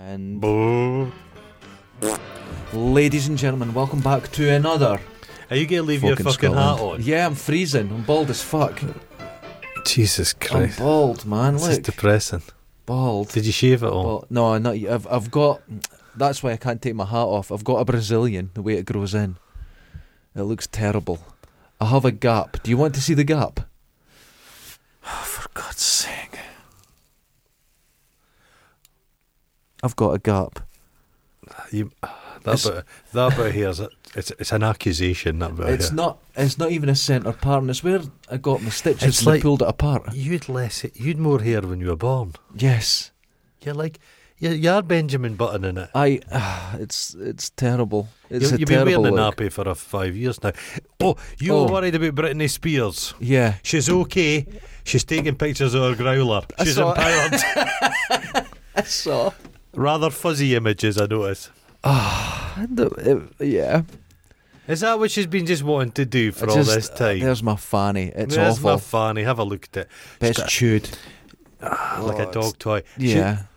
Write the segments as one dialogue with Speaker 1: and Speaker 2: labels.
Speaker 1: And
Speaker 2: Boo.
Speaker 1: ladies and gentlemen, welcome back to another.
Speaker 2: Are you gonna leave your
Speaker 3: Fucking
Speaker 2: fucking
Speaker 3: Scotland.
Speaker 2: hat on?
Speaker 1: Yeah, I'm freezing. I'm bald as fuck.
Speaker 3: Jesus
Speaker 1: I'm
Speaker 3: Christ.
Speaker 1: bald, man.
Speaker 3: This is
Speaker 1: Look,
Speaker 3: depressing.
Speaker 1: bald.
Speaker 3: Did you shave it all?
Speaker 1: Well, no, not, y- I've I've got. That's why I can't take my hat off. I've got a Brazilian. The way it grows in, it looks terrible. I have a gap. Do you want to see the gap?
Speaker 3: for God's sake.
Speaker 1: I've got a gap.
Speaker 3: You, that,
Speaker 1: It's-
Speaker 3: bit, that bit here is a, it's, it's an accusation, that bit
Speaker 1: it's
Speaker 3: here.
Speaker 1: not. It's not even a centre part, and it's where I got my stitches
Speaker 3: It's
Speaker 1: and they
Speaker 3: like-
Speaker 1: pulled it apart.
Speaker 3: You'd less, you'd more hair when you were born.
Speaker 1: Yes,
Speaker 3: You're like, you're, you're Benjamin Button in it.
Speaker 1: I. ah, it's it's terrible. It's
Speaker 3: you,
Speaker 1: a
Speaker 3: you've been
Speaker 1: terrible
Speaker 3: wearing Ah, a
Speaker 1: look.
Speaker 3: nappy for uh, five years now. Oh, you
Speaker 1: Oh.
Speaker 3: were worried about Britney Spears.
Speaker 1: Yeah.
Speaker 3: She's okay. She's taking pictures of her growler.
Speaker 1: I
Speaker 3: She's
Speaker 1: saw it.
Speaker 3: empowered.
Speaker 1: I saw.
Speaker 3: Rather fuzzy images, I notice.
Speaker 1: And the- it- yeah.
Speaker 3: Is that what she's been just wanting to do for
Speaker 1: I
Speaker 3: all
Speaker 1: just-
Speaker 3: this time?
Speaker 1: There's my fanny. It's
Speaker 3: There's my
Speaker 1: awful.
Speaker 3: fanny. Have a look at it.
Speaker 1: But
Speaker 3: She's
Speaker 1: it's chewed.
Speaker 3: got- like a dog toy.
Speaker 1: Ah,
Speaker 3: She-
Speaker 1: Yeah.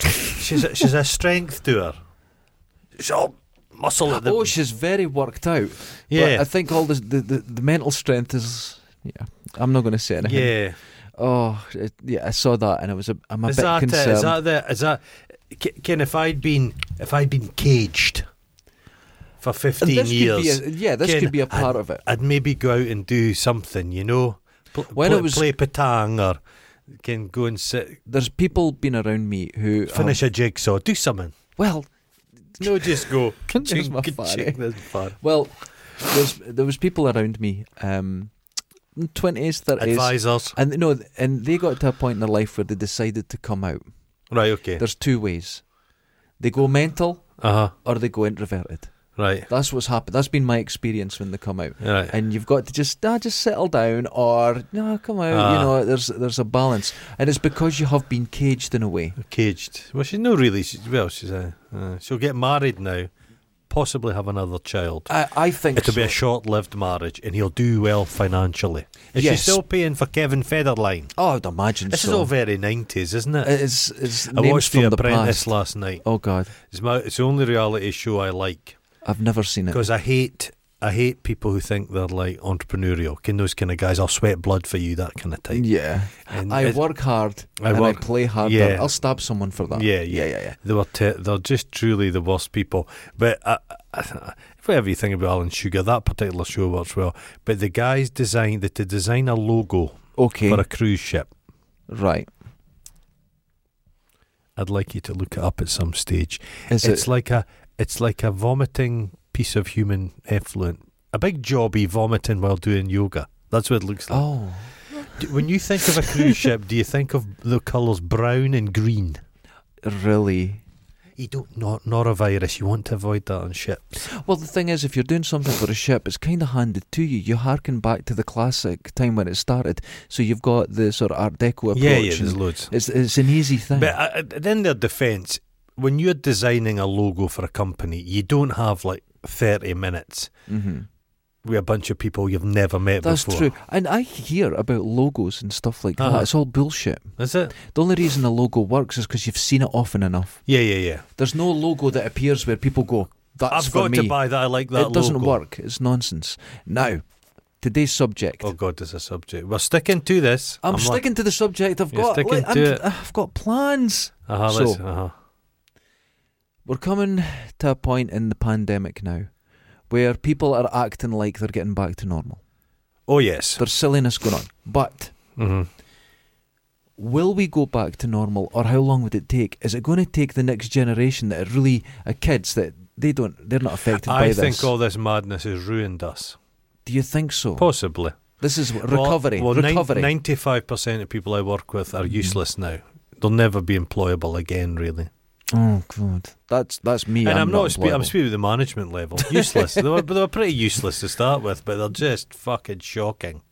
Speaker 3: she's a, she's a strength to her. She's all muscle at the.
Speaker 1: oh, she's very worked out.
Speaker 3: yeah,
Speaker 1: But I think all this, the, the the mental strength is. Yeah. I'm not going to say anything.
Speaker 3: yeah.
Speaker 1: Oh, it, yeah. I saw that and it was a. I'm a
Speaker 3: Is
Speaker 1: bit
Speaker 3: that it?
Speaker 1: concerned.
Speaker 3: Is that the? Is that? K- Ken, if I'd been if I'd been caged for
Speaker 1: And
Speaker 3: fifteen
Speaker 1: this
Speaker 3: years,
Speaker 1: Could be a, yeah, this
Speaker 3: Ken,
Speaker 1: could be a part
Speaker 3: I-
Speaker 1: of it.
Speaker 3: I'd maybe go out and do something. You know, Pl-
Speaker 1: When
Speaker 3: play,
Speaker 1: I was-
Speaker 3: play patang or can go and sit,
Speaker 1: There's people been around me who have-
Speaker 3: finish a jigsaw, do something.
Speaker 1: well,
Speaker 3: No, just go.
Speaker 1: There's my
Speaker 3: Ka-ching,
Speaker 1: fatty.
Speaker 3: ka-ching, that's fun.
Speaker 1: well, there's there was people around me, um, twenties, thirties,
Speaker 3: Advisors,
Speaker 1: and no, and they got to a point in their life where they decided to come out.
Speaker 3: right? Okay.
Speaker 1: There's two ways: they go mental
Speaker 3: Uh huh.
Speaker 1: or they go introverted.
Speaker 3: Right.
Speaker 1: That's what's happened. That's been my experience when they come out.
Speaker 3: Right.
Speaker 1: And you've got to just ah, just settle down, or no, come out. you
Speaker 3: Ah.
Speaker 1: know, there's there's a balance, and it's because you have been caged in a way.
Speaker 3: Caged. Well, she's no really. She's, well, she's a, uh, she'll get married now, possibly have another child.
Speaker 1: I, I think
Speaker 3: It'll be
Speaker 1: so.
Speaker 3: a short-lived marriage, and he'll do well financially. Is she
Speaker 1: Yes.
Speaker 3: still paying for Kevin Federline?
Speaker 1: Oh, I'd imagine
Speaker 3: This
Speaker 1: so. Uh,
Speaker 3: is all very nineties, isn't it?
Speaker 1: It's, it's
Speaker 3: I
Speaker 1: names
Speaker 3: watched
Speaker 1: from
Speaker 3: The
Speaker 1: the
Speaker 3: Apprentice
Speaker 1: past.
Speaker 3: last night.
Speaker 1: Oh God,
Speaker 3: It's, my, it's the only reality show I like
Speaker 1: I've never seen it.
Speaker 3: because I hate I hate people who think they're like entrepreneurial. Can those kind of guys? I'll sweat blood for you, that kind of type.
Speaker 1: Yeah,
Speaker 3: And
Speaker 1: Mm, I
Speaker 3: it-
Speaker 1: work hard
Speaker 3: I
Speaker 1: and
Speaker 3: work-
Speaker 1: I play harder.
Speaker 3: yeah.
Speaker 1: I'll stab someone for that.
Speaker 3: Yeah, yeah.
Speaker 1: yeah, yeah. yeah.
Speaker 3: They were te- they're just truly the worst people. But I, I, I, whatever you think about Alan Sugar, that particular show works well. But the guys designed they to design a logo
Speaker 1: Okay,
Speaker 3: for a cruise ship.
Speaker 1: right.
Speaker 3: I'd like you to look it up at some stage.
Speaker 1: Is
Speaker 3: it's
Speaker 1: it?
Speaker 3: like a it's like a vomiting piece of human effluent, a big jobby vomiting while doing yoga. That's what it looks like.
Speaker 1: Oh,
Speaker 3: D When you think of a cruise ship, do you think of the colours brown and green?
Speaker 1: really?
Speaker 3: You don't nor- norovirus. You want to avoid that on ships.
Speaker 1: Well, the thing is, if you're doing something for a ship, it's kind of handed to you. You harken back to the classic time when it started, so you've got the sort of Art Deco approach.
Speaker 3: Yeah, yeah. There's
Speaker 1: and
Speaker 3: loads.
Speaker 1: it's it's an easy thing.
Speaker 3: But uh, uh, in their defence, when you're designing a logo for a company, you don't have like 30 minutes
Speaker 1: hmm
Speaker 3: with a bunch of people you've never met
Speaker 1: That's
Speaker 3: before.
Speaker 1: true. And I hear about logos and stuff like
Speaker 3: Uh-huh.
Speaker 1: that. It's all bullshit.
Speaker 3: Is it?
Speaker 1: The only reason a logo works is because you've seen it often enough.
Speaker 3: Yeah, yeah, yeah.
Speaker 1: There's no logo that appears where people go, that's
Speaker 3: I've
Speaker 1: for
Speaker 3: got
Speaker 1: me.
Speaker 3: to buy that. I like that
Speaker 1: it doesn't
Speaker 3: logo.
Speaker 1: work. It's nonsense. Now, today's subject.
Speaker 3: Oh, God, there's a subject. We're sticking to this.
Speaker 1: I'm,
Speaker 3: like-
Speaker 1: sticking to the subject. I've
Speaker 3: You're
Speaker 1: got.
Speaker 3: sticking
Speaker 1: I'm-
Speaker 3: to it.
Speaker 1: I've got plans.
Speaker 3: uh-huh, let's-
Speaker 1: So-
Speaker 3: uh-huh.
Speaker 1: We're coming to a point in the pandemic now where people are acting like they're getting back to normal.
Speaker 3: Oh, yes.
Speaker 1: There's silliness going on. But
Speaker 3: hmm
Speaker 1: will we go back to normal or how long would it take? Is it going to take the next generation that are really are kids that they don't they're not affected by
Speaker 3: I
Speaker 1: this?
Speaker 3: think all this madness has ruined us.
Speaker 1: Do you think so?
Speaker 3: Possibly.
Speaker 1: This is what- recovery.
Speaker 3: Well, well, nine-
Speaker 1: recovery.
Speaker 3: 95% of people I work with are
Speaker 1: Mhm.
Speaker 3: useless now. They'll never be employable again, really.
Speaker 1: oh god, that's that's me.
Speaker 3: and I'm, not. spe- I'm
Speaker 1: employable.
Speaker 3: speaking at the management level. Useless. they, were, they were pretty useless to start with, but they're just fucking shocking.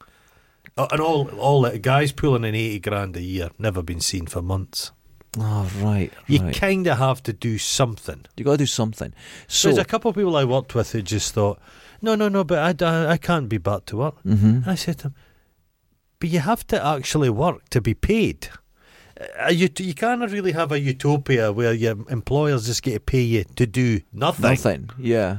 Speaker 3: Uh, and all, all that guys pulling in eighty grand a year, never been seen for months.
Speaker 1: Oh right,
Speaker 3: You
Speaker 1: right.
Speaker 3: kind of have to do something.
Speaker 1: You got to do something. So,
Speaker 3: There's a couple of people I worked with who just thought, no, no, no, but I, I, I can't be back to work.
Speaker 1: Mhm.
Speaker 3: And I said to them, but you have to actually work to be paid. Uh, a ut- you cannot really have a utopia where your employers just get to pay you to do nothing.
Speaker 1: Nothing. Yeah.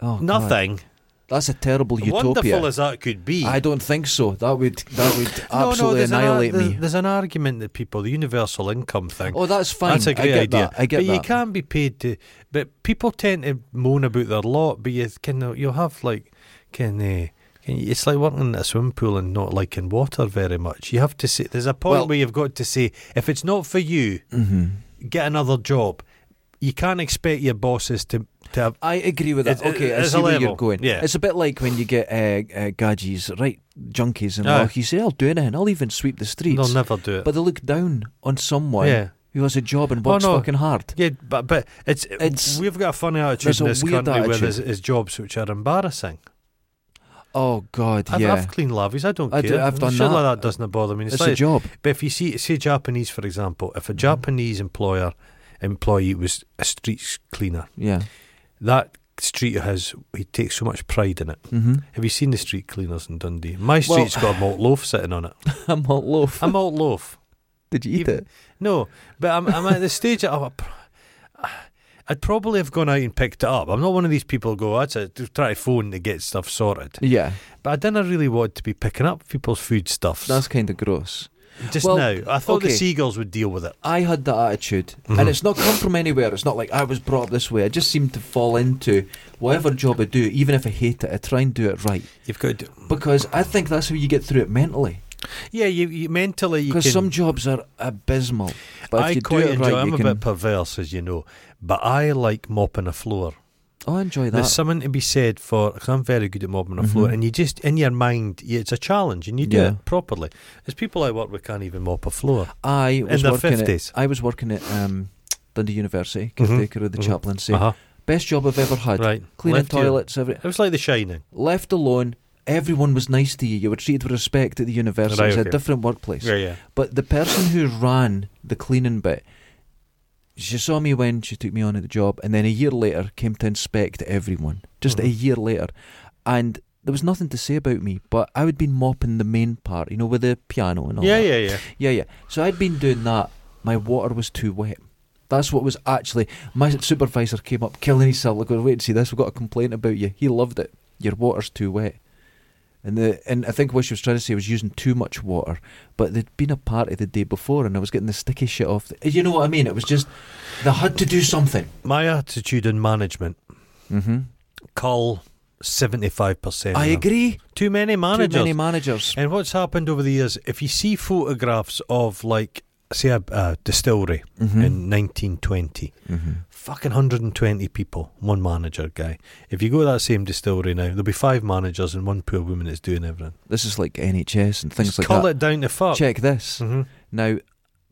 Speaker 1: Oh, God.
Speaker 3: Nothing.
Speaker 1: That's a terrible utopia.
Speaker 3: Wonderful as that could be.
Speaker 1: I don't think so. That would that would
Speaker 3: No, no,
Speaker 1: absolutely
Speaker 3: there's an ar-
Speaker 1: annihilate
Speaker 3: there's-
Speaker 1: me.
Speaker 3: There's an argument that people, the universal income thing.
Speaker 1: Oh, that's fine.
Speaker 3: That's a great
Speaker 1: I get
Speaker 3: idea.
Speaker 1: That. I get
Speaker 3: but
Speaker 1: that.
Speaker 3: you can be paid to. But people tend to moan about their lot. But you can you'll have like can uh, can you, it's like working in a swimming pool and not liking water very much. You have to say there's a point
Speaker 1: Well-
Speaker 3: where you've got to say if it's not for you,
Speaker 1: hmm
Speaker 3: get another job. You can't expect your bosses to to have.
Speaker 1: I agree with that.
Speaker 3: It's-
Speaker 1: okay, I
Speaker 3: it's
Speaker 1: see
Speaker 3: a
Speaker 1: where you're
Speaker 3: level,
Speaker 1: going.
Speaker 3: yeah.
Speaker 1: It's a bit like when you get uh, uh, gadgies, right? Junkies and
Speaker 3: Aye.
Speaker 1: rock. You say, I'll do anything. I'll even sweep the streets.
Speaker 3: They'll never do it.
Speaker 1: but they look down on someone
Speaker 3: yeah. Oh,
Speaker 1: who has a job and works
Speaker 3: no.
Speaker 1: fucking hard.
Speaker 3: Yeah, but but it's,
Speaker 1: It's-
Speaker 3: we've got a funny attitude
Speaker 1: there's
Speaker 3: in
Speaker 1: a
Speaker 3: this
Speaker 1: weird
Speaker 3: country where
Speaker 1: attitude.
Speaker 3: there's, there's jobs which are embarrassing.
Speaker 1: Oh God,
Speaker 3: I've,
Speaker 1: yeah.
Speaker 3: I've cleaned lavies. I don't
Speaker 1: I
Speaker 3: care.
Speaker 1: do- I've done
Speaker 3: Shit like
Speaker 1: that.
Speaker 3: that doesn't bother me. It's
Speaker 1: it's
Speaker 3: like-
Speaker 1: a Mm-hmm. job.
Speaker 3: But if you see, say Japanese, for example, if a Japanese employer employee was a street cleaner,
Speaker 1: Yeah.
Speaker 3: that street of his, he takes so much pride in it.
Speaker 1: Mm-hmm.
Speaker 3: Have you seen the street cleaners in Dundee? My
Speaker 1: Well-
Speaker 3: street's got a malt loaf sitting on it.
Speaker 1: I'm hot loaf.
Speaker 3: A malt loaf.
Speaker 1: Did you eat
Speaker 3: even-
Speaker 1: it?
Speaker 3: No, but I'm, I'm at the stage. That I'm a pr- I'd probably have gone out and picked it up. I'm not one of these people who go, "Oh, that's a try to phone to get stuff sorted.
Speaker 1: Yeah,
Speaker 3: But I didn't really want to be picking up people's food stuffs
Speaker 1: that's kind of gross.
Speaker 3: just
Speaker 1: well,
Speaker 3: now. I thought the
Speaker 1: okay.
Speaker 3: seagulls would deal with it.
Speaker 1: I had that attitude,
Speaker 3: Mhm.
Speaker 1: and it's not come from anywhere. It's not like I was brought up this way. I just seem to fall into whatever job I do, even if I hate it. I try and do it right
Speaker 3: You've got to
Speaker 1: because I think that's how you get through it mentally.
Speaker 3: Yeah, you, you mentally you can.
Speaker 1: Because some jobs are abysmal, but if
Speaker 3: I
Speaker 1: you do
Speaker 3: quite
Speaker 1: it
Speaker 3: enjoy.
Speaker 1: right,
Speaker 3: I'm
Speaker 1: you
Speaker 3: a
Speaker 1: can.
Speaker 3: bit perverse, as you know, but I like mopping a floor.
Speaker 1: oh, I enjoy
Speaker 3: There's
Speaker 1: that.
Speaker 3: something to be said for because I'm very good at mopping a floor,
Speaker 1: Mhm.
Speaker 3: and you just in your mind you- it's a challenge, and you do
Speaker 1: Yeah.
Speaker 3: it properly. There's people I work with can't even mop a floor.
Speaker 1: I was
Speaker 3: their
Speaker 1: working
Speaker 3: 50s.
Speaker 1: at I was working at um, Dundee University,
Speaker 3: Mhm.
Speaker 1: caretaker of the
Speaker 3: Mhm.
Speaker 1: chaplaincy.
Speaker 3: Uh-huh.
Speaker 1: Best job I've ever had.
Speaker 3: Right,
Speaker 1: Cleaning
Speaker 3: Left you.
Speaker 1: toilets, every
Speaker 3: It was like The Shining.
Speaker 1: left alone. Everyone was nice to you. You were treated with respect at the university.
Speaker 3: Right,
Speaker 1: it was
Speaker 3: okay.
Speaker 1: a different workplace.
Speaker 3: Yeah, yeah.
Speaker 1: But the person who ran the cleaning bit, she saw me when she took me on at the job, and then a year later came to inspect everyone. Just a
Speaker 3: Mhm.
Speaker 1: year later, and there was nothing to say about me. But I had been mopping the main part, you know, with the piano and all.
Speaker 3: yeah,
Speaker 1: that.
Speaker 3: yeah, yeah.
Speaker 1: yeah, yeah. So I'd been doing that. My water was too wet. That's what was actually. My supervisor came up, killing himself. Like, wait and see this. We've got a complaint about you. He loved it. Your water's too wet. And the and I think what she was trying to say was using too much water. But there'd been a party the day before, and I was getting the sticky shit off. The, you know what I mean? It was just they had to do something.
Speaker 3: My attitude in management,
Speaker 1: Mm-hmm.
Speaker 3: cull seventy five percent.
Speaker 1: I agree.
Speaker 3: Too many managers.
Speaker 1: Too many managers.
Speaker 3: And what's happened over the years, if you see photographs of like say a, a distillery in 1920,
Speaker 1: hmm
Speaker 3: fucking 120 people, one manager guy. If you go to that same distillery now, there'll be five managers and one poor woman that's doing everything.
Speaker 1: This is like NHS and things
Speaker 3: Just
Speaker 1: like
Speaker 3: cull
Speaker 1: that.
Speaker 3: it down to fuck.
Speaker 1: Check this
Speaker 3: hmm
Speaker 1: now.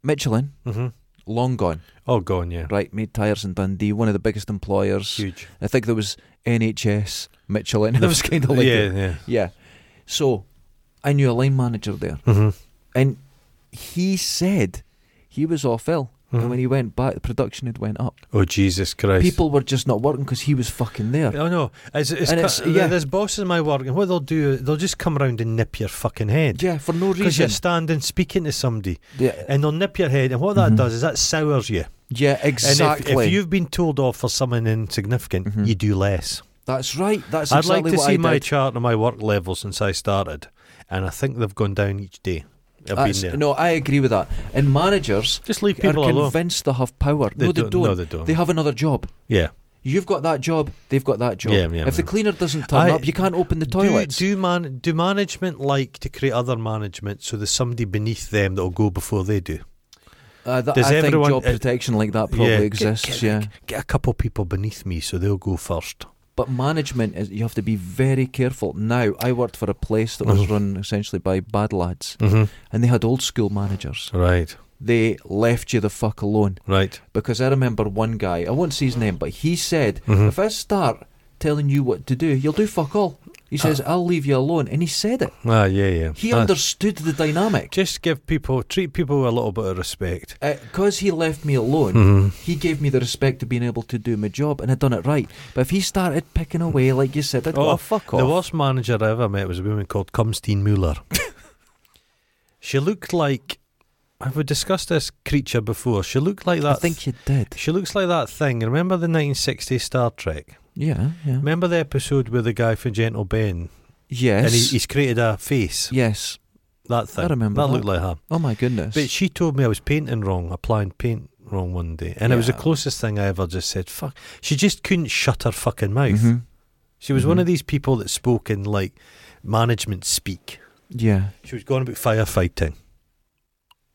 Speaker 1: Michelin,
Speaker 3: hmm
Speaker 1: long gone.
Speaker 3: Oh, gone, yeah.
Speaker 1: right, made tyres in Dundee, one of the biggest employers.
Speaker 3: Huge.
Speaker 1: I think there was NHS, Michelin. That was kind of like
Speaker 3: yeah,
Speaker 1: it.
Speaker 3: yeah.
Speaker 1: yeah. So I knew a line manager there,
Speaker 3: hmm
Speaker 1: and he said he was off ill,
Speaker 3: Mhm.
Speaker 1: and when he went back, the production had went up.
Speaker 3: Oh, Jesus Christ.
Speaker 1: People were just not working because he was fucking there.
Speaker 3: Oh no! It's, it's,
Speaker 1: And
Speaker 3: cu-
Speaker 1: it's- yeah.
Speaker 3: There's bosses in my work, and what they'll do, they'll just come round and nip your fucking head
Speaker 1: Yeah, for no
Speaker 3: because you're
Speaker 1: reason.
Speaker 3: standing speaking to somebody,
Speaker 1: Yeah,
Speaker 3: and they'll nip your head, and what that
Speaker 1: Mhm.
Speaker 3: does is that sours you.
Speaker 1: yeah, exactly.
Speaker 3: And if, if you've been told off for something insignificant,
Speaker 1: Mhm.
Speaker 3: you do less.
Speaker 1: That's right. That's
Speaker 3: I'd
Speaker 1: exactly
Speaker 3: like to
Speaker 1: what
Speaker 3: see
Speaker 1: I
Speaker 3: my
Speaker 1: did.
Speaker 3: chart on my work level since I started, and I think they've gone down each day. I've
Speaker 1: That's-
Speaker 3: been there.
Speaker 1: No, I agree with that. And managers
Speaker 3: Just leave
Speaker 1: are
Speaker 3: people alone.
Speaker 1: convinced they have power.
Speaker 3: They
Speaker 1: no, they
Speaker 3: don't-
Speaker 1: don't.
Speaker 3: no, they don't.
Speaker 1: They have another job.
Speaker 3: Yeah.
Speaker 1: You've got that job, they've got that job.
Speaker 3: Yeah, yeah,
Speaker 1: if the
Speaker 3: yeah.
Speaker 1: cleaner doesn't turn
Speaker 3: I-
Speaker 1: up, you can't open the
Speaker 3: Do,
Speaker 1: toilets.
Speaker 3: do man do management like to create other management so there's somebody beneath them that'll go before they do?
Speaker 1: uh, that,
Speaker 3: does
Speaker 1: I think
Speaker 3: everyone-
Speaker 1: job
Speaker 3: uh,
Speaker 1: protection like that probably
Speaker 3: yeah. Get-
Speaker 1: exists,
Speaker 3: get-
Speaker 1: yeah.
Speaker 3: Get a couple people beneath me so they'll go first.
Speaker 1: But management, is you have to be very careful. Now, I worked for a place that was
Speaker 3: Mhm.
Speaker 1: run essentially by bad lads,
Speaker 3: Mm-hmm.
Speaker 1: and they had old school managers.
Speaker 3: Right.
Speaker 1: They left you the fuck alone.
Speaker 3: Right.
Speaker 1: Because I remember one guy, I won't say his name, but he said,
Speaker 3: Mhm.
Speaker 1: if I start telling you what to do, you'll do fuck all. He says, I'll leave you alone. And he said it.
Speaker 3: Ah, yeah, yeah.
Speaker 1: He
Speaker 3: Ah,
Speaker 1: understood the dynamic.
Speaker 3: just give people treat people with a little bit of respect.
Speaker 1: Because he left me alone,
Speaker 3: Mm-hmm.
Speaker 1: he gave me the respect of being able to do my job and I'd done it right. But if he started picking away, like you said, I'd go,
Speaker 3: Oh,
Speaker 1: oh, fuck off.
Speaker 3: The worst manager I ever met was a woman called Kumsteen Muller. she looked like Have we discussed this creature before? She looked like
Speaker 1: I
Speaker 3: that.
Speaker 1: think you did.
Speaker 3: she looks like that thing. Remember the 1960s Star Trek?
Speaker 1: Yeah, yeah.
Speaker 3: Remember the episode with the guy from Gentle Ben?
Speaker 1: Yes.
Speaker 3: And he, he's created a face.
Speaker 1: yes.
Speaker 3: That thing.
Speaker 1: I remember
Speaker 3: That
Speaker 1: that.
Speaker 3: looked like her.
Speaker 1: Oh my goodness.
Speaker 3: But she told me I was painting wrong, applying paint wrong one day. And it was the
Speaker 1: Yeah.
Speaker 3: closest thing I ever just said, fuck. She just couldn't shut her fucking mouth.
Speaker 1: Mhm.
Speaker 3: She was one
Speaker 1: Mhm.
Speaker 3: of these people that spoke in like management speak.
Speaker 1: Yeah.
Speaker 3: She was going about firefighting.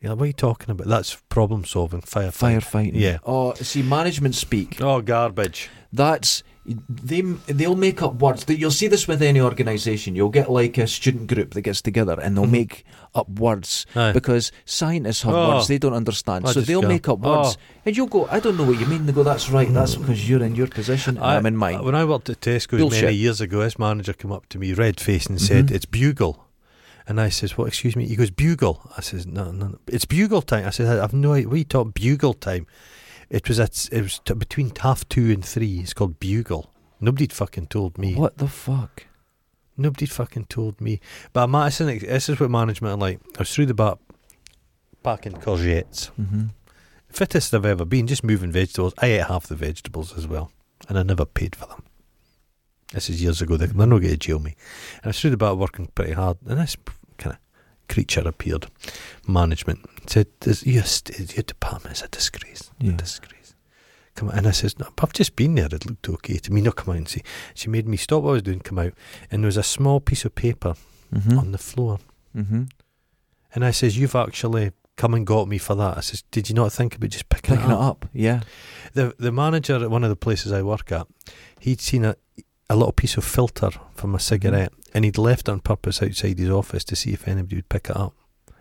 Speaker 3: Yeah, what are you talking about? That's problem solving, firefighting.
Speaker 1: Firefighting.
Speaker 3: Yeah.
Speaker 1: Oh, see, management speak.
Speaker 3: Oh, garbage.
Speaker 1: That's they. They'll make up words. You'll see this with any organisation. You'll get like a student group that gets together and they'll
Speaker 3: Mhm.
Speaker 1: make up words
Speaker 3: Aye.
Speaker 1: because scientists have
Speaker 3: Oh.
Speaker 1: words they don't understand.
Speaker 3: I
Speaker 1: so
Speaker 3: just
Speaker 1: they'll
Speaker 3: go, "Oh."
Speaker 1: make up words, and you'll go, "I don't know what you mean." They go, "That's right. That's because you're in your position. And I, am in mine."
Speaker 3: When Mm. I worked at Tesco
Speaker 1: Bullshit.
Speaker 3: many years ago, this manager came up to me, red faced, and said,
Speaker 1: Mhm.
Speaker 3: "It's bugle." And I says, "What? Excuse me?" He goes, "Bugle." I says, "No, no, no. it's bugle time." I said, "I've no idea. We taught bugle time. It was at, it was t- between half two and three. It's called bugle. Nobody'd fucking told me.
Speaker 1: what the fuck?
Speaker 3: Nobody'd fucking told me. But I'm at- this is- this is what management are like. I was through the back, packing courgettes.
Speaker 1: Mm-hmm.
Speaker 3: Fittest I've ever been. Just moving vegetables. I ate half the vegetables as well, and I never paid for them. This is years ago. They- They're not going to jail me. And I was through the back working pretty hard, and this kind of creature appeared. Management said, "This- your, st- your department is a disgrace.
Speaker 1: Yeah.
Speaker 3: A disgrace." Come out. And I says, no, I've just been there. It looked okay to me. No, come out and see. She made me stop what I was doing, come out, and there was a small piece of paper
Speaker 1: Mm-hmm.
Speaker 3: on the floor.
Speaker 1: mm-hmm.
Speaker 3: And I says, You've actually come and got me for that. I says, Did you not think about just picking,
Speaker 1: Picking it up. Yeah.
Speaker 3: the the manager at one of the places I work at, he'd seen a a little piece of filter from
Speaker 1: Mm-hmm.
Speaker 3: a cigarette, and he'd left it on purpose outside his office to see if anybody would pick it up,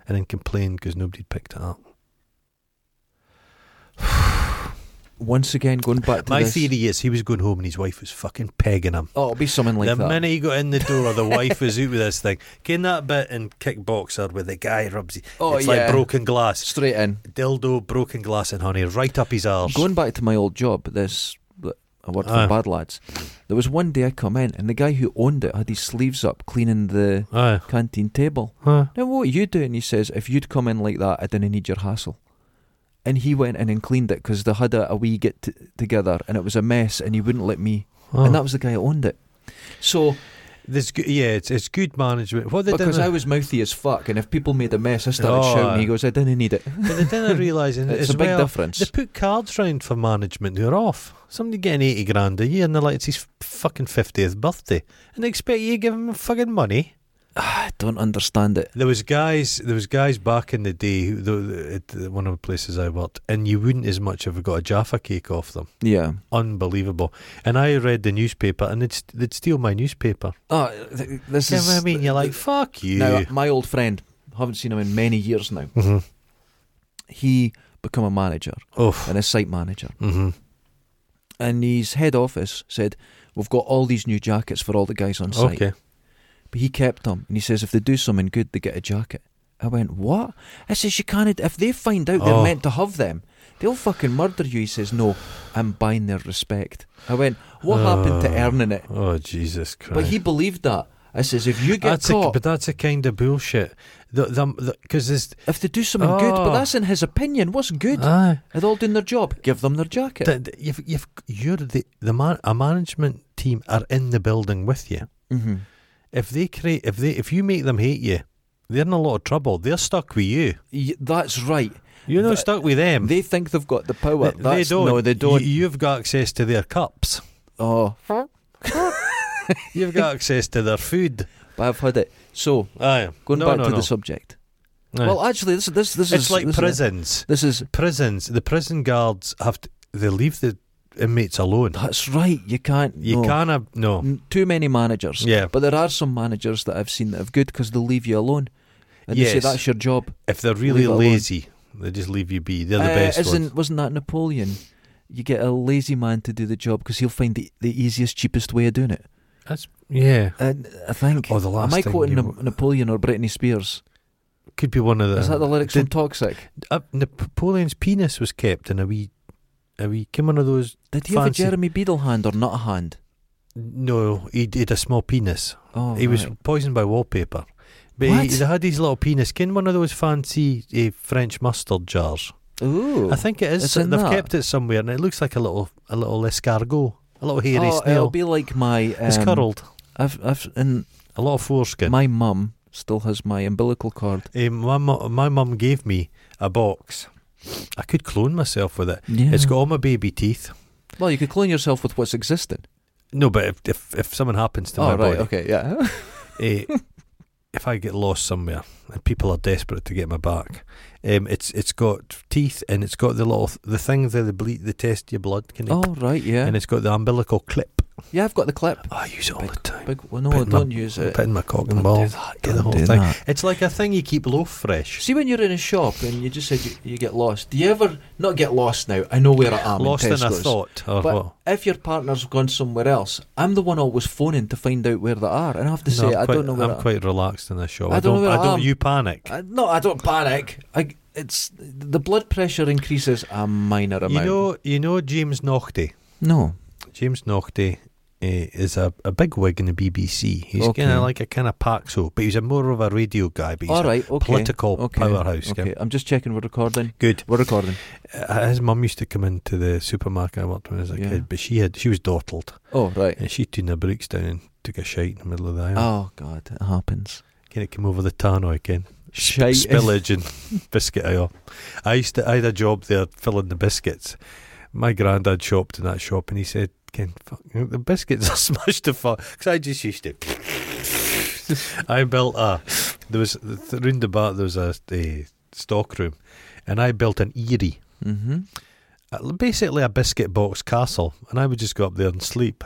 Speaker 3: and then complained because nobody'd picked it up.
Speaker 1: Once again, going back to
Speaker 3: My
Speaker 1: this-
Speaker 3: theory is he was going home and his wife was fucking pegging him.
Speaker 1: Oh, it'll be something like
Speaker 3: the
Speaker 1: that.
Speaker 3: minute he got in the door, the wife was out with this thing. Can that bit in Kickboxer where the guy rubs?
Speaker 1: oh
Speaker 3: it's
Speaker 1: yeah.
Speaker 3: like broken glass,
Speaker 1: Straight in.
Speaker 3: dildo, broken glass, and honey right up his arse.
Speaker 1: Going back to my old job, this I worked for
Speaker 3: Aye.
Speaker 1: Bad Lads. There was one day I come in and the guy who owned it had his sleeves up cleaning the
Speaker 3: Aye.
Speaker 1: canteen table.
Speaker 3: Aye.
Speaker 1: Now what are you doing? He says, if you'd come in like that, I didn't need your hassle. And he went in and cleaned it because they had a, a wee get t- together and it was a mess and he wouldn't let me.
Speaker 3: Aye.
Speaker 1: And that was the guy who owned it. So
Speaker 3: This good, yeah, it's, it's good management. What they
Speaker 1: because
Speaker 3: didn't,
Speaker 1: I was mouthy as fuck, and if people made a mess, I started
Speaker 3: Oh,
Speaker 1: shouting.
Speaker 3: aye.
Speaker 1: He goes, "I didn't need it."
Speaker 3: but they didn't realise, and
Speaker 1: It's
Speaker 3: as
Speaker 1: a big
Speaker 3: well,
Speaker 1: difference.
Speaker 3: They put cards round for management who are off. Somebody getting 80 grand a year and they're like, it's his f- fucking 50th birthday. And they expect you to give him fucking money.
Speaker 1: I don't understand it.
Speaker 3: There was guys, there was guys back in the day, who, the, the, at the- one of the places I worked, and you wouldn't as much have got a Jaffa cake off them.
Speaker 1: Yeah.
Speaker 3: Unbelievable. And I read the newspaper and they'd, st- they'd steal my newspaper.
Speaker 1: Oh, th- this
Speaker 3: You know
Speaker 1: is.
Speaker 3: what I mean? You're like, fuck you.
Speaker 1: Now, my old friend, haven't seen him in many years now.
Speaker 3: hmm
Speaker 1: He become a manager
Speaker 3: Oof.
Speaker 1: and a site manager,
Speaker 3: hmm
Speaker 1: and his head office said, "We've got all these new jackets for all the guys on site."
Speaker 3: Okay.
Speaker 1: But he kept them, and he says, "If they do something good, they get a jacket." I went, "What?" I says, "You can't. If they find out
Speaker 3: Oh.
Speaker 1: they're meant to have them, they'll fucking murder you." He says, "No, I'm buying their respect." I went, "What happened to
Speaker 3: Oh.
Speaker 1: earning it?"
Speaker 3: Oh, Jesus Christ.
Speaker 1: But he believed that. I says, "If you get
Speaker 3: that's a,
Speaker 1: caught,
Speaker 3: but that's a kind of bullshit. Because the, because there's
Speaker 1: if they do something good, but
Speaker 3: Oh. Uh.
Speaker 1: that's in his opinion. What's good?
Speaker 3: Aye.
Speaker 1: They're all doing their job. Give them their jacket."
Speaker 3: Th- th- you've, you've, you're the, the man, a management team are in the building with you.
Speaker 1: mm-hmm.
Speaker 3: If they create, if they, if you make them hate you, they're in a lot of trouble. They're stuck with you.
Speaker 1: that's right.
Speaker 3: You're not
Speaker 1: Th-
Speaker 3: stuck with them.
Speaker 1: They think they've got the power.
Speaker 3: Th-
Speaker 1: That's, No, they don't.
Speaker 3: You, you've got access to their cups.
Speaker 1: oh,
Speaker 3: You've got access to their food.
Speaker 1: but I've had it. So
Speaker 3: Aye.
Speaker 1: going
Speaker 3: no,
Speaker 1: back
Speaker 3: no,
Speaker 1: to
Speaker 3: no.
Speaker 1: the subject.
Speaker 3: Aye.
Speaker 1: Well, actually, this this this
Speaker 3: it's
Speaker 1: is
Speaker 3: like
Speaker 1: this is-
Speaker 3: prisons.
Speaker 1: This is
Speaker 3: prisons. The prison guards have to. They leave the inmates alone.
Speaker 1: that's right. You can't.
Speaker 3: You
Speaker 1: no.
Speaker 3: can't. ab- No.
Speaker 1: N- Too many managers.
Speaker 3: Yeah.
Speaker 1: But there are some managers that I've seen that have good because they'll leave you alone, and they
Speaker 3: Yes.
Speaker 1: say that's your job.
Speaker 3: If they're really
Speaker 1: Leave it alone.
Speaker 3: lazy, they just leave you be. They're the
Speaker 1: Uh,
Speaker 3: best
Speaker 1: isn't
Speaker 3: ones.
Speaker 1: wasn't that Napoleon? You get a lazy man to do the job because he'll find the, the easiest, cheapest way of doing it.
Speaker 3: That's yeah.
Speaker 1: And I think.
Speaker 3: Oh, the last
Speaker 1: Am I
Speaker 3: thing
Speaker 1: quoting
Speaker 3: you
Speaker 1: Na-
Speaker 3: wa-
Speaker 1: Napoleon or Britney Spears?
Speaker 3: Could be one of the.
Speaker 1: Is that the lyrics
Speaker 3: did,
Speaker 1: from Toxic?
Speaker 3: uh, Napoleon's penis was kept in a wee, a wee. Came one of those.
Speaker 1: Did he
Speaker 3: fancy-
Speaker 1: have a Jeremy Beadle hand or not a hand?
Speaker 3: No, he did a small penis.
Speaker 1: Oh,
Speaker 3: he was
Speaker 1: right.
Speaker 3: poisoned by wallpaper. But
Speaker 1: What?
Speaker 3: he, he had his little penis in one of those fancy eh, French mustard jars.
Speaker 1: Ooh.
Speaker 3: I think it is.
Speaker 1: It's in
Speaker 3: They've
Speaker 1: Oh. that.
Speaker 3: kept it somewhere, and it looks like a little a little escargot, a little hairy
Speaker 1: oh,
Speaker 3: snail.
Speaker 1: It'll be like my. Um,
Speaker 3: it's curled.
Speaker 1: I've, I've, and
Speaker 3: A lot of foreskin.
Speaker 1: my mum still has my umbilical cord.
Speaker 3: Eh, my mu- my mum gave me a box. I could clone myself with it.
Speaker 1: Yeah.
Speaker 3: It's got all my baby teeth.
Speaker 1: well, you could clone yourself with what's existing.
Speaker 3: No, but if if, if something happens to my
Speaker 1: oh, right.
Speaker 3: body,
Speaker 1: Okay. Yeah.
Speaker 3: eh, if I get lost somewhere and people are desperate to get my back, um, it's it's got teeth and it's got the little th- the things that they bleed they test your blood, can they-
Speaker 1: oh, right. Yeah.
Speaker 3: and it's got the umbilical clip.
Speaker 1: yeah. I've got the clip.
Speaker 3: Oh, I use it all the time.
Speaker 1: Big. Well, no,
Speaker 3: Put in my-
Speaker 1: don't use it.
Speaker 3: Put in my cock
Speaker 1: Don't do
Speaker 3: and balls.
Speaker 1: that,
Speaker 3: do the
Speaker 1: don't
Speaker 3: whole
Speaker 1: do
Speaker 3: thing.
Speaker 1: that.
Speaker 3: It's like a thing you keep loaf fresh.
Speaker 1: See when you're in a shop and you just said you, you get lost. Do you ever not get lost now? I know where I am.
Speaker 3: Lost in a
Speaker 1: Tesco's.
Speaker 3: thought or
Speaker 1: But
Speaker 3: what?
Speaker 1: if your partner's gone somewhere else, I'm the one always phoning to find out where they are, and I have to
Speaker 3: No,
Speaker 1: say
Speaker 3: I'm
Speaker 1: I
Speaker 3: quite,
Speaker 1: don't know where.
Speaker 3: I'm quite relaxed in this show.
Speaker 1: I
Speaker 3: I
Speaker 1: don't know
Speaker 3: don't.
Speaker 1: where
Speaker 3: I
Speaker 1: I am.
Speaker 3: don't. You panic.
Speaker 1: I, no, I don't panic. I, it's the blood pressure increases a minor amount.
Speaker 3: You know. You know. James Naughty.
Speaker 1: no.
Speaker 3: James Naughty eh, is a, a big wig in the BBC. He's
Speaker 1: Okay.
Speaker 3: kind of like a kind of Paxo, but he's a more of a radio guy. But he's
Speaker 1: All
Speaker 3: a
Speaker 1: right. Okay.
Speaker 3: political
Speaker 1: okay.
Speaker 3: powerhouse. yeah.
Speaker 1: Okay. I'm just checking. We're recording.
Speaker 3: Good.
Speaker 1: We're recording.
Speaker 3: Uh, his mum used to come into the supermarket I worked when I was a
Speaker 1: Yeah.
Speaker 3: kid, but she had she was dawdled
Speaker 1: Oh right.
Speaker 3: and she tuned her breeks down and took a shite in the middle of the aisle.
Speaker 1: Oh god, it happens.
Speaker 3: Kind of came over the tannoy again.
Speaker 1: Shite.
Speaker 3: spillage and biscuit aisle. I used to I had a job there filling the biscuits. My granddad shopped in that shop and he said, "Ken, fuck, the biscuits are smashed to fuck." Because I just used to. I built a there was th- round the back there was a, a stock room, and I built an eerie,
Speaker 1: Mm-hmm.
Speaker 3: uh, basically a biscuit box castle, and I would just go up there and sleep.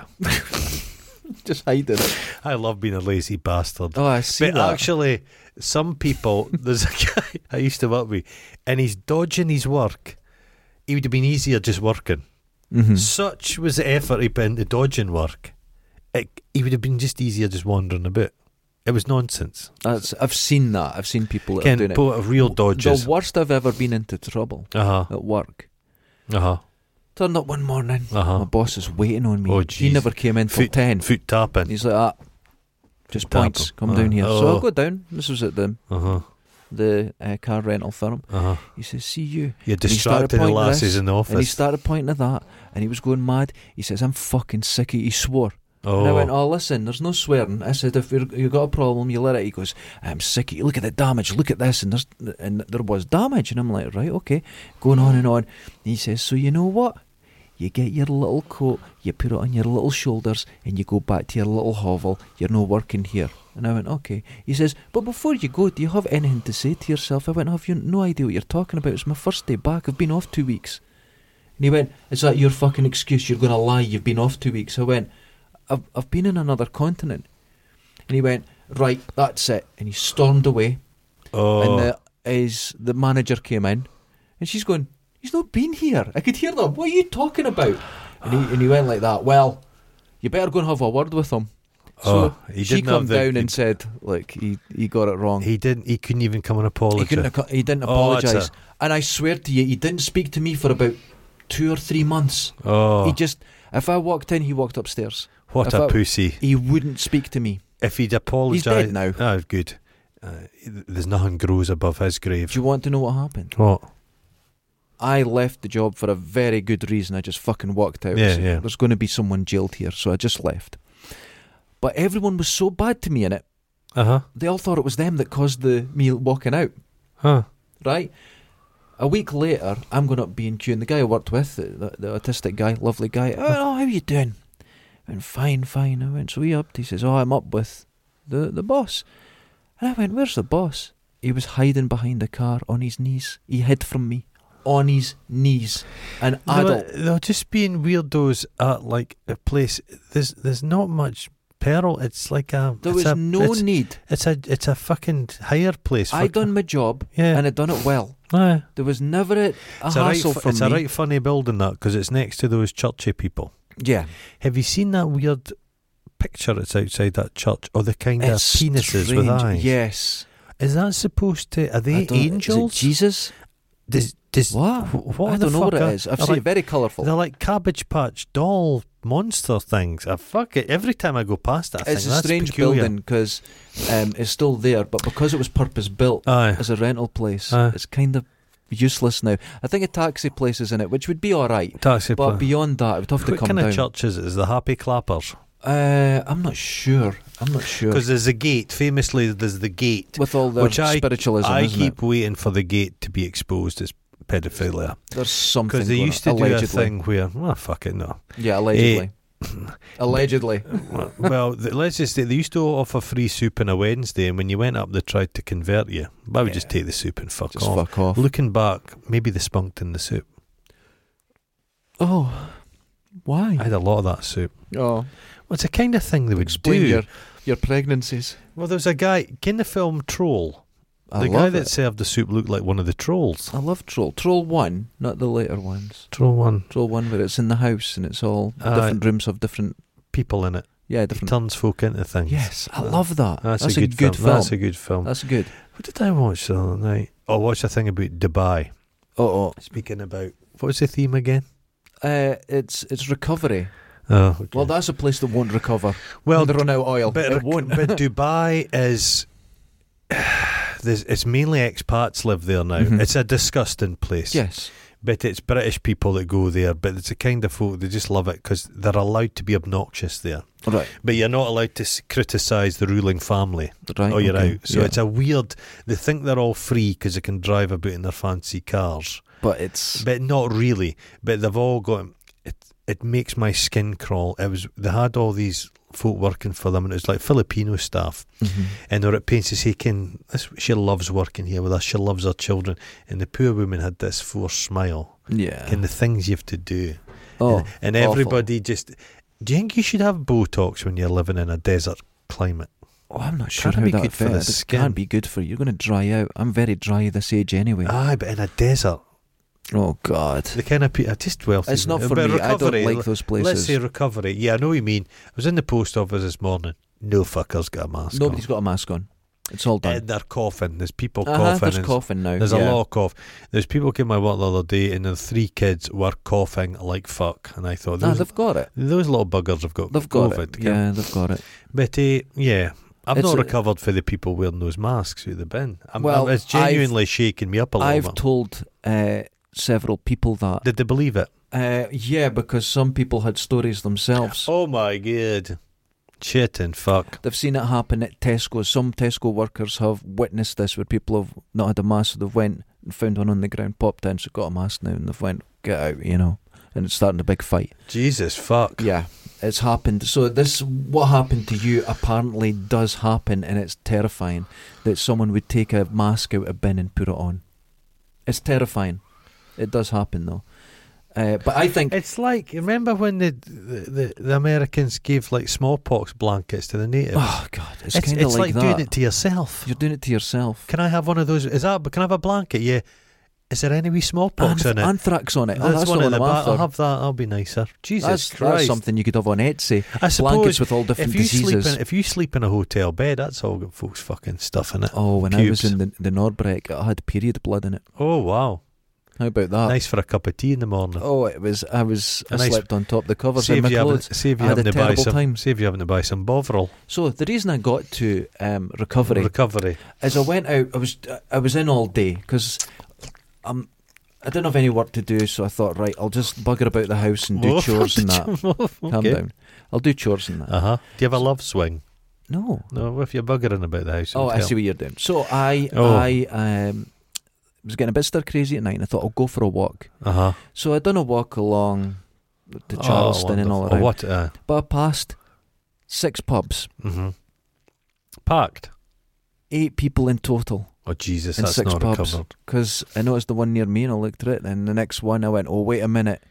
Speaker 1: Just hiding.
Speaker 3: I love being a lazy bastard.
Speaker 1: Oh, I see
Speaker 3: But
Speaker 1: that.
Speaker 3: actually, some people, there's a guy I used to work with, and he's dodging his work. He would have been easier just working.
Speaker 1: Mhm.
Speaker 3: Such was the effort he put into dodging work. It, he would have been just easier just wandering about. It was nonsense.
Speaker 1: That's, I've seen that. I've seen people that are
Speaker 3: Ken,
Speaker 1: doing it.
Speaker 3: put a real dodges.
Speaker 1: The worst I've ever been into trouble
Speaker 3: Uh huh.
Speaker 1: at work.
Speaker 3: Uh huh.
Speaker 1: Turned up one morning.
Speaker 3: Uh
Speaker 1: My
Speaker 3: huh.
Speaker 1: boss is waiting on me.
Speaker 3: Oh,
Speaker 1: he
Speaker 3: jeez.
Speaker 1: never came in till
Speaker 3: Foot-
Speaker 1: ten.
Speaker 3: Foot tapping.
Speaker 1: He's like, ah, just
Speaker 3: Tap
Speaker 1: points.
Speaker 3: him.
Speaker 1: Come
Speaker 3: Uh,
Speaker 1: down here. So
Speaker 3: oh.
Speaker 1: I go down. This was at the
Speaker 3: Uh huh.
Speaker 1: the uh, car rental firm.
Speaker 3: Uh huh.
Speaker 1: He says, "See you." he
Speaker 3: You're
Speaker 1: started
Speaker 3: distracting the
Speaker 1: pointing
Speaker 3: lasses
Speaker 1: this,
Speaker 3: in the
Speaker 1: And he
Speaker 3: office.
Speaker 1: started pointing at that, and he was going mad. He says, "I'm fucking sick." of He swore. And I
Speaker 3: oh.
Speaker 1: went, "Oh, listen, there's no swearing." I said, "If you're- you've got a problem, you let it." He goes, "I'm sick. of you. Look at the damage. Look at this." And there's and there was damage, and I'm like, "Right, okay." Going on and on. he says, "So you know what?" You get your little coat, you put it on your little shoulders, and you go back to your little hovel. You're no working here. And I went, okay. He says, but before you go, do you have anything to say to yourself? I went, have you no idea what you're talking about? It's my first day back. I've been off two weeks. And he went, is that your fucking excuse? You're going to lie. You've been off two weeks. I went, I've, I've been in another continent. And he went, right, that's it. And he stormed away.
Speaker 3: oh.
Speaker 1: And the, his, the manager came in and she's going, He's not been here. I could hear them. What are you talking about? And he, and he went like that. Well, you better go and have a word with him. So
Speaker 3: Oh, he
Speaker 1: she
Speaker 3: didn't
Speaker 1: come
Speaker 3: have the-
Speaker 1: down
Speaker 3: he-
Speaker 1: and said, Look, he, he got it wrong. He,
Speaker 3: he didn't. He couldn't even come and apologize.
Speaker 1: couldn't, ac- he didn't
Speaker 3: Oh, that's
Speaker 1: apologise.
Speaker 3: a-
Speaker 1: and I swear to you, he didn't speak to me for about two or three months.
Speaker 3: oh,
Speaker 1: He just, if I walked in, he walked upstairs.
Speaker 3: what
Speaker 1: if
Speaker 3: a
Speaker 1: I-
Speaker 3: pussy!
Speaker 1: He wouldn't speak to me.
Speaker 3: If he'd apologised,
Speaker 1: dead now.
Speaker 3: Ah, good. Uh, there's nothing grows above his grave.
Speaker 1: Do you want to know what happened?
Speaker 3: What?
Speaker 1: I left the job for a very good reason. I just fucking walked out.
Speaker 3: Yeah,
Speaker 1: So
Speaker 3: yeah.
Speaker 1: There's going to be someone jailed here, so I just left. But everyone was so bad to me in it.
Speaker 3: Uh huh.
Speaker 1: They all thought it was them that caused the me walking out.
Speaker 3: Huh.
Speaker 1: Right. A week later, I'm going up B and Q, and the guy I worked with, the, the, the autistic guy, lovely guy. Oh, how are you doing? I went fine, fine. I went so he upped. He says, "Oh, I'm up with the the boss," and I went, "Where's the boss?" He was hiding behind the car on his knees. He hid from me on his knees. An adult.
Speaker 3: They're, they're just being weirdos at like a place. There's there's not much peril. It's like a.
Speaker 1: There
Speaker 3: it's
Speaker 1: was
Speaker 3: a,
Speaker 1: no
Speaker 3: It's,
Speaker 1: need.
Speaker 3: it's a it's a fucking higher place.
Speaker 1: I
Speaker 3: fuck-
Speaker 1: done my job
Speaker 3: Yeah.
Speaker 1: and I done it well.
Speaker 3: Aye.
Speaker 1: There was never a, a
Speaker 3: it's a right.
Speaker 1: hassle
Speaker 3: fu-
Speaker 1: from
Speaker 3: it's
Speaker 1: me.
Speaker 3: a right funny building that because it's next to those churchy people.
Speaker 1: Yeah,
Speaker 3: Have you seen that weird picture that's outside that church? Or the kind
Speaker 1: it's
Speaker 3: of penises
Speaker 1: strange.
Speaker 3: with eyes.
Speaker 1: Yes,
Speaker 3: Is that supposed to? Are
Speaker 1: I
Speaker 3: they
Speaker 1: don't- is it
Speaker 3: angels?
Speaker 1: Jesus.
Speaker 3: Does, does,
Speaker 1: What?
Speaker 3: wh- What
Speaker 1: I
Speaker 3: the
Speaker 1: don't know what
Speaker 3: fuck
Speaker 1: it
Speaker 3: are-
Speaker 1: is. I've
Speaker 3: they're
Speaker 1: seen
Speaker 3: like-
Speaker 1: it very colourful.
Speaker 3: They're like Cabbage Patch doll monster things. I fuck it. Every time I go past that, I
Speaker 1: it's
Speaker 3: think,
Speaker 1: a
Speaker 3: "That's
Speaker 1: strange
Speaker 3: peculiar."
Speaker 1: building because um, it's still there, but because it was purpose built
Speaker 3: Aye.
Speaker 1: as a rental place,
Speaker 3: Aye.
Speaker 1: it's kind of useless now. I think a taxi place is in it, which would be all right.
Speaker 3: Taxi
Speaker 1: But
Speaker 3: plan.
Speaker 1: beyond that, it would have to
Speaker 3: uh, What
Speaker 1: come
Speaker 3: kind
Speaker 1: down.
Speaker 3: of church is it? Is the Happy Clappers?
Speaker 1: Uh, I'm not sure. I'm not sure.
Speaker 3: Because there's a gate. Famously, there's the gate.
Speaker 1: With all the
Speaker 3: Which I-
Speaker 1: spiritualism,
Speaker 3: I
Speaker 1: isn't
Speaker 3: keep waiting for the gate to be exposed as pedophilia.
Speaker 1: it? There's something.
Speaker 3: Because they
Speaker 1: going
Speaker 3: used to
Speaker 1: on. allegedly.
Speaker 3: do a thing where, oh, fuck it, no.
Speaker 1: Yeah, allegedly. allegedly.
Speaker 3: well, th- let's just say they used to offer free soup on a Wednesday, and when you went up, they tried to convert you. But I would just
Speaker 1: Yeah.
Speaker 3: take the soup and fuck
Speaker 1: Just
Speaker 3: off.
Speaker 1: fuck off.
Speaker 3: Looking back, maybe they spunked in the soup.
Speaker 1: Oh, why?
Speaker 3: I had a lot of that soup.
Speaker 1: oh,
Speaker 3: Well, it's a kind of thing they would
Speaker 1: explain
Speaker 3: do.
Speaker 1: your your pregnancies.
Speaker 3: Well, there was a guy in the film Troll.
Speaker 1: I
Speaker 3: the
Speaker 1: love
Speaker 3: guy
Speaker 1: it.
Speaker 3: that served the soup looked like one of the trolls.
Speaker 1: I love Troll. Troll one, not the later ones.
Speaker 3: Troll one.
Speaker 1: Troll one where it's in the house and it's all
Speaker 3: Aye.
Speaker 1: different rooms have different.
Speaker 3: People in it.
Speaker 1: Yeah,
Speaker 3: He
Speaker 1: different.
Speaker 3: turns folk into things.
Speaker 1: Yes, I
Speaker 3: Uh,
Speaker 1: love that.
Speaker 3: That's, a, good film. That's a good film.
Speaker 1: That's good.
Speaker 3: What did I watch the other night? Oh, I watched a thing about Dubai.
Speaker 1: Oh,
Speaker 3: Speaking about. What was the theme again?
Speaker 1: oh. Uh, it's it's recovery.
Speaker 3: Oh, okay.
Speaker 1: Well, that's a place that won't recover.
Speaker 3: Well,
Speaker 1: Well, they run out of oil.
Speaker 3: but,
Speaker 1: it won't.
Speaker 3: but Dubai is. There's, it's mainly expats live there now.
Speaker 1: Mhm.
Speaker 3: It's a disgusting place.
Speaker 1: yes,
Speaker 3: But it's British people that go there. But it's a kind of folk, they just love it because they're allowed to be obnoxious there.
Speaker 1: right,
Speaker 3: But you're not allowed to s- criticise the ruling family.
Speaker 1: right.
Speaker 3: Oh, you're
Speaker 1: okay.
Speaker 3: out. So
Speaker 1: Yeah.
Speaker 3: it's a weird. They think they're all free because they can drive about in their fancy cars,
Speaker 1: but it's
Speaker 3: but not really. But they've all got it. It makes my skin crawl. It was they had all these folk working for them, and it was like Filipino staff,
Speaker 1: Mhm.
Speaker 3: and they were at pains to say, "Can this? She loves working here with us. She loves her children." And the poor woman had this forced smile.
Speaker 1: yeah.
Speaker 3: And the things you have to do,
Speaker 1: oh,
Speaker 3: and, and
Speaker 1: awful.
Speaker 3: everybody just. Do you think you should have Botox when you're living in a desert climate?
Speaker 1: oh, I'm not sure
Speaker 3: Can't
Speaker 1: how
Speaker 3: be
Speaker 1: that
Speaker 3: good for the
Speaker 1: affects. It
Speaker 3: skin.
Speaker 1: can't be good for you. You're going to dry out. I'm very dry this age anyway.
Speaker 3: Aye, but in a desert,
Speaker 1: oh God,
Speaker 3: The kind of people, just wealthy.
Speaker 1: it's not
Speaker 3: Uh,
Speaker 1: for
Speaker 3: but
Speaker 1: me. I don't
Speaker 3: recovery,
Speaker 1: like those
Speaker 3: l-
Speaker 1: places.
Speaker 3: Let's say recovery. Yeah, I know what you mean. I was in the post office this morning. No fucker's got a mask.
Speaker 1: Nobody's
Speaker 3: on.
Speaker 1: got a mask on. It's all done.
Speaker 3: And they're coughing. There's people
Speaker 1: Uh-huh,
Speaker 3: coughing.
Speaker 1: there's
Speaker 3: and-
Speaker 1: coughing now.
Speaker 3: there's
Speaker 1: yeah.
Speaker 3: a lot of cough. There's people came my work the other day, and the three kids were coughing like fuck. And I thought,
Speaker 1: No,
Speaker 3: those,
Speaker 1: Ah, they've got it.
Speaker 3: those little buggers have got
Speaker 1: They've got
Speaker 3: COVID.
Speaker 1: it. Yeah, they've got it.
Speaker 3: But uh, yeah, I've
Speaker 1: It's
Speaker 3: not
Speaker 1: a-
Speaker 3: recovered for the people wearing those masks who they've been. I'm,
Speaker 1: Well,
Speaker 3: I'm- it's
Speaker 1: I've-
Speaker 3: genuinely shaking me up a little
Speaker 1: I've
Speaker 3: bit.
Speaker 1: told uh, several people that.
Speaker 3: Did they believe it?
Speaker 1: Uh, yeah, because some people had stories themselves.
Speaker 3: Oh my god. Shit and fuck.
Speaker 1: They've seen it happen at Tesco. Some Tesco workers have witnessed this, where people have not had a mask, so they've went and found one on the ground, popped in, so got a mask now, and they've went get out, you know, and it's starting a big fight.
Speaker 3: Jesus fuck.
Speaker 1: Yeah, it's happened. So this, what happened to you, apparently does happen, and it's terrifying that someone would take a mask out of a bin and put it on. It's terrifying. It does happen though. Uh, but I think
Speaker 3: It's like remember when the the, the, the Americans gave like smallpox blankets to the natives.
Speaker 1: Oh God, it's,
Speaker 3: it's
Speaker 1: kind of
Speaker 3: it's
Speaker 1: like,
Speaker 3: like,
Speaker 1: that.
Speaker 3: doing it to yourself.
Speaker 1: You're doing it to yourself.
Speaker 3: Can I have one of those? Is that? Can I have a blanket? Yeah. Is there any wee smallpox
Speaker 1: Anth-
Speaker 3: in it?
Speaker 1: Anthrax on it. oh, that's
Speaker 3: one
Speaker 1: the
Speaker 3: in
Speaker 1: one
Speaker 3: the
Speaker 1: I'm
Speaker 3: back.
Speaker 1: after.
Speaker 3: I'll have that. I'll be nicer. Jesus
Speaker 1: that's, that's
Speaker 3: Christ!
Speaker 1: something you could have on Etsy.
Speaker 3: I suppose
Speaker 1: Blankets with all different
Speaker 3: if you
Speaker 1: diseases.
Speaker 3: sleep in if you sleep in a hotel bed, that's all got folks fucking stuff in it.
Speaker 1: oh, when I
Speaker 3: pubes.
Speaker 1: was in the, the Norbreck, I had period blood in it.
Speaker 3: Oh wow!
Speaker 1: How about that?
Speaker 3: Uh, nice for a cup of tea in the morning.
Speaker 1: Oh, it was. I was. I
Speaker 3: A nice-
Speaker 1: slept on top of the covers in
Speaker 3: save
Speaker 1: my
Speaker 3: you having,
Speaker 1: clothes.
Speaker 3: save you
Speaker 1: I had
Speaker 3: having
Speaker 1: a
Speaker 3: to buy
Speaker 1: terrible
Speaker 3: some.
Speaker 1: time.
Speaker 3: Save you having to buy some Bovril
Speaker 1: So the reason I got to um, recovery
Speaker 3: recovery.
Speaker 1: is I went out. I was I was in all day because um, I didn't have any work to do. So I thought, right, I'll just bugger about the house and do
Speaker 3: Whoa,
Speaker 1: chores and that.
Speaker 3: okay.
Speaker 1: Calm down. I'll do chores and that.
Speaker 3: Uh huh. Do you have a love swing?
Speaker 1: no.
Speaker 3: No, if you're buggering about the house. it
Speaker 1: Oh,
Speaker 3: would
Speaker 1: I
Speaker 3: help.
Speaker 1: see what you're doing. So I,
Speaker 3: Oh.
Speaker 1: I um, was getting a bit stir crazy at night, and I thought I'll go for a walk.
Speaker 3: Uh huh.
Speaker 1: So I done a walk along to Charleston and all around,
Speaker 3: Oh, what? Uh,
Speaker 1: but I passed six pubs,
Speaker 3: hmm Parked.
Speaker 1: eight people in total,
Speaker 3: Oh Jesus,
Speaker 1: In
Speaker 3: that's
Speaker 1: six
Speaker 3: not
Speaker 1: pubs.
Speaker 3: recovered.
Speaker 1: because I noticed the one near me and I looked at it, and the next one I went, oh wait a minute,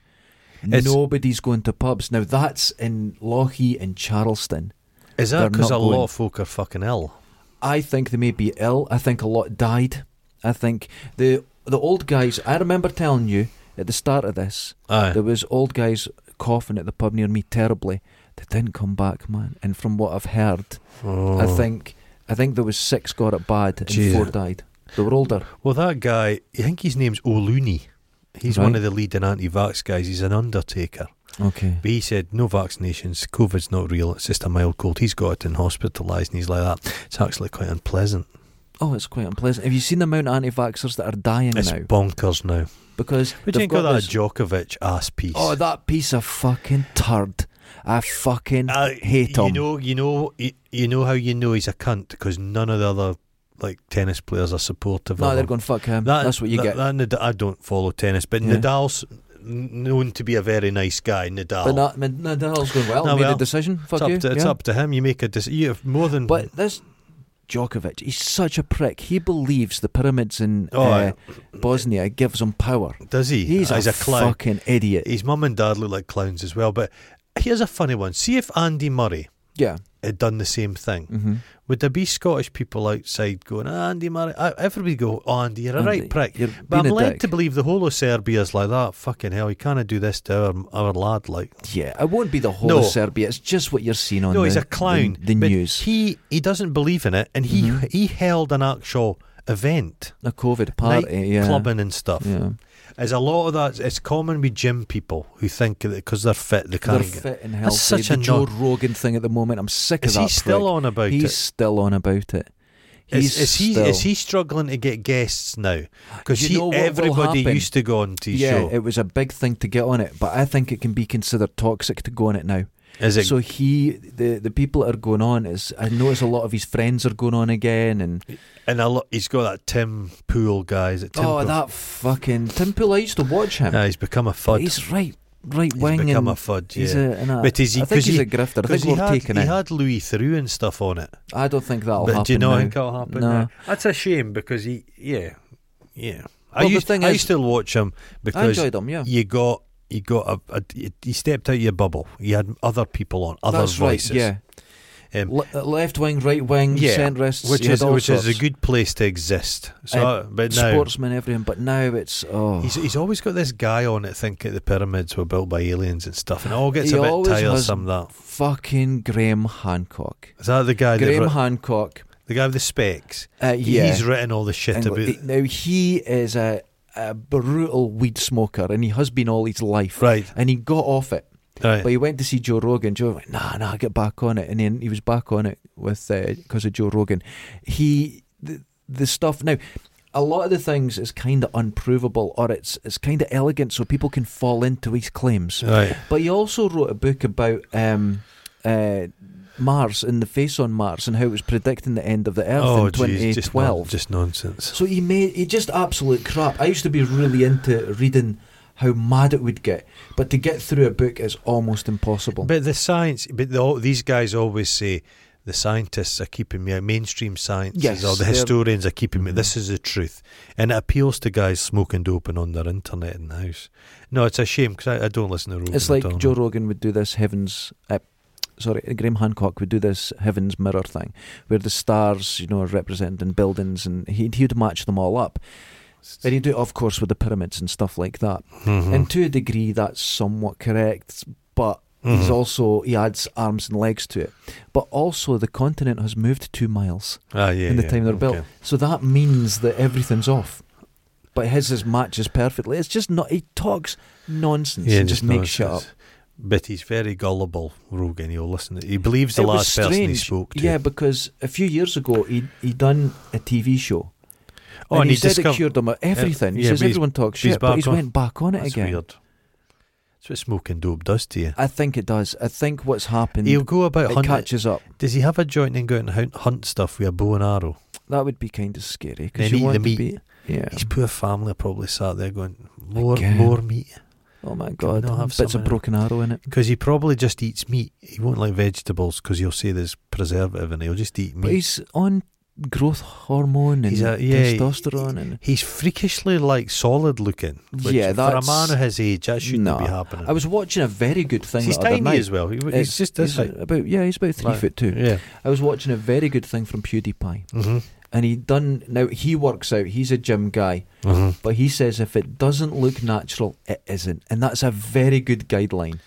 Speaker 3: It's-
Speaker 1: nobody's going to pubs now. That's in Lochee and Charleston.
Speaker 3: Is that
Speaker 1: They're
Speaker 3: because a
Speaker 1: not
Speaker 3: lot
Speaker 1: going.
Speaker 3: of folk are fucking ill?
Speaker 1: I think they may be ill. I think a lot died. I think the the old guys. I remember telling you at the start of this
Speaker 3: Aye.
Speaker 1: There was old guys coughing at the pub near me terribly. They didn't come back, man. And from what I've heard, I
Speaker 3: Oh.
Speaker 1: think I think there was six got it bad and
Speaker 3: Jeez.
Speaker 1: four died. They were older.
Speaker 3: Well, that guy. I think his name's O'Looney. He's
Speaker 1: Right.
Speaker 3: one of the leading anti-vax guys. He's an undertaker.
Speaker 1: Okay.
Speaker 3: But he said, no vaccinations, COVID's not real, it's just a mild cold. He's got it and hospitalised and he's like that. It's actually quite unpleasant.
Speaker 1: Oh, it's quite unpleasant. Have you seen the amount of anti-vaxxers that are dying
Speaker 3: it's
Speaker 1: now?
Speaker 3: bonkers now.
Speaker 1: Because
Speaker 3: What do you
Speaker 1: they've
Speaker 3: think of
Speaker 1: got
Speaker 3: that
Speaker 1: this-
Speaker 3: Djokovic ass piece?
Speaker 1: Oh, that piece of fucking turd. I fucking
Speaker 3: Uh,
Speaker 1: hate
Speaker 3: you
Speaker 1: him.
Speaker 3: know, you know, you, you know how you know he's a cunt because none of the other like tennis players are supportive.
Speaker 1: no,
Speaker 3: of
Speaker 1: they're
Speaker 3: him.
Speaker 1: going fuck him.
Speaker 3: That-
Speaker 1: That's what you
Speaker 3: that-
Speaker 1: get.
Speaker 3: that Nad- I don't follow tennis, but
Speaker 1: Yeah.
Speaker 3: Nadal's known to be a very nice guy. Nadal.
Speaker 1: but not, I mean, Nadal's going well.
Speaker 3: No,
Speaker 1: made
Speaker 3: well,
Speaker 1: a decision. Fuck
Speaker 3: it's up
Speaker 1: you.
Speaker 3: to it's
Speaker 1: yeah.
Speaker 3: up to him. You make a decision. You have more than.
Speaker 1: But this Djokovic, he's such a prick. He believes the pyramids in
Speaker 3: Oh,
Speaker 1: uh, Bosnia gives him power.
Speaker 3: does he?
Speaker 1: He's,
Speaker 3: As
Speaker 1: a,
Speaker 3: a clown.
Speaker 1: fucking idiot.
Speaker 3: His mum and dad look like clowns as well. But here's a funny one. See if Andy Murray
Speaker 1: yeah.
Speaker 3: had done the same thing.
Speaker 1: Mm-hmm.
Speaker 3: Would there be Scottish people outside going, "Ah, Andy Murray? I- Everybody go, oh, Andy, you're a right prick.
Speaker 1: You're
Speaker 3: But I'm
Speaker 1: being a
Speaker 3: led
Speaker 1: dick.
Speaker 3: to believe the whole of Serbia's like that. Fucking hell, he can't do this to our, our lad. Like,
Speaker 1: Yeah, it won't be the whole
Speaker 3: No.
Speaker 1: of Serbia. It's just what you're seeing on
Speaker 3: no,
Speaker 1: the,
Speaker 3: he's a clown.
Speaker 1: the, the
Speaker 3: but
Speaker 1: news.
Speaker 3: He he doesn't believe in it, and he
Speaker 1: Mhm.
Speaker 3: he held an actual event,
Speaker 1: a COVID party.
Speaker 3: night
Speaker 1: yeah.
Speaker 3: clubbing and stuff.
Speaker 1: Yeah.
Speaker 3: As a lot of that, it's common with gym people who think that because they're fit they
Speaker 1: They're
Speaker 3: can't. get-
Speaker 1: fit and healthy.
Speaker 3: such
Speaker 1: the
Speaker 3: a
Speaker 1: Joe
Speaker 3: non-
Speaker 1: Rogan thing at the moment. I'm sick
Speaker 3: Is
Speaker 1: of that.
Speaker 3: he still
Speaker 1: prick.
Speaker 3: on about
Speaker 1: He's
Speaker 3: it?
Speaker 1: still on about it.
Speaker 3: Is,
Speaker 1: He's
Speaker 3: is he
Speaker 1: still,
Speaker 3: is he struggling to get guests now? Because
Speaker 1: You
Speaker 3: he
Speaker 1: know what will
Speaker 3: everybody
Speaker 1: happen?
Speaker 3: used to go on to his
Speaker 1: Yeah,
Speaker 3: show.
Speaker 1: it was a big thing to get on it, but I think it can be considered toxic to go on it now.
Speaker 3: Is it
Speaker 1: so he, the the people that are going on is, I notice a lot of his friends are going on again, and
Speaker 3: and a lot? He's got that Tim Pool guy. Is it Tim
Speaker 1: oh
Speaker 3: Pool?
Speaker 1: that fucking Tim Pool. I used to watch him.
Speaker 3: Yeah, he's become a
Speaker 1: But
Speaker 3: fud.
Speaker 1: he's right, right
Speaker 3: He's
Speaker 1: wing,
Speaker 3: become
Speaker 1: and
Speaker 3: a fud. Yeah.
Speaker 1: he's a, and a-
Speaker 3: But is he-
Speaker 1: I think
Speaker 3: 'cause
Speaker 1: he's
Speaker 3: he-
Speaker 1: a grifter. I
Speaker 3: Because
Speaker 1: think
Speaker 3: he
Speaker 1: we're
Speaker 3: had,
Speaker 1: taking
Speaker 3: he
Speaker 1: it.
Speaker 3: had Louis Theroux and stuff on it.
Speaker 1: I don't think that'll
Speaker 3: but
Speaker 1: happen.
Speaker 3: do you not
Speaker 1: now.
Speaker 3: think it'll happen?
Speaker 1: No.
Speaker 3: now? That's a shame because he, yeah, yeah. I,
Speaker 1: Well, the
Speaker 3: used,
Speaker 1: thing
Speaker 3: I
Speaker 1: is-
Speaker 3: used to watch him
Speaker 1: I
Speaker 3: because
Speaker 1: enjoyed him. Yeah,
Speaker 3: you got you got a, a you stepped out of your bubble. You had other people on, other
Speaker 1: that's
Speaker 3: voices,
Speaker 1: right. Yeah,
Speaker 3: Um,
Speaker 1: Le- left wing, right wing,
Speaker 3: Yeah,
Speaker 1: centrists,
Speaker 3: which
Speaker 1: you
Speaker 3: is
Speaker 1: had all
Speaker 3: which is a
Speaker 1: sorts.
Speaker 3: good place to exist. So,
Speaker 1: Uh,
Speaker 3: I- but now
Speaker 1: sportsman, everything. But now it's oh,
Speaker 3: he's he's always got this guy on it thinking the pyramids were built by aliens and stuff, and it all gets
Speaker 1: He
Speaker 3: a bit
Speaker 1: always has-
Speaker 3: tiresome. That
Speaker 1: fucking Graham Hancock.
Speaker 3: is that the guy that
Speaker 1: Graham
Speaker 3: wrote-
Speaker 1: Hancock.
Speaker 3: the guy with the specs.
Speaker 1: Uh, yeah,
Speaker 3: He's written all the shit
Speaker 1: Engl-
Speaker 3: about.
Speaker 1: now he is a, a brutal weed smoker, and he has been all his life.
Speaker 3: Right,
Speaker 1: And he got off it,
Speaker 3: right.
Speaker 1: but he went to see Joe Rogan. Joe went, "Nah, nah, get back on it." And then he was back on it with because of Joe Rogan. He the, the stuff now. A lot of the things is kind of unprovable, or it's it's kind of elegant, so people can fall into his claims.
Speaker 3: Right.
Speaker 1: But he also wrote a book about um, uh, Mars and the face on Mars and how it was predicting the end of the Earth in
Speaker 3: geez, Oh, just, non-
Speaker 1: 2012.
Speaker 3: just nonsense.
Speaker 1: so he made he just absolute crap. I used to be really into reading how mad it would get, but to get through a book is almost impossible.
Speaker 3: But the science, but the, all- these guys always say the scientists are keeping me out. Mainstream science
Speaker 1: Yes,
Speaker 3: or the
Speaker 1: they're-
Speaker 3: historians are keeping me.
Speaker 1: Mhm.
Speaker 3: This is the truth, and it appeals to guys smoking dope and on their internet in the house. No, it's a shame because I, I don't listen to Rogan.
Speaker 1: it's
Speaker 3: at
Speaker 1: like
Speaker 3: all.
Speaker 1: Joe Rogan would do this heavens. Uh, Sorry, Graham Hancock would do this heavens mirror thing, where the stars, you know, are representing buildings, and he he'd match them all up, and he'd do it, of course, with the pyramids and stuff like that.
Speaker 3: Mhm.
Speaker 1: And to a degree, that's somewhat correct, but he's
Speaker 3: Mhm.
Speaker 1: also he adds arms and legs to it. But also, the continent has moved two miles
Speaker 3: ah, yeah,
Speaker 1: in the
Speaker 3: yeah,
Speaker 1: time they're
Speaker 3: okay.
Speaker 1: built, so that means that everything's off. But his is matches perfectly. It's just not. He talks nonsense
Speaker 3: Yeah,
Speaker 1: and just, makes shit up.
Speaker 3: nonsense. But he's very gullible, Rogan. He'll listen. To, he believes the
Speaker 1: It was
Speaker 3: last person he
Speaker 1: strange.
Speaker 3: spoke to.
Speaker 1: Yeah, because a few years ago he he done a TV show. and,
Speaker 3: Oh, and
Speaker 1: he,
Speaker 3: he
Speaker 1: said
Speaker 3: discovered-
Speaker 1: it cured him of everything. He
Speaker 3: yeah,
Speaker 1: says
Speaker 3: but he's-
Speaker 1: everyone talks
Speaker 3: he's
Speaker 1: shit, but
Speaker 3: back
Speaker 1: he's
Speaker 3: on-
Speaker 1: went back on it
Speaker 3: That's
Speaker 1: again.
Speaker 3: weird. That's what smoking dope does to you.
Speaker 1: I think it does. I think what's happened
Speaker 3: He'll go about
Speaker 1: it
Speaker 3: hunting.
Speaker 1: catches up.
Speaker 3: Does he have a joint and go out and hunt, hunt stuff with a bow and arrow?
Speaker 1: That would be kind of scary
Speaker 3: Then
Speaker 1: because you
Speaker 3: eat the
Speaker 1: want to
Speaker 3: meat.
Speaker 1: be. Yeah.
Speaker 3: His poor family are probably sat there going, more,
Speaker 1: Again.
Speaker 3: more meat.
Speaker 1: Oh my god.
Speaker 3: not have
Speaker 1: Bits
Speaker 3: some uh, in
Speaker 1: of
Speaker 3: it?
Speaker 1: broken arrow in it.
Speaker 3: Because he probably just eats meat. He won't like vegetables because he'll say there's preservative and he'll just eat
Speaker 1: But
Speaker 3: meat.
Speaker 1: he's on growth hormone and
Speaker 3: He's a- yeah, he-
Speaker 1: testosterone and.
Speaker 3: He's freakishly like solid looking. Which
Speaker 1: Yeah,
Speaker 3: for a
Speaker 1: that's-
Speaker 3: man of his age, that shouldn't
Speaker 1: Nah.
Speaker 3: be happening.
Speaker 1: I was watching a very good thing.
Speaker 3: he's
Speaker 1: the other
Speaker 3: tiny
Speaker 1: night.
Speaker 3: as well. He, he's
Speaker 1: It's-
Speaker 3: just this
Speaker 1: he's
Speaker 3: height.
Speaker 1: about yeah, he's about three
Speaker 3: Like,
Speaker 1: foot two.
Speaker 3: Yeah.
Speaker 1: I was watching a very good thing from PewDiePie,
Speaker 3: Mm-hmm.
Speaker 1: and he done now he works out. He's a gym guy,
Speaker 3: Mm-hmm.
Speaker 1: but he says if it doesn't look natural, it isn't, and that's a very good guideline.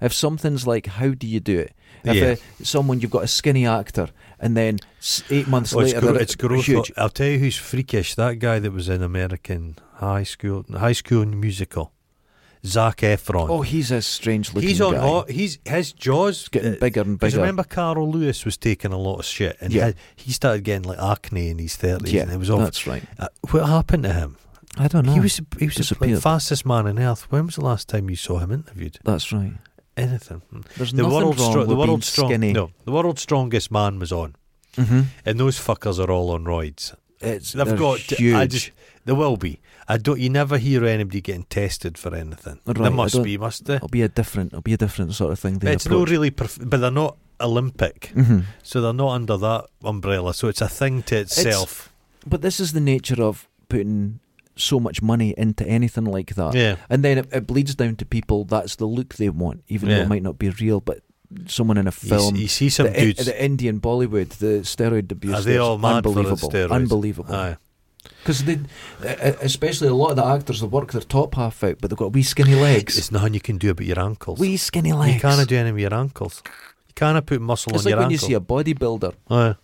Speaker 1: If something's like, how do you do it? If
Speaker 3: Yeah.
Speaker 1: uh, someone you've got a skinny actor, and then s- eight months
Speaker 3: Oh, it's,
Speaker 1: later
Speaker 3: gro-
Speaker 1: they're
Speaker 3: it's growth.
Speaker 1: huge.
Speaker 3: I'll tell you who's freakish. That guy that was in American high school, high school musical. Zac Efron.
Speaker 1: Oh, he's a strange looking
Speaker 3: he's on
Speaker 1: guy.
Speaker 3: hot. He's his jaws
Speaker 1: Getting
Speaker 3: uh,
Speaker 1: bigger and
Speaker 3: 'cause
Speaker 1: bigger.
Speaker 3: remember, Carl Lewis was taking a lot of shit, and
Speaker 1: Yeah.
Speaker 3: he, had- he started getting like acne in his thirties,
Speaker 1: yeah,
Speaker 3: and it was off.
Speaker 1: that's right.
Speaker 3: Uh, what happened to him?
Speaker 1: I don't know.
Speaker 3: He was he was the
Speaker 1: Disappeared.
Speaker 3: fastest man on earth. When was the last time you saw him interviewed?
Speaker 1: that's right.
Speaker 3: Anything? Hmm.
Speaker 1: There's
Speaker 3: The
Speaker 1: nothing
Speaker 3: world's
Speaker 1: wrong
Speaker 3: stro-
Speaker 1: with
Speaker 3: the
Speaker 1: being
Speaker 3: world's strong-
Speaker 1: skinny.
Speaker 3: No, the world's strongest man was on,
Speaker 1: hmm
Speaker 3: and those fuckers are all on roids.
Speaker 1: It's
Speaker 3: They've
Speaker 1: they're
Speaker 3: got.
Speaker 1: huge.
Speaker 3: I just. They will be. I don't. You never hear anybody getting tested for anything.
Speaker 1: Right, I
Speaker 3: there must
Speaker 1: don't-
Speaker 3: be, must they?
Speaker 1: It'll be a different. It'll be a different sort of thing.
Speaker 3: But
Speaker 1: They
Speaker 3: it's
Speaker 1: approach.
Speaker 3: no really. Perf- but they're not Olympic.
Speaker 1: Mhm.
Speaker 3: So they're not under that umbrella. So it's a thing to itself.
Speaker 1: But this is the nature of putting so much money into anything like that.
Speaker 3: yeah.
Speaker 1: And then it, it bleeds down to people. That's the look they want, even though
Speaker 3: Yeah.
Speaker 1: it might not be real. But someone in a
Speaker 3: You, s-
Speaker 1: film,
Speaker 3: you see some
Speaker 1: the, I-
Speaker 3: dudes.
Speaker 1: the Indian Bollywood, the steroid abuse.
Speaker 3: Are they
Speaker 1: it's
Speaker 3: all mad for the
Speaker 1: unbelievable?
Speaker 3: steroids?
Speaker 1: Unbelievable.
Speaker 3: aye.
Speaker 1: Because they, e- especially a lot of the actors, they work their top half out, but they've got wee skinny legs.
Speaker 3: It's nothing you can do about your ankles.
Speaker 1: wee skinny legs.
Speaker 3: you can't do anything with your ankles. You can't put muscle
Speaker 1: it's
Speaker 3: on
Speaker 1: like
Speaker 3: your
Speaker 1: when you
Speaker 3: ankles.
Speaker 1: see a bodybuilder.
Speaker 3: Aye.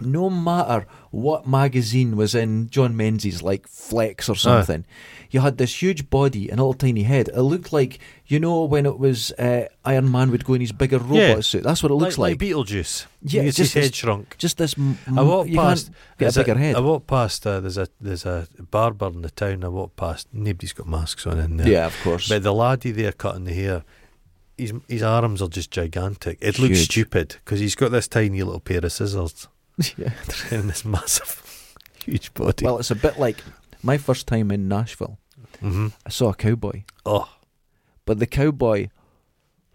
Speaker 1: no matter what magazine was in John Menzies, like Flex or something, you had this huge body and a little tiny head. It looked like, you know, when it was uh, Iron Man would go in his bigger robot
Speaker 3: Yeah.
Speaker 1: suit. That's what it looks like.
Speaker 3: Beetlejuice.
Speaker 1: Yeah,
Speaker 3: Yeah,
Speaker 1: it's
Speaker 3: his
Speaker 1: just-
Speaker 3: head shrunk.
Speaker 1: Just this. M-
Speaker 3: I walked
Speaker 1: you
Speaker 3: past.
Speaker 1: can't get
Speaker 3: there's
Speaker 1: a bigger head.
Speaker 3: I walked past. Uh, there's a there's a barber in the town. I walked past. Nobody's got masks on in there.
Speaker 1: yeah, of course.
Speaker 3: But the laddie there cutting the hair, his his arms are just gigantic. It looks
Speaker 1: Huge.
Speaker 3: stupid because he's got this tiny little pair of scissors
Speaker 1: Yeah.
Speaker 3: and this massive, huge body.
Speaker 1: Well, it's a bit like my first time in Nashville.
Speaker 3: hmm
Speaker 1: I saw a cowboy,
Speaker 3: Oh,
Speaker 1: but the cowboy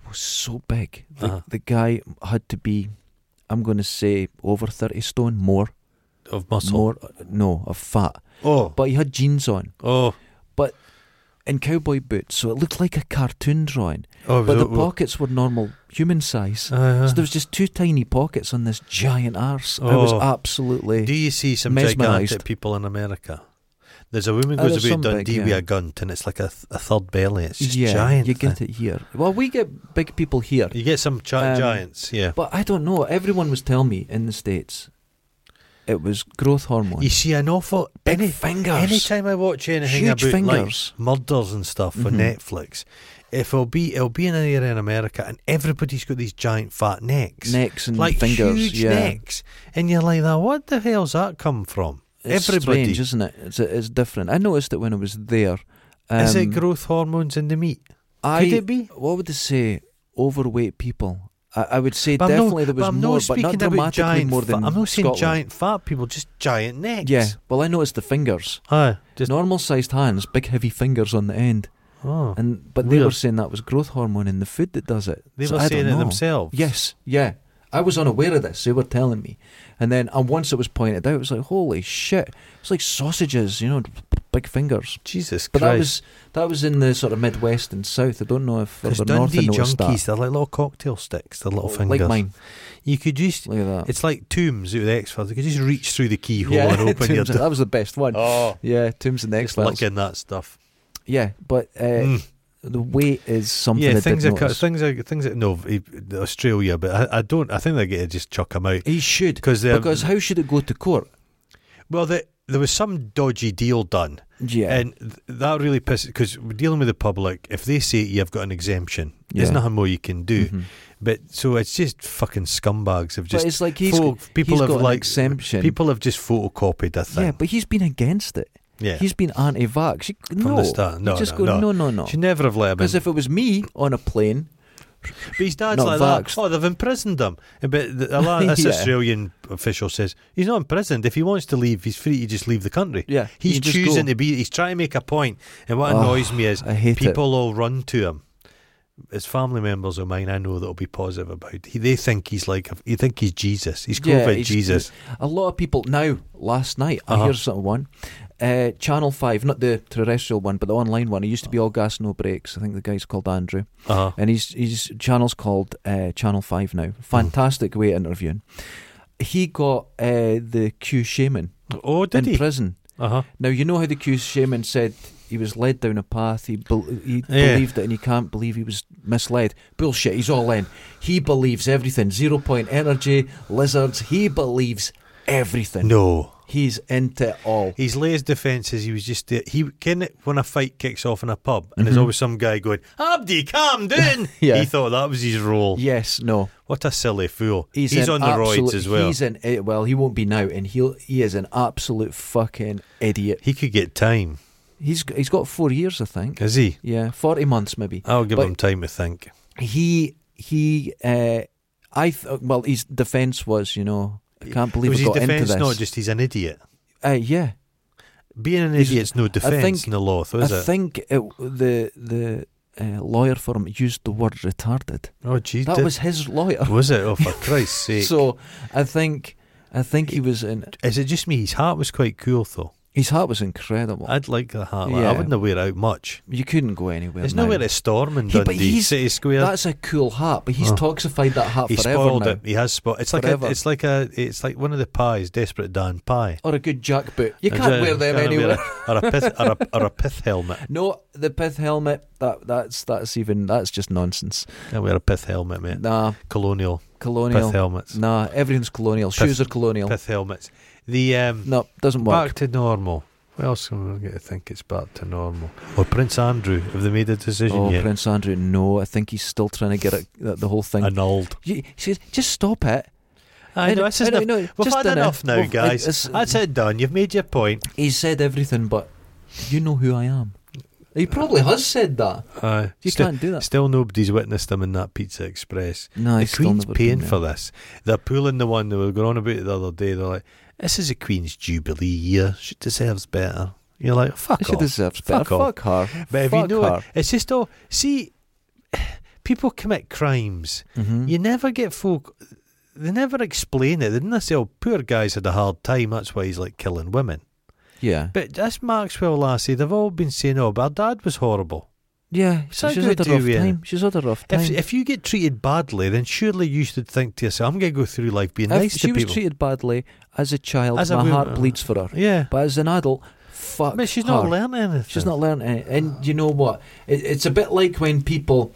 Speaker 1: was so big. The,
Speaker 3: Uh-huh.
Speaker 1: the guy had to be, I'm going to say, over 30 stone, more.
Speaker 3: of muscle.
Speaker 1: More, no, of fat.
Speaker 3: Oh,
Speaker 1: but he had jeans on
Speaker 3: oh,
Speaker 1: and cowboy boots, so it looked like a cartoon drawing.
Speaker 3: oh.
Speaker 1: But the
Speaker 3: oh, oh.
Speaker 1: pockets were normal human size.
Speaker 3: Uh,
Speaker 1: So there was just two tiny pockets on this giant arse. It was
Speaker 3: Oh.
Speaker 1: absolutely.
Speaker 3: do you see some
Speaker 1: mesmerised.
Speaker 3: gigantic people in America? There's a woman
Speaker 1: Oh,
Speaker 3: goes
Speaker 1: there's
Speaker 3: about
Speaker 1: some big,
Speaker 3: Dundee with
Speaker 1: yeah.
Speaker 3: a gunt, and it's like a, th- a third belly. It's just
Speaker 1: yeah,
Speaker 3: giant.
Speaker 1: you get it here. Well, we get big people here,
Speaker 3: You get some gi-
Speaker 1: Um,
Speaker 3: giants. Yeah.
Speaker 1: but I don't know. Everyone was telling me in the states, it was growth hormone.
Speaker 3: You see an awful
Speaker 1: big
Speaker 3: any
Speaker 1: fingers,
Speaker 3: Anytime I watch anything
Speaker 1: huge
Speaker 3: about like,
Speaker 1: fingers.
Speaker 3: murders and stuff for
Speaker 1: Mhm.
Speaker 3: Netflix, if it'll be it'll be in an area in America and everybody's got these giant fat necks,
Speaker 1: necks and
Speaker 3: like
Speaker 1: fingers.
Speaker 3: huge
Speaker 1: yeah,
Speaker 3: necks, and you're like, "Now, what the hell's that come from?"
Speaker 1: it's
Speaker 3: Everybody
Speaker 1: strange, isn't it? It's, it's different. I noticed it when I was there. Um,
Speaker 3: is it growth hormones in the meat?
Speaker 1: I,
Speaker 3: Could it be?
Speaker 1: what would they say? Overweight people. I, I would say
Speaker 3: But I'm
Speaker 1: definitely there was
Speaker 3: but I'm
Speaker 1: more,
Speaker 3: not
Speaker 1: but
Speaker 3: speaking
Speaker 1: not
Speaker 3: about
Speaker 1: dramatically
Speaker 3: giant.
Speaker 1: more
Speaker 3: fa-
Speaker 1: than
Speaker 3: I'm not saying
Speaker 1: Scotland.
Speaker 3: giant fat people, just giant necks.
Speaker 1: Yeah, well, I noticed the fingers.
Speaker 3: Aye. Just
Speaker 1: Normal sized hands, big heavy fingers on the end,
Speaker 3: oh.
Speaker 1: and but they
Speaker 3: Weird.
Speaker 1: were saying that was growth hormone in the food that does it.
Speaker 3: They
Speaker 1: So
Speaker 3: were
Speaker 1: I
Speaker 3: saying
Speaker 1: don't
Speaker 3: it
Speaker 1: know.
Speaker 3: themselves.
Speaker 1: Yes, yeah. I was unaware of this. They were telling me, and then and once it was pointed out, it was like holy shit! It's like sausages, you know, big fingers.
Speaker 3: Jesus
Speaker 1: But that
Speaker 3: Christ.
Speaker 1: was that was in the sort of Midwest and South. I don't know if
Speaker 3: There's
Speaker 1: further north I
Speaker 3: Dundee
Speaker 1: noticed
Speaker 3: junkies.
Speaker 1: that.
Speaker 3: They're like little cocktail sticks. They're little fingers.
Speaker 1: Like mine.
Speaker 3: You could just.
Speaker 1: Look at that.
Speaker 3: It's like tombs out of the X Files. You could just reach through the keyhole and open your
Speaker 1: Tombs-
Speaker 3: door.
Speaker 1: That was the best one.
Speaker 3: Oh,
Speaker 1: Yeah, Tombs and the X
Speaker 3: just
Speaker 1: Files.
Speaker 3: licking that stuff.
Speaker 1: Yeah, but uh,
Speaker 3: Mm.
Speaker 1: the weight is something.
Speaker 3: Yeah,
Speaker 1: I
Speaker 3: things
Speaker 1: did
Speaker 3: are cut.
Speaker 1: notice.
Speaker 3: Things are things are no he- Australia, but I, I don't. I think they get to just chuck them out
Speaker 1: He should
Speaker 3: because they're
Speaker 1: because how should it go to court?
Speaker 3: well, they, there was some dodgy deal done,
Speaker 1: Yeah,
Speaker 3: and th- that really pisses because we're dealing with the public. If they say you've got an exemption, there's
Speaker 1: Yeah.
Speaker 3: nothing more you can do.
Speaker 1: Mhm.
Speaker 3: But so it's just fucking scumbags have
Speaker 1: but
Speaker 3: just
Speaker 1: it's like he's
Speaker 3: folk- people
Speaker 1: he's
Speaker 3: have
Speaker 1: got an
Speaker 3: like
Speaker 1: exemption.
Speaker 3: people have just photocopied a
Speaker 1: yeah,
Speaker 3: thing.
Speaker 1: but he's been against it.
Speaker 3: Yeah,
Speaker 1: He's been anti-vax. You- no,
Speaker 3: the start.
Speaker 1: You
Speaker 3: No,
Speaker 1: just
Speaker 3: no,
Speaker 1: go
Speaker 3: no.
Speaker 1: no, no, no.
Speaker 3: should never have let him. in.
Speaker 1: Because if it was me on a plane,
Speaker 3: But his dad's
Speaker 1: Not
Speaker 3: like
Speaker 1: vaxxed.
Speaker 3: that. Oh, they've imprisoned him. And But the, a lot, this
Speaker 1: Yeah.
Speaker 3: Australian official says he's not imprisoned. If he wants to leave, he's free to just leave the country.
Speaker 1: yeah,
Speaker 3: He's
Speaker 1: you just go.
Speaker 3: choosing to be. He's trying to make a point. And what
Speaker 1: Oh,
Speaker 3: annoys me is
Speaker 1: I hate
Speaker 3: people all run to him. As family members of mine, I know that'll be positive about. He, they think he's like. You think he's Jesus. He's
Speaker 1: Yeah,
Speaker 3: COVID
Speaker 1: he's-
Speaker 3: Jesus.
Speaker 1: it. A lot of people now. Last night, I
Speaker 3: Uh-huh.
Speaker 1: hear someone. Uh, Channel Five, not the terrestrial one, but the online one. It used to be all gas, no breaks. I think the guy's called Andrew.
Speaker 3: Uh-huh.
Speaker 1: and his his channel's called uh, Channel Five now. Fantastic way of interviewing. He got uh, the Q shaman
Speaker 3: Oh, did
Speaker 1: in
Speaker 3: he?
Speaker 1: prison.
Speaker 3: Uh huh.
Speaker 1: Now you know how the Q shaman said he was led down a path. He bel he
Speaker 3: Yeah.
Speaker 1: believed it, and he can't believe he was misled. Bullshit. He's all in. He believes everything. Zero point energy, lizards. He believes everything.
Speaker 3: No.
Speaker 1: He's into it all.
Speaker 3: His latest defence is he was just there. He can when a fight kicks off in a pub and there's
Speaker 1: Mhm.
Speaker 3: always some guy going Abdi, calm down.
Speaker 1: Yeah.
Speaker 3: He thought that was his role.
Speaker 1: Yes, no.
Speaker 3: What a silly fool.
Speaker 1: He's,
Speaker 3: He's,
Speaker 1: an
Speaker 3: on the roids
Speaker 1: absolute-
Speaker 3: as well.
Speaker 1: He's an eh, well, he won't be now, and he'll he is an absolute fucking idiot.
Speaker 3: He could get time,
Speaker 1: He's g- he's got four years, I think.
Speaker 3: is he?
Speaker 1: Yeah, forty months maybe.
Speaker 3: I'll give
Speaker 1: But-
Speaker 3: him time to think.
Speaker 1: He he. Uh, I th- well, his defence was, you know, I can't believe I
Speaker 3: was his
Speaker 1: got
Speaker 3: defence
Speaker 1: into this.
Speaker 3: not just he's an idiot?
Speaker 1: uh, yeah,
Speaker 3: Being an
Speaker 1: He's-
Speaker 3: idiot's no defence
Speaker 1: think-
Speaker 3: in the law, though, is
Speaker 1: I
Speaker 3: it?
Speaker 1: think it, the the uh, lawyer for him used the word retarded.
Speaker 3: oh, gee,
Speaker 1: that
Speaker 3: did-
Speaker 1: was his lawyer.
Speaker 3: was it? Oh, for Christ's sake!
Speaker 1: So I think I think he was in.
Speaker 3: is it just me? His hat was quite cool, though.
Speaker 1: His hat was incredible.
Speaker 3: I'd like the hat. like,
Speaker 1: Yeah.
Speaker 3: I wouldn't wear it out much.
Speaker 1: you couldn't go anywhere.
Speaker 3: There's
Speaker 1: now.
Speaker 3: nowhere to storm in
Speaker 1: He- but
Speaker 3: Dundee
Speaker 1: he's-
Speaker 3: City Square.
Speaker 1: That's a cool hat, but he's
Speaker 3: Oh.
Speaker 1: toxified that hat
Speaker 3: he
Speaker 1: forever
Speaker 3: spoiled
Speaker 1: now.
Speaker 3: it. He has spoiled. It's like
Speaker 1: Forever.
Speaker 3: a, it's like a, it's like one of the pies, Desperate Dan pie.
Speaker 1: Or a good jack boot. You
Speaker 3: Is
Speaker 1: can't
Speaker 3: it-
Speaker 1: wear them
Speaker 3: can't wear
Speaker 1: anywhere.
Speaker 3: a- or a pith, or a, or a pith helmet.
Speaker 1: No, the pith helmet. That that's that's even that's just nonsense.
Speaker 3: I wear a pith helmet, mate.
Speaker 1: Nah,
Speaker 3: Colonial
Speaker 1: colonial.
Speaker 3: pith helmets.
Speaker 1: Nah, everything's colonial. Shoes are colonial.
Speaker 3: Pith helmets. The um,
Speaker 1: No, doesn't work.
Speaker 3: back to normal. What else am I going to think? It's back to normal. Or Prince Andrew. Have they made a decision
Speaker 1: Oh,
Speaker 3: yet?
Speaker 1: Prince Andrew. No, I think he's still trying to get it, the, the whole thing.
Speaker 3: Annulled.
Speaker 1: You- He says, "Just stop it."
Speaker 3: I know.
Speaker 1: And-
Speaker 3: This is
Speaker 1: and-
Speaker 3: enough.
Speaker 1: no,
Speaker 3: We've
Speaker 1: just
Speaker 3: had enough now,
Speaker 1: We've-
Speaker 3: guys.
Speaker 1: it's-
Speaker 3: That's it done. You've made your point.
Speaker 1: He said everything, but you know who I am. He probably has said that.
Speaker 3: Uh,
Speaker 1: You
Speaker 3: still,
Speaker 1: can't do that.
Speaker 3: still nobody's witnessed them in that Pizza Express.
Speaker 1: No, he's
Speaker 3: the
Speaker 1: still
Speaker 3: Queen's
Speaker 1: never
Speaker 3: paying
Speaker 1: been there.
Speaker 3: for this. They're pulling the one they were going on about the other day. They're like, "This is a Queen's Jubilee year. She deserves better." You're like, "Fuck
Speaker 1: She
Speaker 3: off."
Speaker 1: deserves better.
Speaker 3: Fuck off.
Speaker 1: Fuck her.
Speaker 3: but if
Speaker 1: Fuck
Speaker 3: you know,
Speaker 1: her.
Speaker 3: it, it's just all. See, people commit crimes.
Speaker 1: Mhm.
Speaker 3: You never get folk. They never explain it. They didn't say, "Oh, poor guy's had a hard time. That's why he's like killing women."
Speaker 1: Yeah.
Speaker 3: But that's Maxwell Lassie. They've all been saying, "Oh, but our dad was horrible."
Speaker 1: Yeah.
Speaker 3: So
Speaker 1: she's
Speaker 3: good
Speaker 1: had a
Speaker 3: to
Speaker 1: rough
Speaker 3: you, Ian.
Speaker 1: time. She's had a rough time.
Speaker 3: If, if you get treated badly, then surely you should think to yourself, I'm going to go through life being
Speaker 1: If
Speaker 3: nice
Speaker 1: she
Speaker 3: to
Speaker 1: was
Speaker 3: people.
Speaker 1: treated badly as a child,
Speaker 3: As a
Speaker 1: my heart
Speaker 3: woman-
Speaker 1: bleeds for her.
Speaker 3: yeah.
Speaker 1: But as an adult, fuck.
Speaker 3: But she's
Speaker 1: her.
Speaker 3: not learning anything.
Speaker 1: She's not learning it. And you know what? It, it's a bit like when people,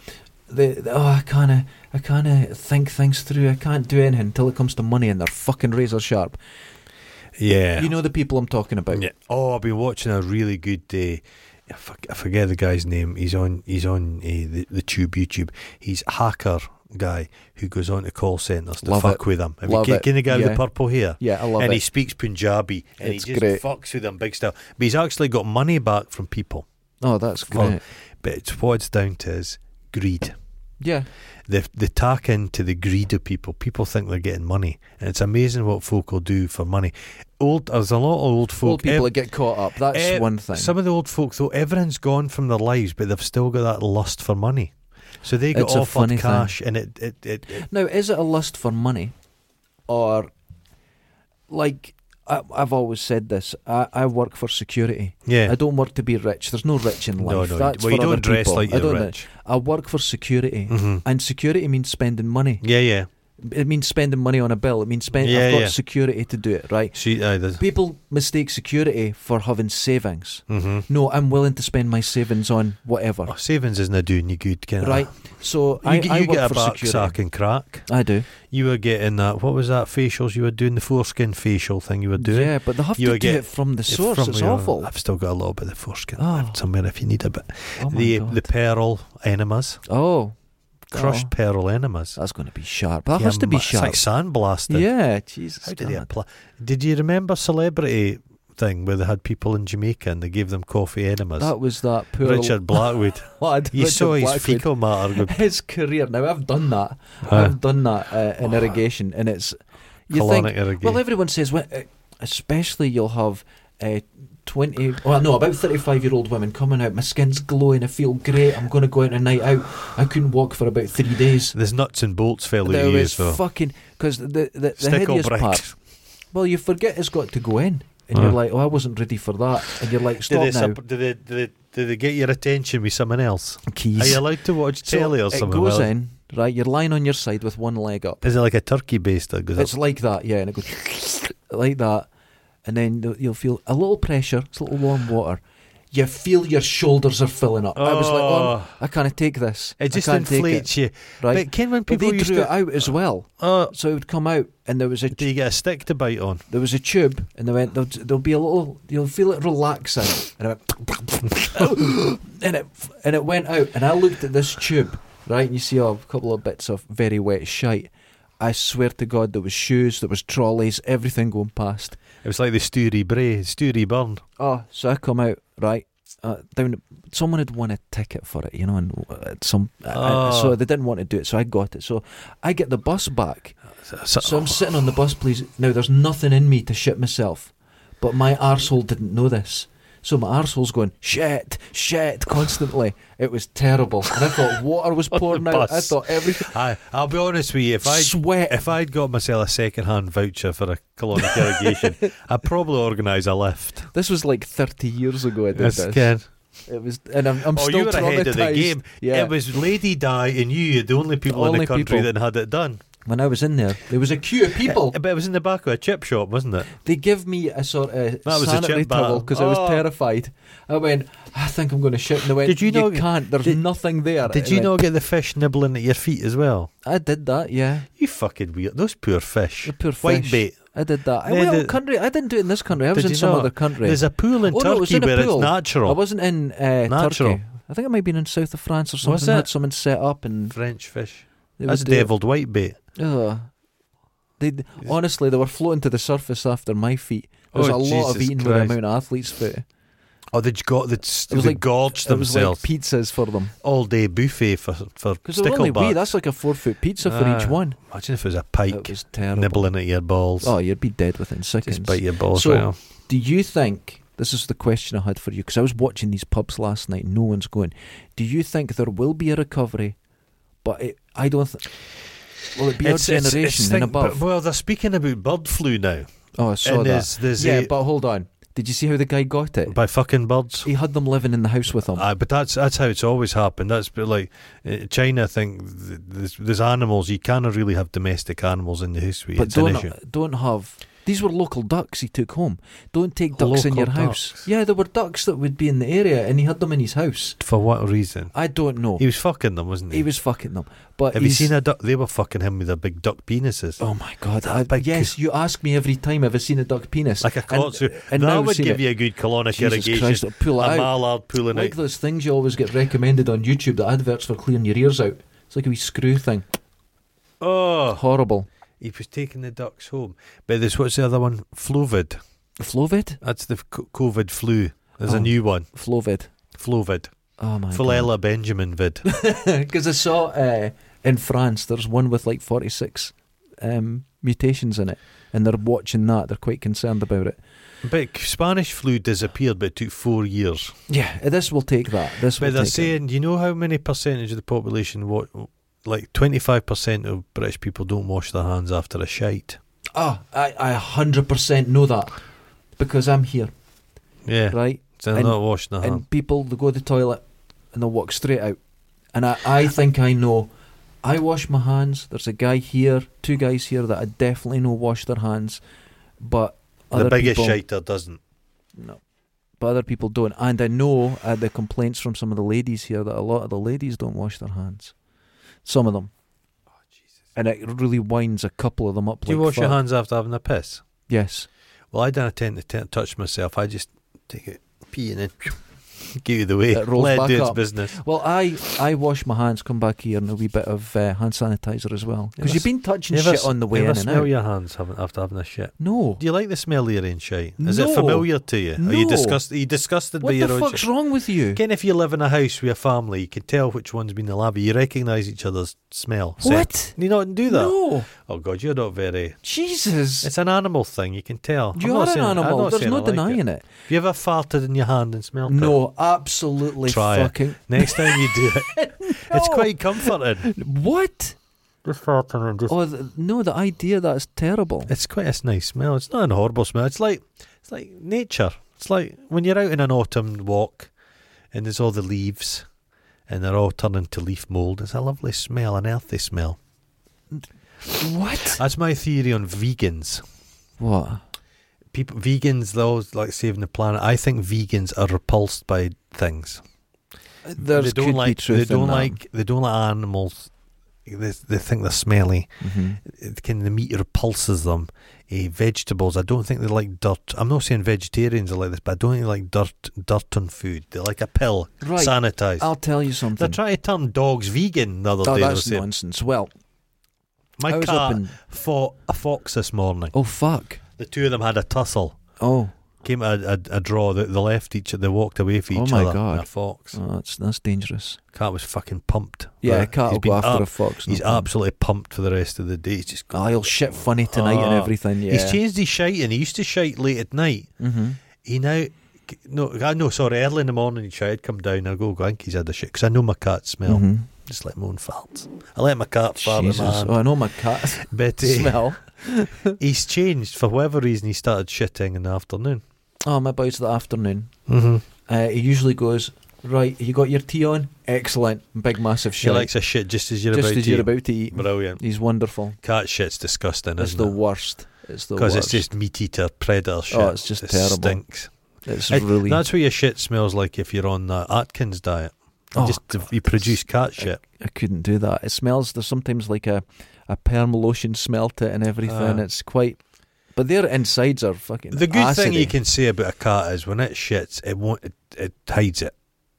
Speaker 1: they, they- oh, I kind of, I kind of think things through. I can't do anything until it comes to money, and they're fucking razor sharp.
Speaker 3: Yeah.
Speaker 1: You know the people I'm talking about.
Speaker 3: Yeah. Oh, I've been watching a really good day. I for- I forget the guy's name. He's on. He's on uh, the, the tube YouTube. He's a hacker guy who goes on to call centres to
Speaker 1: Love
Speaker 3: fuck
Speaker 1: it.
Speaker 3: with them. Have
Speaker 1: Love
Speaker 3: you
Speaker 1: it.
Speaker 3: can the guy with
Speaker 1: Yeah.
Speaker 3: the purple hair?
Speaker 1: Yeah, I love
Speaker 3: and
Speaker 1: it.
Speaker 3: he speaks Punjabi and
Speaker 1: It's
Speaker 3: he just
Speaker 1: great.
Speaker 3: fucks with them big stuff. But he's actually got money back from people.
Speaker 1: oh, that's
Speaker 3: For-
Speaker 1: great.
Speaker 3: But it's what it's down to is greed.
Speaker 1: Yeah.
Speaker 3: they they tack into the greed of people. People think they're getting money, and it's amazing what folk will do for money. Old, there's a lot of old folk.
Speaker 1: Old people
Speaker 3: ev-
Speaker 1: that get caught up. That's
Speaker 3: ev-
Speaker 1: one thing.
Speaker 3: eh, Some of the old folk, though, everything's gone from their lives, but they've still got that lust for money. So they get
Speaker 1: It's a funny
Speaker 3: offered
Speaker 1: thing.
Speaker 3: cash, and it, it, it, it
Speaker 1: Now, is it a lust for money, or like I, I've always said this? I, I work for security.
Speaker 3: yeah.
Speaker 1: I don't work to be rich. There's no rich in
Speaker 3: no,
Speaker 1: life.
Speaker 3: no.
Speaker 1: That's
Speaker 3: well, you
Speaker 1: for other
Speaker 3: don't dress
Speaker 1: people.
Speaker 3: like
Speaker 1: I
Speaker 3: you're
Speaker 1: don't.
Speaker 3: rich.
Speaker 1: I work for security,
Speaker 3: hmm
Speaker 1: and security means spending money.
Speaker 3: Yeah, yeah.
Speaker 1: It means spending money on a bill. It means spend.
Speaker 3: Yeah,
Speaker 1: I've got
Speaker 3: yeah.
Speaker 1: security to do it right.
Speaker 3: She, uh,
Speaker 1: People mistake security for having savings.
Speaker 3: mm-hmm.
Speaker 1: No, I'm willing to spend my savings on whatever.
Speaker 3: oh, savings isn't doing you good, can
Speaker 1: Right. So
Speaker 3: You,
Speaker 1: I,
Speaker 3: get,
Speaker 1: I
Speaker 3: you
Speaker 1: work
Speaker 3: get a
Speaker 1: for
Speaker 3: back
Speaker 1: security.
Speaker 3: sack and crack.
Speaker 1: I do.
Speaker 3: You were getting that. What was that facials you were doing? The foreskin facial thing you were doing.
Speaker 1: Yeah, but they have
Speaker 3: You
Speaker 1: to do
Speaker 3: get-
Speaker 1: it from the
Speaker 3: If
Speaker 1: source.
Speaker 3: from
Speaker 1: it's
Speaker 3: your-
Speaker 1: awful.
Speaker 3: I've still got a little bit of foreskin
Speaker 1: Oh.
Speaker 3: left somewhere if you need a bit.
Speaker 1: Oh my
Speaker 3: the
Speaker 1: God.
Speaker 3: the pearl enemas,
Speaker 1: oh,
Speaker 3: crushed
Speaker 1: Oh,
Speaker 3: pearl enemas.
Speaker 1: that's going to be sharp. That
Speaker 3: Yeah,
Speaker 1: has to be
Speaker 3: ma-
Speaker 1: sharp.
Speaker 3: It's like sandblasted.
Speaker 1: yeah, Jesus.
Speaker 3: How did they
Speaker 1: God.
Speaker 3: apply? Did you remember celebrity thing where they had people in Jamaica and they gave them coffee enemas?
Speaker 1: That was that poor
Speaker 3: Richard Blackwood.
Speaker 1: old lad.
Speaker 3: you
Speaker 1: Richard
Speaker 3: saw his
Speaker 1: Blackwood.
Speaker 3: fecal matter. Go,
Speaker 1: His career. Now I've done that.
Speaker 3: uh,
Speaker 1: I've done that uh, in irrigation, and it's you
Speaker 3: colonic
Speaker 1: think.
Speaker 3: irrigation.
Speaker 1: Well, everyone says, well, uh, especially you'll have. Uh, 20, well, no, about 35 year old women coming out. My skin's glowing, I feel great. I'm going to go out on a night out. I couldn't walk for about three days.
Speaker 3: There's nuts and bolts fella
Speaker 1: There
Speaker 3: you
Speaker 1: was
Speaker 3: use though.
Speaker 1: fucking. Because the, the, the, the
Speaker 3: Stick or
Speaker 1: hideous
Speaker 3: brick.
Speaker 1: part Well, you forget it's got to go in. And
Speaker 3: Uh.
Speaker 1: you're like, oh, I wasn't ready for that. And you're like,
Speaker 3: Did
Speaker 1: stop
Speaker 3: they,
Speaker 1: now.
Speaker 3: sup- did, they, did, they, did they get your attention with someone else? Are
Speaker 1: Keys.
Speaker 3: you allowed to watch
Speaker 1: So
Speaker 3: telly or
Speaker 1: it
Speaker 3: something?
Speaker 1: goes
Speaker 3: while-
Speaker 1: in, right? You're lying on your side with one leg up.
Speaker 3: Is it like a turkey baster? that goes up?
Speaker 1: It's like that, yeah. And it goes like that. And then th- you'll feel a little pressure. It's a little warm water. you feel your shoulders are filling up. I was like, oh, I'm-
Speaker 3: Oh.
Speaker 1: I can't take this.
Speaker 3: It just
Speaker 1: I can't
Speaker 3: inflates you.
Speaker 1: take it. Right?
Speaker 3: But Ken, when
Speaker 1: But
Speaker 3: people
Speaker 1: they
Speaker 3: used
Speaker 1: drew it
Speaker 3: to,
Speaker 1: out as well,
Speaker 3: oh,
Speaker 1: so it would come out, and there was a
Speaker 3: do you get a stick to bite on?
Speaker 1: there was a tube, and they went, there'll, there'll be a little, you'll feel it relaxing. And I went, and it, and it went out. And I looked at this tube, right, and you see oh, a couple of bits of very wet shite. I swear to God, there was shoes, there was trolleys, everything going past.
Speaker 3: It was like the Stewie Bray, Stewie Burn.
Speaker 1: Oh, so I come out, right, uh, down, someone had won a ticket for it, you know, and uh, some, I- I-
Speaker 3: Oh.
Speaker 1: so they didn't want to do it, so I got it. So I get the bus back, so I'm sitting on the bus, please. Now, there's nothing in me to shit myself, but my arsehole didn't know this. So my arsehole's going, shit, shit, constantly. It was terrible. And I thought water was
Speaker 3: On the
Speaker 1: pouring out. I
Speaker 3: bus.
Speaker 1: thought everything.
Speaker 3: I, Oh, I'll be honest with you. If I
Speaker 1: sweat.
Speaker 3: if I'd got myself a second-hand voucher for a colonic irrigation, I'd probably organise a lift.
Speaker 1: This was like 30 years ago I did
Speaker 3: That's
Speaker 1: this.
Speaker 3: Ken.
Speaker 1: It was, and I'm, I'm
Speaker 3: oh,
Speaker 1: still
Speaker 3: you were ahead of the
Speaker 1: traumatised.
Speaker 3: game.
Speaker 1: Yeah.
Speaker 3: It was Lady Di and you. You're the only people in
Speaker 1: Only
Speaker 3: the country
Speaker 1: people.
Speaker 3: that had it done.
Speaker 1: when I was in there, there was a queue of people.
Speaker 3: But it was in the back of a chip shop, wasn't it?
Speaker 1: They give me a sort of
Speaker 3: That was a
Speaker 1: sanitary
Speaker 3: chip battle.
Speaker 1: towel because I was
Speaker 3: Oh.
Speaker 1: terrified. I went, I think I'm going to shit. And they went,
Speaker 3: Did you know-
Speaker 1: can't. There's
Speaker 3: did-
Speaker 1: nothing there.
Speaker 3: Did
Speaker 1: I
Speaker 3: you
Speaker 1: went,
Speaker 3: not get the fish nibbling at your feet as well?
Speaker 1: I did that, yeah.
Speaker 3: You fucking weird. Those poor fish.
Speaker 1: The poor
Speaker 3: White
Speaker 1: fish.
Speaker 3: bait.
Speaker 1: I did that. I
Speaker 3: Yeah,
Speaker 1: well,
Speaker 3: the-
Speaker 1: country. I didn't do it in this country. I was
Speaker 3: Did
Speaker 1: in
Speaker 3: you
Speaker 1: some
Speaker 3: not?
Speaker 1: other country.
Speaker 3: There's a pool in
Speaker 1: Oh, no, it was
Speaker 3: Turkey
Speaker 1: in a
Speaker 3: where
Speaker 1: pool.
Speaker 3: it's
Speaker 1: I
Speaker 3: natural.
Speaker 1: wasn't in uh,
Speaker 3: Natural.
Speaker 1: Turkey. I think I might have been in south of France or something.
Speaker 3: Was
Speaker 1: They
Speaker 3: it?
Speaker 1: Had someone set up and
Speaker 3: French fish.
Speaker 1: they
Speaker 3: That's
Speaker 1: would do it.
Speaker 3: deviled white bait.
Speaker 1: Ugh. They honestly they were floating to the surface after my feet. There was
Speaker 3: Oh,
Speaker 1: a lot of
Speaker 3: Jesus
Speaker 1: eating with the
Speaker 3: Christ.
Speaker 1: amount of athletes' foot.
Speaker 3: Oh, they just got they, s-
Speaker 1: It was
Speaker 3: they
Speaker 1: like-
Speaker 3: gorged
Speaker 1: It was like
Speaker 3: themselves
Speaker 1: pizzas for them
Speaker 3: all day buffet for for
Speaker 1: because they were only wee.
Speaker 3: stickleback.
Speaker 1: That's like a four foot pizza for each
Speaker 3: Ah,
Speaker 1: one.
Speaker 3: Imagine if it was a
Speaker 1: It
Speaker 3: pike
Speaker 1: was terrible.
Speaker 3: nibbling at your balls.
Speaker 1: Oh, you'd be dead within seconds.
Speaker 3: just bite your balls
Speaker 1: So-
Speaker 3: right off.
Speaker 1: Do you think this is the question I had for you? Because I was watching these pubs last night. No one's going. Do you think there will be a recovery? But it, I don't. Th- will it be our generation and
Speaker 3: think-
Speaker 1: above?
Speaker 3: but- well, they're speaking about bird flu now,
Speaker 1: oh, I saw
Speaker 3: and
Speaker 1: that.
Speaker 3: there's, there's
Speaker 1: Yeah,
Speaker 3: a-
Speaker 1: but hold on. Did you see how the guy got it?
Speaker 3: by fucking birds.
Speaker 1: He had them living in the house with him.
Speaker 3: Aye, but that's that's how it's always happened. That's but like uh, China. I think th- there's, there's animals you cannot really have domestic animals in the house. with you.
Speaker 1: but
Speaker 3: it's an
Speaker 1: don't
Speaker 3: issue.
Speaker 1: don't have. These were local ducks he took home. Don't take ducks in your
Speaker 3: Local
Speaker 1: house.
Speaker 3: ducks.
Speaker 1: Yeah, there were ducks that would be in the area, and he had them in his house.
Speaker 3: For what reason?
Speaker 1: I don't know.
Speaker 3: He was fucking them, wasn't he?
Speaker 1: He was fucking them. But
Speaker 3: Have you
Speaker 1: he's-
Speaker 3: seen a duck? They were fucking him with their big duck penises.
Speaker 1: Oh my god!
Speaker 3: That
Speaker 1: I-
Speaker 3: big-
Speaker 1: yes, you ask me every time have I seen a duck penis?
Speaker 3: Like a kotsu.
Speaker 1: and now
Speaker 3: that
Speaker 1: we've
Speaker 3: would
Speaker 1: seen
Speaker 3: give
Speaker 1: it.
Speaker 3: you a good colonic
Speaker 1: Jesus
Speaker 3: irrigation.
Speaker 1: Christ, it'll pull
Speaker 3: a
Speaker 1: it out.
Speaker 3: mallard pulling
Speaker 1: like
Speaker 3: out.
Speaker 1: those things you always get recommended on YouTube, the adverts for clearing your ears out. It's like a wee screw thing.
Speaker 3: Oh,
Speaker 1: Horrible.
Speaker 3: he was taking the ducks home. But there's what's the other one? Flovid.
Speaker 1: Flovid?
Speaker 3: That's the co- COVID flu. There's
Speaker 1: Oh.
Speaker 3: a new one.
Speaker 1: Flovid.
Speaker 3: Flovid.
Speaker 1: Oh my
Speaker 3: Philella Benjamin vid.
Speaker 1: Because I saw uh, in France, there's one with like 46 um, mutations in it, and they're watching that. They're quite concerned about it.
Speaker 3: but Spanish flu disappeared, but it took four years.
Speaker 1: Yeah, Uh, this will take that. This will
Speaker 3: But they're
Speaker 1: take it.
Speaker 3: saying, you know how many percentage of the population, what, like 25% of British people don't wash their hands after a shite?
Speaker 1: Oh, I, I 100% know that because I'm here,
Speaker 3: Yeah.
Speaker 1: right?
Speaker 3: So they're
Speaker 1: And-
Speaker 3: not washing their hands.
Speaker 1: and people they go to the toilet and they'll walk straight out. And I, I think I know. I wash my hands. There's a guy here, two guys here that I definitely know wash their hands, but
Speaker 3: The
Speaker 1: other
Speaker 3: biggest
Speaker 1: people,
Speaker 3: shiter doesn't.
Speaker 1: No, but other people don't. And I know uh, the complaints from some of the ladies here that a lot of the ladies don't wash their hands. Some of them. And it really winds a couple of them up.
Speaker 3: Oh, Do you
Speaker 1: like
Speaker 3: wash your
Speaker 1: fuck.
Speaker 3: hands after having a piss?
Speaker 1: Yes.
Speaker 3: Well, I don't tend to t- touch myself. I just take it, pee, and then get out of the way.
Speaker 1: It rolls
Speaker 3: Let
Speaker 1: back
Speaker 3: it do its
Speaker 1: up.
Speaker 3: business.
Speaker 1: Well, I I wash my hands, come back here, and a wee bit of uh, hand sanitizer as well. Because
Speaker 3: Ever
Speaker 1: you've
Speaker 3: s-
Speaker 1: been touching
Speaker 3: You ever
Speaker 1: shit
Speaker 3: s-
Speaker 1: on the way
Speaker 3: you
Speaker 1: in
Speaker 3: ever
Speaker 1: and
Speaker 3: smell
Speaker 1: out.
Speaker 3: your hands having, after having a shit?
Speaker 1: No.
Speaker 3: Do you like the smell of your own shit? Is
Speaker 1: No.
Speaker 3: it familiar to you? Are you
Speaker 1: No.
Speaker 3: disgust? Are you disgusted by
Speaker 1: What
Speaker 3: your
Speaker 1: the
Speaker 3: own
Speaker 1: fuck's
Speaker 3: shit?
Speaker 1: wrong with you?
Speaker 3: Again, if you live in a house with a family, you can tell which one's been the lavvy. You recognise each other's smell. scent.
Speaker 1: What?
Speaker 3: Can you not do that?
Speaker 1: No,
Speaker 3: Oh God, you're not very.
Speaker 1: Jesus,
Speaker 3: It's an animal thing. You can tell. I'm
Speaker 1: you
Speaker 3: not
Speaker 1: are an
Speaker 3: saying- I'm
Speaker 1: animal.
Speaker 3: not
Speaker 1: There's
Speaker 3: saying
Speaker 1: no
Speaker 3: I like
Speaker 1: denying it.
Speaker 3: Have you ever farted in your hand and smelled it?
Speaker 1: No, absolutely
Speaker 3: Try it.
Speaker 1: fucking.
Speaker 3: Next time you do it, it's
Speaker 1: No.
Speaker 3: quite comforting.
Speaker 1: What?
Speaker 3: Just farting and
Speaker 1: Oh th- no, the idea that's terrible.
Speaker 3: It's quite a nice smell. It's not an horrible smell. It's like it's like nature. It's like when you're out in an autumn walk, and there's all the leaves, and they're all turning to leaf mold. It's a lovely smell, an earthy smell.
Speaker 1: What?
Speaker 3: That's my theory on vegans.
Speaker 1: What?
Speaker 3: people vegans they always like saving the planet. I think vegans are repulsed by things.
Speaker 1: There's
Speaker 3: they don't
Speaker 1: could be
Speaker 3: like
Speaker 1: truth
Speaker 3: they don't
Speaker 1: in that.
Speaker 3: like they don't like animals. They, they think they're smelly.
Speaker 1: Mhm.
Speaker 3: It can the meat repulses them. Eh, vegetables, I don't think they like dirt. I'm not saying vegetarians are like this, but I don't think they like dirt dirt on food. They like a pill,
Speaker 1: Right.
Speaker 3: sanitized.
Speaker 1: I'll tell you
Speaker 3: They're
Speaker 1: something.
Speaker 3: trying to turn dogs vegan the other
Speaker 1: oh,
Speaker 3: day. they were
Speaker 1: that's
Speaker 3: saying.
Speaker 1: nonsense. Well, I
Speaker 3: My
Speaker 1: was
Speaker 3: cat
Speaker 1: up in.
Speaker 3: fought a fox this morning.
Speaker 1: Oh fuck.
Speaker 3: The two of them had a tussle.
Speaker 1: Oh,
Speaker 3: Came at a, a, a draw. They, they left each. They walked away from
Speaker 1: Oh
Speaker 3: each
Speaker 1: my
Speaker 3: other.
Speaker 1: God.
Speaker 3: A fox.
Speaker 1: oh, that's that's dangerous.
Speaker 3: Cat was fucking pumped.
Speaker 1: Yeah, a
Speaker 3: But
Speaker 1: cat
Speaker 3: he's
Speaker 1: will go
Speaker 3: been
Speaker 1: after
Speaker 3: up-
Speaker 1: a fox. no
Speaker 3: He's
Speaker 1: problem.
Speaker 3: absolutely pumped for the rest of the day. He's just.
Speaker 1: Oh, he'll shit funny tonight and
Speaker 3: Ah.
Speaker 1: everything. Yeah.
Speaker 3: He's changed his shite, and he used to shite late at night.
Speaker 1: hmm
Speaker 3: He now. No, I know. Sorry, early in the morning, he would come down. I go, I think he's had a shit because I know my cat smell.
Speaker 1: Mhm.
Speaker 3: Just like my own farts. I let my cat fart in my
Speaker 1: Jesus.
Speaker 3: hand.
Speaker 1: Oh, I know my cat
Speaker 3: But eh,
Speaker 1: smell.
Speaker 3: he's changed for whatever reason. He started shitting in the afternoon.
Speaker 1: Oh, my boy's the afternoon.
Speaker 3: Mm-hmm.
Speaker 1: Uh, he usually goes, Right, you got your tea on? Excellent. Big, massive
Speaker 3: She
Speaker 1: shit.
Speaker 3: likes a shit just as you're
Speaker 1: Just
Speaker 3: about
Speaker 1: as
Speaker 3: to
Speaker 1: you're
Speaker 3: eat.
Speaker 1: about to eat.
Speaker 3: Brilliant.
Speaker 1: He's wonderful.
Speaker 3: Cat shit's disgusting,
Speaker 1: It's
Speaker 3: isn't
Speaker 1: the
Speaker 3: it?
Speaker 1: worst. It's the worst.
Speaker 3: Because it's just meat eater predator shit.
Speaker 1: it's just
Speaker 3: it
Speaker 1: terrible.
Speaker 3: Stinks.
Speaker 1: It's
Speaker 3: It-
Speaker 1: really.
Speaker 3: That's what your shit smells like if you're on the Atkins diet. You
Speaker 1: Oh,
Speaker 3: just you produce cat shit.
Speaker 1: I couldn't do that. It smells, there's sometimes like a, a perm lotion smell to it and everything.
Speaker 3: Ah.
Speaker 1: it's quite. But their insides are fucking.
Speaker 3: The good thing you
Speaker 1: acidy.
Speaker 3: can say about a cat is when it shits, it won't it, it hides it.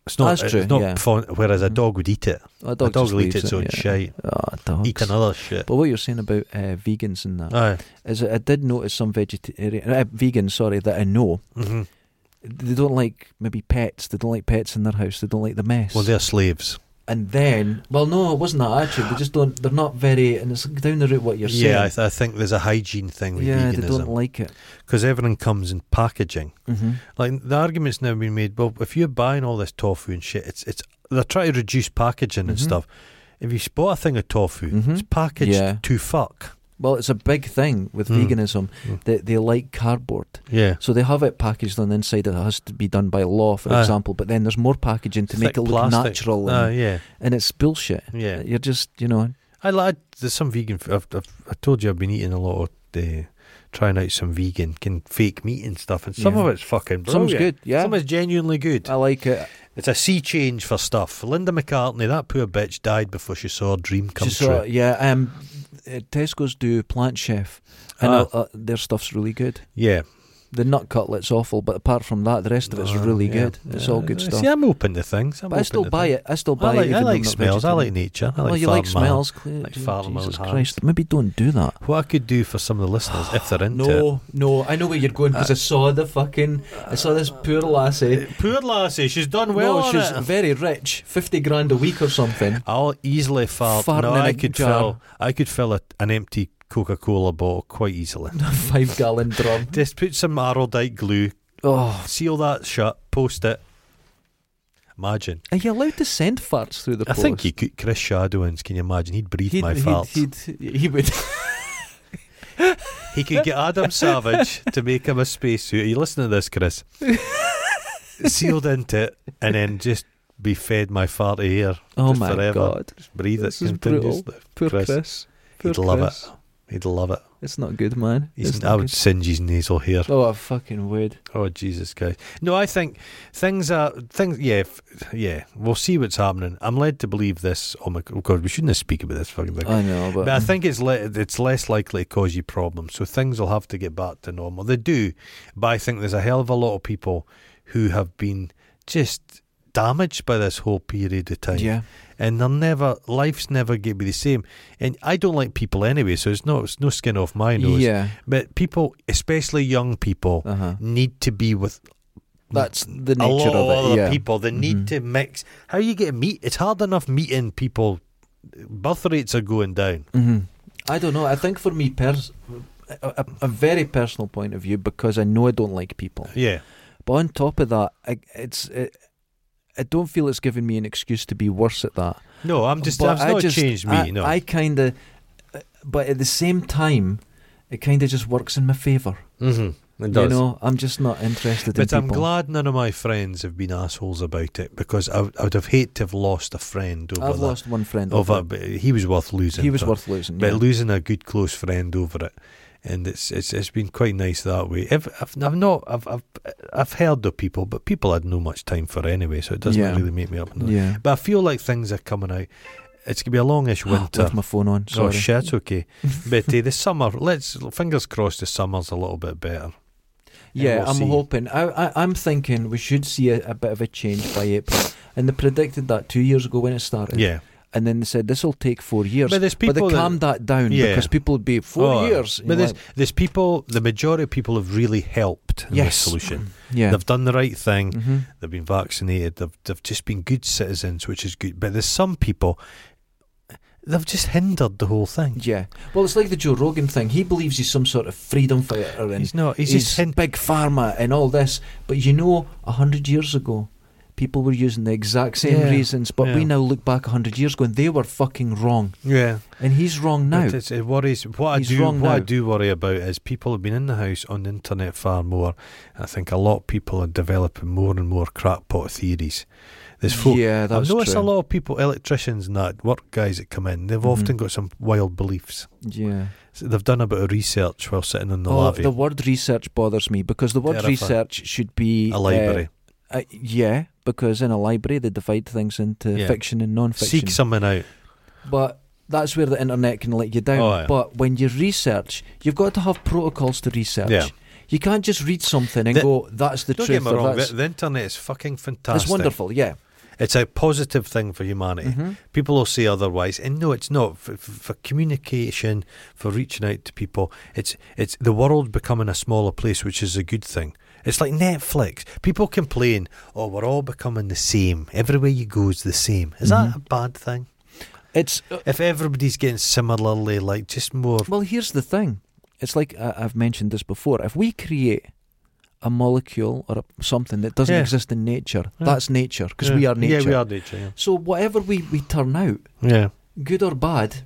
Speaker 3: It's not.
Speaker 1: That's true,
Speaker 3: It's not
Speaker 1: yeah.
Speaker 3: fun, Whereas a
Speaker 1: Mhm.
Speaker 3: dog would eat it.
Speaker 1: A
Speaker 3: a dog
Speaker 1: just
Speaker 3: will eat
Speaker 1: leaves
Speaker 3: its own
Speaker 1: yeah.
Speaker 3: shit.
Speaker 1: Ah, dogs.
Speaker 3: Eat another shit.
Speaker 1: But what you're saying about uh, vegans and that
Speaker 3: Aye.
Speaker 1: is, that I did notice some vegetarian, uh, vegans, sorry, that I know
Speaker 3: Mhm.
Speaker 1: they don't like maybe pets. They don't like pets in their house. They don't like the mess.
Speaker 3: Well, they're slaves.
Speaker 1: and then, well, no, it wasn't that actually. They just don't. They're not very, and it's down the route what you're saying.
Speaker 3: yeah, I, th- I think there's a hygiene thing with
Speaker 1: yeah, they don't
Speaker 3: veganism
Speaker 1: like it.
Speaker 3: because everything comes in packaging.
Speaker 1: hmm
Speaker 3: Like the argument's now been made. Well, if you're buying all this tofu and shit, it's it's they're trying to reduce packaging and
Speaker 1: Mhm.
Speaker 3: stuff. If you spot a thing of tofu,
Speaker 1: Mhm.
Speaker 3: it's packaged
Speaker 1: Yeah.
Speaker 3: to fuck.
Speaker 1: Well, it's a big thing with
Speaker 3: Mm.
Speaker 1: veganism
Speaker 3: Mm.
Speaker 1: that they like cardboard.
Speaker 3: Yeah,
Speaker 1: So they have it packaged on the inside. It has to be done by law, for
Speaker 3: Aye.
Speaker 1: example. But then there's more packaging to
Speaker 3: It's
Speaker 1: make
Speaker 3: like
Speaker 1: it look
Speaker 3: plastic.
Speaker 1: natural,
Speaker 3: Ah,
Speaker 1: and,
Speaker 3: yeah,
Speaker 1: and it's bullshit.
Speaker 3: yeah.
Speaker 1: You're just, you know,
Speaker 3: I like there's some vegan. f- I've, I've I told you I've been eating a lot of uh, trying out some vegan can fake meat and stuff, and some
Speaker 1: Yeah.
Speaker 3: of it's fucking brilliant.
Speaker 1: some's good. Yeah, Uh,
Speaker 3: Some is genuinely good.
Speaker 1: I like it.
Speaker 3: It's a sea change for stuff. Linda McCartney, that poor bitch, died before she saw a dream come
Speaker 1: Just
Speaker 3: true.
Speaker 1: sort of- yeah, um, uh, Tesco's do Plant Chef, and
Speaker 3: Ah.
Speaker 1: uh, uh, their stuff's really good.
Speaker 3: yeah,
Speaker 1: The nut cutlet's awful, but apart from that, the rest of it's
Speaker 3: Uh,
Speaker 1: really
Speaker 3: yeah,
Speaker 1: good. It's all
Speaker 3: yeah.
Speaker 1: good stuff.
Speaker 3: See, I'm open to things. I'm
Speaker 1: but I
Speaker 3: open
Speaker 1: still
Speaker 3: to
Speaker 1: buy
Speaker 3: things.
Speaker 1: it. I still
Speaker 3: I
Speaker 1: buy it.
Speaker 3: like,
Speaker 1: even
Speaker 3: I
Speaker 1: though I'm
Speaker 3: like
Speaker 1: not
Speaker 3: smells. I like
Speaker 1: vegetarian.
Speaker 3: nature. I like
Speaker 1: well, Oh, you
Speaker 3: farm
Speaker 1: like
Speaker 3: man.
Speaker 1: smells. clear-
Speaker 3: like farm in my own
Speaker 1: Jesus
Speaker 3: hands.
Speaker 1: Christ, maybe don't do that.
Speaker 3: What I could do for some of the listeners, if they're into it.
Speaker 1: No, no, I know where you're going because I saw the fucking, I saw this poor lassie.
Speaker 3: Poor lassie, she's done
Speaker 1: no, she's very rich, fifty grand a week or something.
Speaker 3: I'll easily fart.
Speaker 1: Farting
Speaker 3: no,
Speaker 1: in
Speaker 3: I
Speaker 1: a
Speaker 3: could
Speaker 1: jar.
Speaker 3: fill. I could fill a, an empty Coca-Cola bottle quite easily.
Speaker 1: Five gallon drum.
Speaker 3: Just put some Araldite glue,
Speaker 1: Oh,
Speaker 3: seal that shut, post it. Imagine.
Speaker 1: are you allowed to send farts through the
Speaker 3: I
Speaker 1: post?
Speaker 3: think you could. Chris Shadowins, can you imagine? He'd breathe my farts.
Speaker 1: He'd, he'd, he would.
Speaker 3: He could get Adam Savage to make him a spacesuit. Are you listening to this, Chris? Sealed into it, and then just be fed my farty air.
Speaker 1: Oh
Speaker 3: Just
Speaker 1: my
Speaker 3: forever.
Speaker 1: god,
Speaker 3: Just breathe
Speaker 1: This
Speaker 3: it
Speaker 1: is
Speaker 3: continuously.
Speaker 1: poor
Speaker 3: Chris.
Speaker 1: Chris.
Speaker 3: He'd
Speaker 1: Poor
Speaker 3: love
Speaker 1: Chris.
Speaker 3: it. He'd love it.
Speaker 1: It's not good, man.
Speaker 3: He's-
Speaker 1: It's
Speaker 3: I
Speaker 1: not
Speaker 3: would
Speaker 1: good.
Speaker 3: singe his nasal hair.
Speaker 1: Oh, I fucking would.
Speaker 3: Oh Jesus Christ! No, I think things are things. Yeah, f- yeah. We'll see what's happening. I'm led to believe this. Oh my God! We shouldn't speak about this fucking thing.
Speaker 1: I know, but,
Speaker 3: But I think it's le- it's less likely to cause you problems. So things will have to get back to normal. They do, but I think there's a hell of a lot of people who have been just damaged by this whole period of time.
Speaker 1: mm, yeah,
Speaker 3: And they'll never life's never gonna be the same. And I don't like people anyway, so it's no it's no skin off my nose.
Speaker 1: yeah,
Speaker 3: But people, especially young people,
Speaker 1: uh huh.
Speaker 3: need to be with
Speaker 1: That's the
Speaker 3: a
Speaker 1: nature
Speaker 3: lot of
Speaker 1: of it.
Speaker 3: other
Speaker 1: yeah.
Speaker 3: people. They need
Speaker 1: Mhm.
Speaker 3: to mix. How you get meat? It's hard enough meeting people. Birth rates are going down.
Speaker 1: hmm I don't know. I think for me, pers- a, a, a very personal point of view, because I know I don't like people.
Speaker 3: Yeah.
Speaker 1: But on top of that, I, it's it, I don't feel it's giving me an excuse to be worse at that.
Speaker 3: No, I'm just.
Speaker 1: But
Speaker 3: I've
Speaker 1: I
Speaker 3: not
Speaker 1: just-
Speaker 3: changed me.
Speaker 1: I,
Speaker 3: no,
Speaker 1: I kind of, but at the same time, it kind of just works in my favour.
Speaker 3: mm-hmm.
Speaker 1: You know, I'm just not interested in
Speaker 3: but
Speaker 1: people.
Speaker 3: I'm glad none of my friends have been assholes about it because I, would- I would have hated to have lost a friend over
Speaker 1: I've
Speaker 3: that.
Speaker 1: lost one friend.
Speaker 3: over,
Speaker 1: over it.
Speaker 3: but he was worth losing.
Speaker 1: he was
Speaker 3: but-
Speaker 1: worth losing.
Speaker 3: but
Speaker 1: yeah.
Speaker 3: losing a good close friend over it and it's it's it's been quite nice that way. I've I've, I've not I've, I've I've heard of people, but people had no much time for anyway, so it doesn't
Speaker 1: Yeah.
Speaker 3: really make me up. and down.
Speaker 1: Yeah.
Speaker 3: But I feel like things are coming out. It's gonna be a longish winter.
Speaker 1: Left my phone on. Sorry.
Speaker 3: Oh shit, okay. but uh, the summer, let's fingers crossed, the summer's a little bit better.
Speaker 1: Yeah,
Speaker 3: we'll
Speaker 1: I'm
Speaker 3: see.
Speaker 1: hoping. I, I, I'm thinking we should see a, a bit of a change by April. And they predicted that two years ago when it started.
Speaker 3: Yeah,
Speaker 1: And then they said this will take four years.
Speaker 3: but there's people.
Speaker 1: but they
Speaker 3: that-
Speaker 1: calmed that down
Speaker 3: Yeah.
Speaker 1: because people would be four
Speaker 3: Oh,
Speaker 1: years.
Speaker 3: But there's, there's people, the majority of people have really helped in
Speaker 1: Yes.
Speaker 3: this solution.
Speaker 1: yeah.
Speaker 3: They've done the right thing.
Speaker 1: hmm
Speaker 3: They've been vaccinated. They've, they've just been good citizens, which is good. But there's some people, they've just hindered the whole thing.
Speaker 1: Yeah. Well, it's like the Joe Rogan thing. He believes he's some sort of freedom fighter and
Speaker 3: He's not, he's, just hindered.
Speaker 1: big pharma and all this. But you know, a hundred years ago, people were using the exact same
Speaker 3: Yeah.
Speaker 1: reasons. But
Speaker 3: Yeah.
Speaker 1: we now look back a hundred years ago and they were fucking wrong.
Speaker 3: Yeah.
Speaker 1: And he's wrong now.
Speaker 3: It, it's, it worries. What
Speaker 1: He's
Speaker 3: I do,
Speaker 1: wrong
Speaker 3: what I
Speaker 1: now.
Speaker 3: do worry about is people have been in the house on the internet far more. I think a lot of people are developing more and more crackpot theories. There's folk.
Speaker 1: yeah, that's
Speaker 3: I've noticed
Speaker 1: true.
Speaker 3: a lot of people, electricians and that work guys that come in. They've
Speaker 1: Mhm.
Speaker 3: often got some wild beliefs.
Speaker 1: Yeah.
Speaker 3: So they've done a bit of research while sitting in the
Speaker 1: oh,
Speaker 3: lobby,
Speaker 1: the word research bothers me because the word
Speaker 3: Terrifying.
Speaker 1: research should be
Speaker 3: a library.
Speaker 1: Uh, uh, yeah, because in a library they divide things into
Speaker 3: Yeah.
Speaker 1: fiction and non-fiction.
Speaker 3: Seek something out.
Speaker 1: but that's where the internet can let you down.
Speaker 3: Oh, yeah.
Speaker 1: But when you research, you've got to have protocols to research.
Speaker 3: Yeah.
Speaker 1: You can't just read something and
Speaker 3: The-
Speaker 1: go, "That's the
Speaker 3: Don't
Speaker 1: truth."
Speaker 3: get me
Speaker 1: or
Speaker 3: wrong. The,
Speaker 1: that's,
Speaker 3: the internet is fucking fantastic.
Speaker 1: that's wonderful. Yeah.
Speaker 3: It's a positive thing for humanity.
Speaker 1: Mhm.
Speaker 3: People will say otherwise, and no, it's not for, for, for communication, for reaching out to people. It's it's the world becoming a smaller place, which is a good thing. It's like Netflix. People complain, "Oh, we're all becoming the same. Everywhere you go is the same." Is that
Speaker 1: Mhm.
Speaker 3: a bad thing?
Speaker 1: It's uh,
Speaker 3: If everybody's getting similarly, like just more,
Speaker 1: well. Here's the thing. It's like I I've mentioned this before. If we create a molecule or a, something that doesn't
Speaker 3: Yeah.
Speaker 1: exist in nature,
Speaker 3: Yeah.
Speaker 1: that's nature because we are nature.
Speaker 3: Yeah, we are nature. Yeah,
Speaker 1: So whatever we, we turn out,
Speaker 3: yeah.
Speaker 1: good or bad,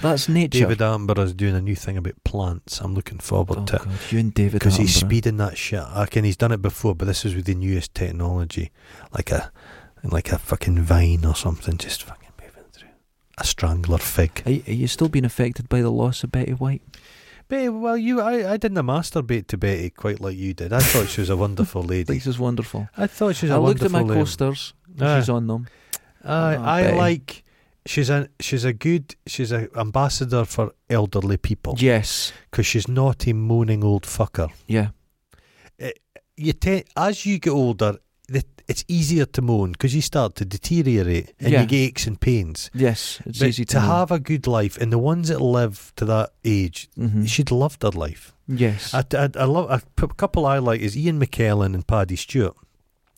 Speaker 1: that's nature.
Speaker 3: David Attenborough's doing a new thing about plants. I'm looking forward
Speaker 1: oh,
Speaker 3: to. it.
Speaker 1: God, you and David
Speaker 3: because he's
Speaker 1: Attenborough.
Speaker 3: speeding that shit. I can. He's done it before, but this is with the newest technology, like a, like a fucking vine or something, just fucking moving through. A strangler fig.
Speaker 1: Are, you- are you still being affected by the loss of Betty White?
Speaker 3: Babe, eh, well, you, I, I didn't masturbate to Betty quite like you did. I thought she was a wonderful lady.
Speaker 1: This is wonderful.
Speaker 3: I thought she was
Speaker 1: I
Speaker 3: a
Speaker 1: looked
Speaker 3: wonderful
Speaker 1: at my
Speaker 3: lady. Ah.
Speaker 1: coasters.
Speaker 3: Aye.
Speaker 1: She's on them.
Speaker 3: I,
Speaker 1: Oh,
Speaker 3: I
Speaker 1: Betty.
Speaker 3: like. She's a she's a good she's a ambassador for elderly people
Speaker 1: Yes.
Speaker 3: because she's not a moaning old fucker.
Speaker 1: Yeah.
Speaker 3: you te- as you get older, th- it's easier to moan because you start to deteriorate and
Speaker 1: Yeah.
Speaker 3: you get aches and pains.
Speaker 1: Yes. It's
Speaker 3: But
Speaker 1: easy to,
Speaker 3: to have a good life, and the ones that live to that age,
Speaker 1: hmm
Speaker 3: they should love their life.
Speaker 1: Yes.
Speaker 3: I, I, I love a p- couple I like is Ian McKellen and Paddy Stewart.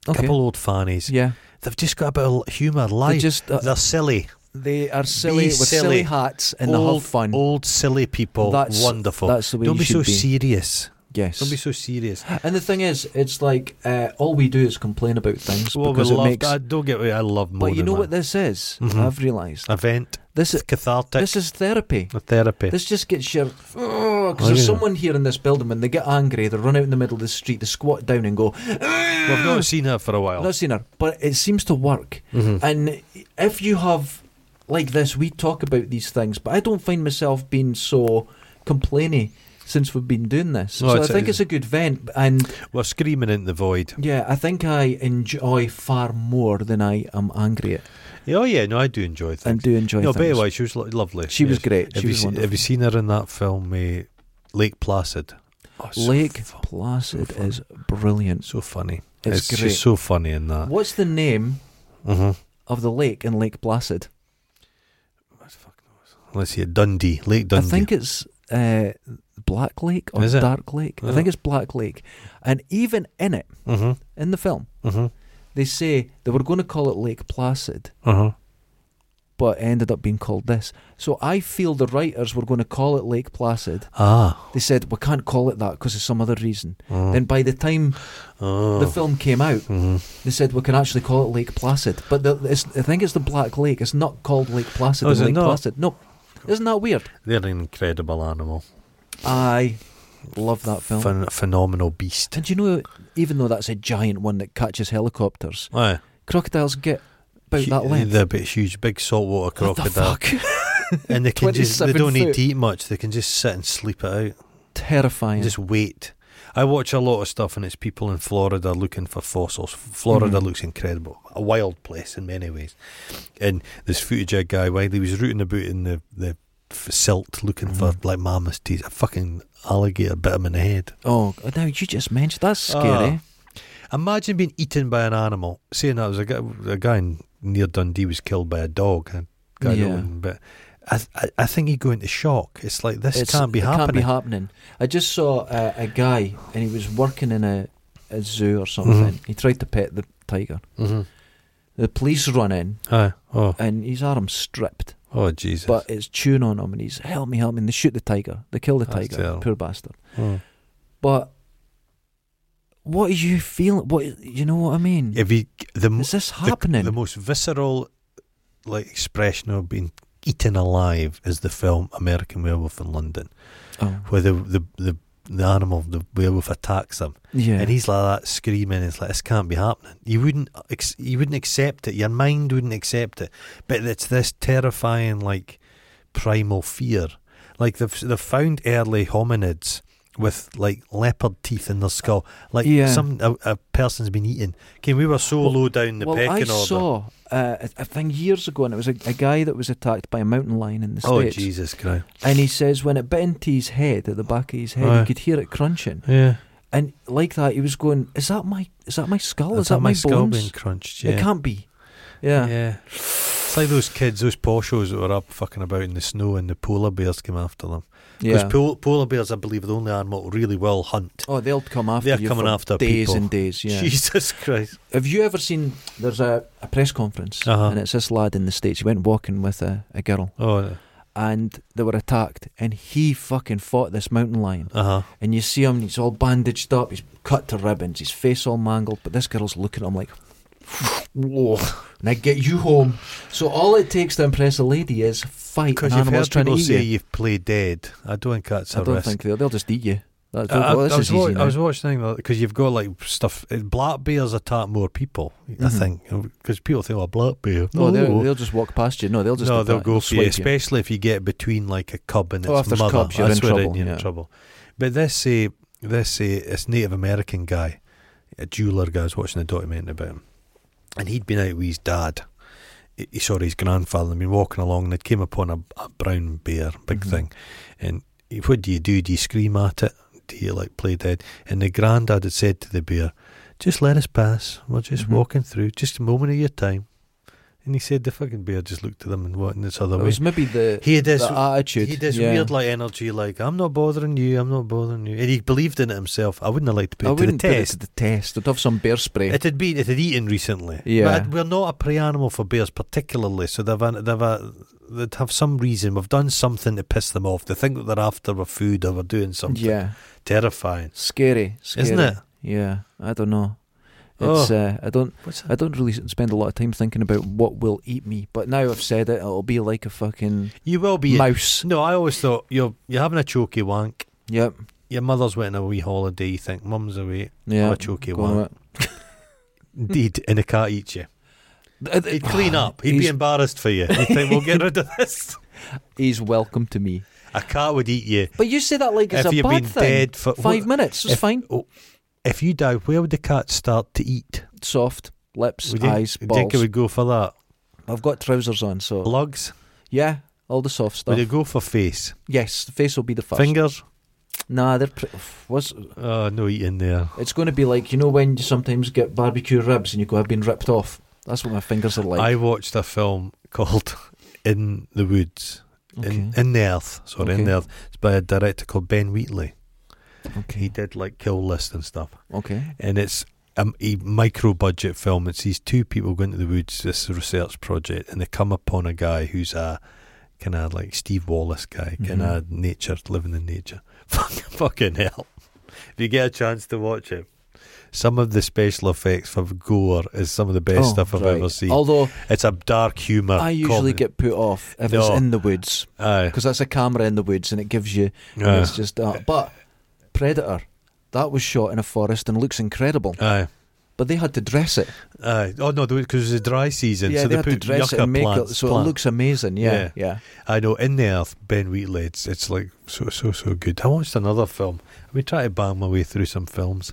Speaker 3: A
Speaker 1: okay.
Speaker 3: couple old fannies.
Speaker 1: Yeah.
Speaker 3: They've just got a bit of humour,
Speaker 1: They
Speaker 3: life.
Speaker 1: just uh,
Speaker 3: They're silly,
Speaker 1: they are silly with silly,
Speaker 3: silly.
Speaker 1: hats and they
Speaker 3: old,
Speaker 1: have fun.
Speaker 3: old silly people.
Speaker 1: That's-
Speaker 3: Wonderful.
Speaker 1: That's the way
Speaker 3: Don't
Speaker 1: you
Speaker 3: be so
Speaker 1: should be.
Speaker 3: serious.
Speaker 1: yes.
Speaker 3: Don't be so serious.
Speaker 1: and the thing is, it's like uh, all we do is complain about things
Speaker 3: Well, we
Speaker 1: because it
Speaker 3: love,
Speaker 1: makes.
Speaker 3: I don't get me. I love moaning.
Speaker 1: But you know
Speaker 3: man.
Speaker 1: what this is?
Speaker 3: Mhm.
Speaker 1: I've realised
Speaker 3: event
Speaker 1: this is
Speaker 3: cathartic.
Speaker 1: this is therapy.
Speaker 3: A therapy.
Speaker 1: This just gets your because
Speaker 3: Oh,
Speaker 1: there's
Speaker 3: yeah.
Speaker 1: someone here in this building when they get angry, they run out in the middle of the street, they squat down and go. "Ah!"
Speaker 3: We've not seen her for a while.
Speaker 1: Not seen her, but it seems to work.
Speaker 3: Mhm.
Speaker 1: And if you have like this, we talk about these things, but I don't find myself being so complainy since we've been doing this.
Speaker 3: No,
Speaker 1: so I
Speaker 3: it's-
Speaker 1: think it's a good vent, and
Speaker 3: We're screaming in the void.
Speaker 1: yeah, I think I enjoy far more than I am angry at,
Speaker 3: Oh yeah, no, I do enjoy things.
Speaker 1: and do enjoy.
Speaker 3: no, by
Speaker 1: things.
Speaker 3: the way, she was lo- lovely.
Speaker 1: she was
Speaker 3: Yes.
Speaker 1: great.
Speaker 3: Have
Speaker 1: She
Speaker 3: you,
Speaker 1: was
Speaker 3: seen,
Speaker 1: wonderful.
Speaker 3: have you seen her in that film, eh, Lake Placid? Oh, so
Speaker 1: Lake
Speaker 3: fu-
Speaker 1: Placid
Speaker 3: fun.
Speaker 1: is brilliant.
Speaker 3: so funny.
Speaker 1: It's, great.
Speaker 3: She's so funny in that.
Speaker 1: What's the name
Speaker 3: hmm
Speaker 1: of the lake in Lake Placid?
Speaker 3: Let's see, Dundee, Lake Dundee.
Speaker 1: I think it's uh, Black Lake or
Speaker 3: Is it?
Speaker 1: Dark Lake. I
Speaker 3: Oh.
Speaker 1: think it's Black Lake. And even in it,
Speaker 3: hmm
Speaker 1: in the film,
Speaker 3: hmm
Speaker 1: they say they were going to call it Lake Placid,
Speaker 3: Uh-huh.
Speaker 1: but it ended up being called this. So I feel the writers were going to call it Lake Placid.
Speaker 3: Ah.
Speaker 1: They said, we can't call it that because of some other reason.
Speaker 3: Mm.
Speaker 1: And by the time
Speaker 3: oh.
Speaker 1: the film came out,
Speaker 3: Mhm.
Speaker 1: they said, we can actually call it Lake Placid. But the, it's, I think it's the Black Lake. It's not called Lake Placid.
Speaker 3: Oh,
Speaker 1: in
Speaker 3: is it
Speaker 1: Lake
Speaker 3: not?
Speaker 1: Placid. No. Isn't that weird?
Speaker 3: They're an incredible animal.
Speaker 1: I love that film.
Speaker 3: Phen- phenomenal beast.
Speaker 1: And you know, even though that's a giant one that catches helicopters,
Speaker 3: Aye.
Speaker 1: crocodiles get about
Speaker 3: Hu-
Speaker 1: that length.
Speaker 3: They're a bit huge, big saltwater
Speaker 1: what the
Speaker 3: crocodile.
Speaker 1: fuck?
Speaker 3: and they can just they
Speaker 1: 27
Speaker 3: don't need
Speaker 1: foot.
Speaker 3: to eat much. They can just sit and sleep it out.
Speaker 1: terrifying.
Speaker 3: Just wait. I watch a lot of stuff, and it's people in Florida looking for fossils. Florida
Speaker 1: Mhm.
Speaker 3: looks incredible, a wild place in many ways. And there's footage of a guy while he was rooting about in the the f- silt looking
Speaker 1: Mhm.
Speaker 3: for like mammoth teeth. A fucking alligator bit him in the head.
Speaker 1: oh, God, now you just mentioned that's
Speaker 3: Ah,
Speaker 1: scary.
Speaker 3: Imagine being eaten by an animal. Saying that was a guy, a guy in, near Dundee was killed by a dog. A guy
Speaker 1: Yeah.
Speaker 3: known, but I, th- I I think he'd go into shock. It's like this
Speaker 1: It's-
Speaker 3: can't be
Speaker 1: it
Speaker 3: happening.
Speaker 1: Can't be happening. I just saw a, a guy and he was working in a, a zoo or something. He tried to pet the tiger.
Speaker 3: mm-hmm.
Speaker 1: The police run in
Speaker 3: Aye. Oh,
Speaker 1: and his arm's stripped,
Speaker 3: oh Jesus!
Speaker 1: but it's chewing on him and he's help me, help me. And they shoot the tiger. They kill the
Speaker 3: That's
Speaker 1: tiger.
Speaker 3: terrible.
Speaker 1: Poor bastard.
Speaker 3: Mm.
Speaker 1: But what are you feeling? What you know what I mean?
Speaker 3: If he, the m-
Speaker 1: Is this
Speaker 3: the-
Speaker 1: happening?
Speaker 3: The, most visceral, like expression of being eaten alive is the film American Werewolf in London,
Speaker 1: oh,
Speaker 3: where the the the, the animal, the werewolf, attacks them,
Speaker 1: yeah.
Speaker 3: and he's like that screaming. It's like this can't be happening. You wouldn't ex- you wouldn't accept it. Your mind wouldn't accept it. But it's this terrifying, like primal fear. Like they've they've found early hominids. With like leopard teeth in their skull, like
Speaker 1: Yeah.
Speaker 3: some a, a person's been eaten. Okay, we were so
Speaker 1: Well-
Speaker 3: low down the
Speaker 1: well,
Speaker 3: pecking
Speaker 1: I
Speaker 3: order.
Speaker 1: saw uh, a- a thing years ago, and it was a, a guy that was attacked by a mountain lion in the
Speaker 3: Oh
Speaker 1: states.
Speaker 3: Jesus Christ!
Speaker 1: And he says when it bit into his head, at the back of his head,
Speaker 3: Aye.
Speaker 1: he could hear it crunching,
Speaker 3: Yeah,
Speaker 1: and like that, he was going, "Is that my? Is that my skull?
Speaker 3: That's
Speaker 1: is that,
Speaker 3: how
Speaker 1: my,
Speaker 3: skull being
Speaker 1: bones?
Speaker 3: crunched?
Speaker 1: It
Speaker 3: Yeah,
Speaker 1: can't be." Yeah.
Speaker 3: It's like those kids, those poshos that were up fucking about in the snow, and the polar bears came after them. Because
Speaker 1: Yeah.
Speaker 3: pol- polar bears, I believe, are the only animal that really will hunt.
Speaker 1: Oh, they'll come after
Speaker 3: They're
Speaker 1: you
Speaker 3: coming
Speaker 1: for
Speaker 3: after
Speaker 1: days
Speaker 3: people.
Speaker 1: and days. Yeah.
Speaker 3: Jesus Christ!
Speaker 1: Have you ever seen? There's a, a press conference,
Speaker 3: Uh-huh.
Speaker 1: and it's this lad in the states. He went walking with a, a girl,
Speaker 3: Oh,
Speaker 1: and they were attacked, and he fucking fought this mountain lion.
Speaker 3: uh huh.
Speaker 1: And you see him, and he's all bandaged up, he's cut to ribbons, his face all mangled, but this girl's looking at him like, whoa, now get you home. So all it takes to impress a lady is fight an
Speaker 3: Because you've
Speaker 1: animal
Speaker 3: heard
Speaker 1: trying to
Speaker 3: people
Speaker 1: eat
Speaker 3: say
Speaker 1: you.
Speaker 3: you've played dead. I don't think that's a
Speaker 1: I don't
Speaker 3: risk.
Speaker 1: think they'll, they'll just eat you. That's,
Speaker 3: Uh, I, I-
Speaker 1: well, this
Speaker 3: I was
Speaker 1: is easy
Speaker 3: wa-
Speaker 1: now.
Speaker 3: I was watching because you've got like stuff. eh, Black bears attack more people, I
Speaker 1: Mhm.
Speaker 3: think, because people think, "Oh, black bear."
Speaker 1: no,
Speaker 3: no.
Speaker 1: they'll, they'll just walk past you. No, they'll just
Speaker 3: no,
Speaker 1: attack,
Speaker 3: they'll go for
Speaker 1: swipe
Speaker 3: you,
Speaker 1: you.
Speaker 3: especially if you get between like a cub and its
Speaker 1: Oh, if there's
Speaker 3: mother.
Speaker 1: cubs, you're
Speaker 3: that's
Speaker 1: in
Speaker 3: where
Speaker 1: trouble,
Speaker 3: you're
Speaker 1: yeah.
Speaker 3: in trouble. But this say this say this Native American guy, a jeweler guy, I was watching a documentary about him, and he'd been out with his dad. He he saw his grandfather and been walking along, and they came upon a, a brown bear, big
Speaker 1: Mhm.
Speaker 3: thing. And he- what do you do? Do you scream at it? Do you like play dead? And the granddad had said to the bear, "Just let us pass. We're just
Speaker 1: Mhm.
Speaker 3: walking through. Just a moment of your time." And he said the fucking bear just looked at them and went in this other
Speaker 1: It
Speaker 3: way.
Speaker 1: was maybe the,
Speaker 3: He had this,
Speaker 1: the attitude.
Speaker 3: he had this
Speaker 1: yeah.
Speaker 3: weird like energy, like I'm not bothering you, I'm not bothering you, and he believed in it himself. I wouldn't have liked to put
Speaker 1: I
Speaker 3: it to the
Speaker 1: wouldn't Oh, put it
Speaker 3: test.
Speaker 1: to the test. I'd have some bear spray.
Speaker 3: It had been, it had eaten recently.
Speaker 1: Yeah.
Speaker 3: but it- we're not a prey animal for bears particularly, so they've an- they've a, they'd have some reason. We've done something to piss them off. They think that they're after our food or we're doing something
Speaker 1: yeah.
Speaker 3: terrifying,
Speaker 1: Scary, scary.
Speaker 3: isn't it?
Speaker 1: Yeah, I don't know. It's
Speaker 3: Oh.
Speaker 1: uh, I don't
Speaker 3: What's that?
Speaker 1: I don't really spend a lot of time thinking about what will eat me, but now I've said it, it'll be like a fucking
Speaker 3: You will be.
Speaker 1: mouse.
Speaker 3: no, I always thought you're you're having a choky wank.
Speaker 1: Yep.
Speaker 3: Your mother's went on a wee holiday. You think mum's away.
Speaker 1: Yeah.
Speaker 3: Oh, choky
Speaker 1: Go on
Speaker 3: one.
Speaker 1: with
Speaker 3: Indeed, and the cat eats you.
Speaker 1: it.
Speaker 3: He'd clean up. He'd be
Speaker 1: Ah, He's-
Speaker 3: embarrassed for you. He'd think, we'll get rid of this.
Speaker 1: He's welcome to me.
Speaker 3: A cat would eat you
Speaker 1: But you say that like it's
Speaker 3: if
Speaker 1: a
Speaker 3: you've
Speaker 1: bad
Speaker 3: been
Speaker 1: thing.
Speaker 3: dead for
Speaker 1: Five
Speaker 3: what-
Speaker 1: minutes is fine.
Speaker 3: If you die, where would the cat start to eat?
Speaker 1: Soft lips,
Speaker 3: Would you
Speaker 1: eyes,
Speaker 3: you
Speaker 1: balls.
Speaker 3: think it would go for that?
Speaker 1: I've got trousers on, so
Speaker 3: Lugs?
Speaker 1: yeah, all the soft stuff.
Speaker 3: Would it go for face?
Speaker 1: Yes, the face will be the first.
Speaker 3: Fingers?
Speaker 1: Nah, they're pre- what's
Speaker 3: Oh, no eating there.
Speaker 1: It's going to be like you know when you sometimes get barbecue ribs and you go, "I've been ripped off." That's what my fingers are like.
Speaker 3: I watched a film called In the Woods. In,
Speaker 1: Okay.
Speaker 3: in the Earth. Sorry,
Speaker 1: Okay.
Speaker 3: In the Earth. It's by a director called Ben Wheatley. He
Speaker 1: okay,
Speaker 3: did like Kill List and stuff.
Speaker 1: okay,
Speaker 3: and it's um, a micro budget film. It's these two people go into the woods, this research project, and they come upon a guy who's a kind of like Steve Wallace guy,
Speaker 1: Mm-hmm.
Speaker 3: kind of nature, living in nature. Fucking fucking hell. If you get a chance to watch it, some of the special effects for gore is some of the best
Speaker 1: Oh,
Speaker 3: stuff I've
Speaker 1: right.
Speaker 3: ever seen.
Speaker 1: Although
Speaker 3: it's a dark humour.
Speaker 1: I usually
Speaker 3: comedy.
Speaker 1: get put off if
Speaker 3: No.
Speaker 1: it's in the woods
Speaker 3: Aye.
Speaker 1: because that's a camera in the woods and it gives you. and
Speaker 3: Aye.
Speaker 1: It's just uh, but Predator that was shot in a forest and looks incredible,
Speaker 3: Aye.
Speaker 1: but they had to dress it.
Speaker 3: Aye. oh no, because it's a dry season,
Speaker 1: yeah, they,
Speaker 3: so they,
Speaker 1: had to
Speaker 3: put
Speaker 1: dress it
Speaker 3: yucca
Speaker 1: and make
Speaker 3: plants.
Speaker 1: it so
Speaker 3: plant.
Speaker 1: it looks amazing. Yeah, yeah.
Speaker 3: Yeah.
Speaker 1: yeah.
Speaker 3: I know in the earth, Ben Wheatley. It's, it's like so so so good. I watched another film. I've been trying to bang my way through some films.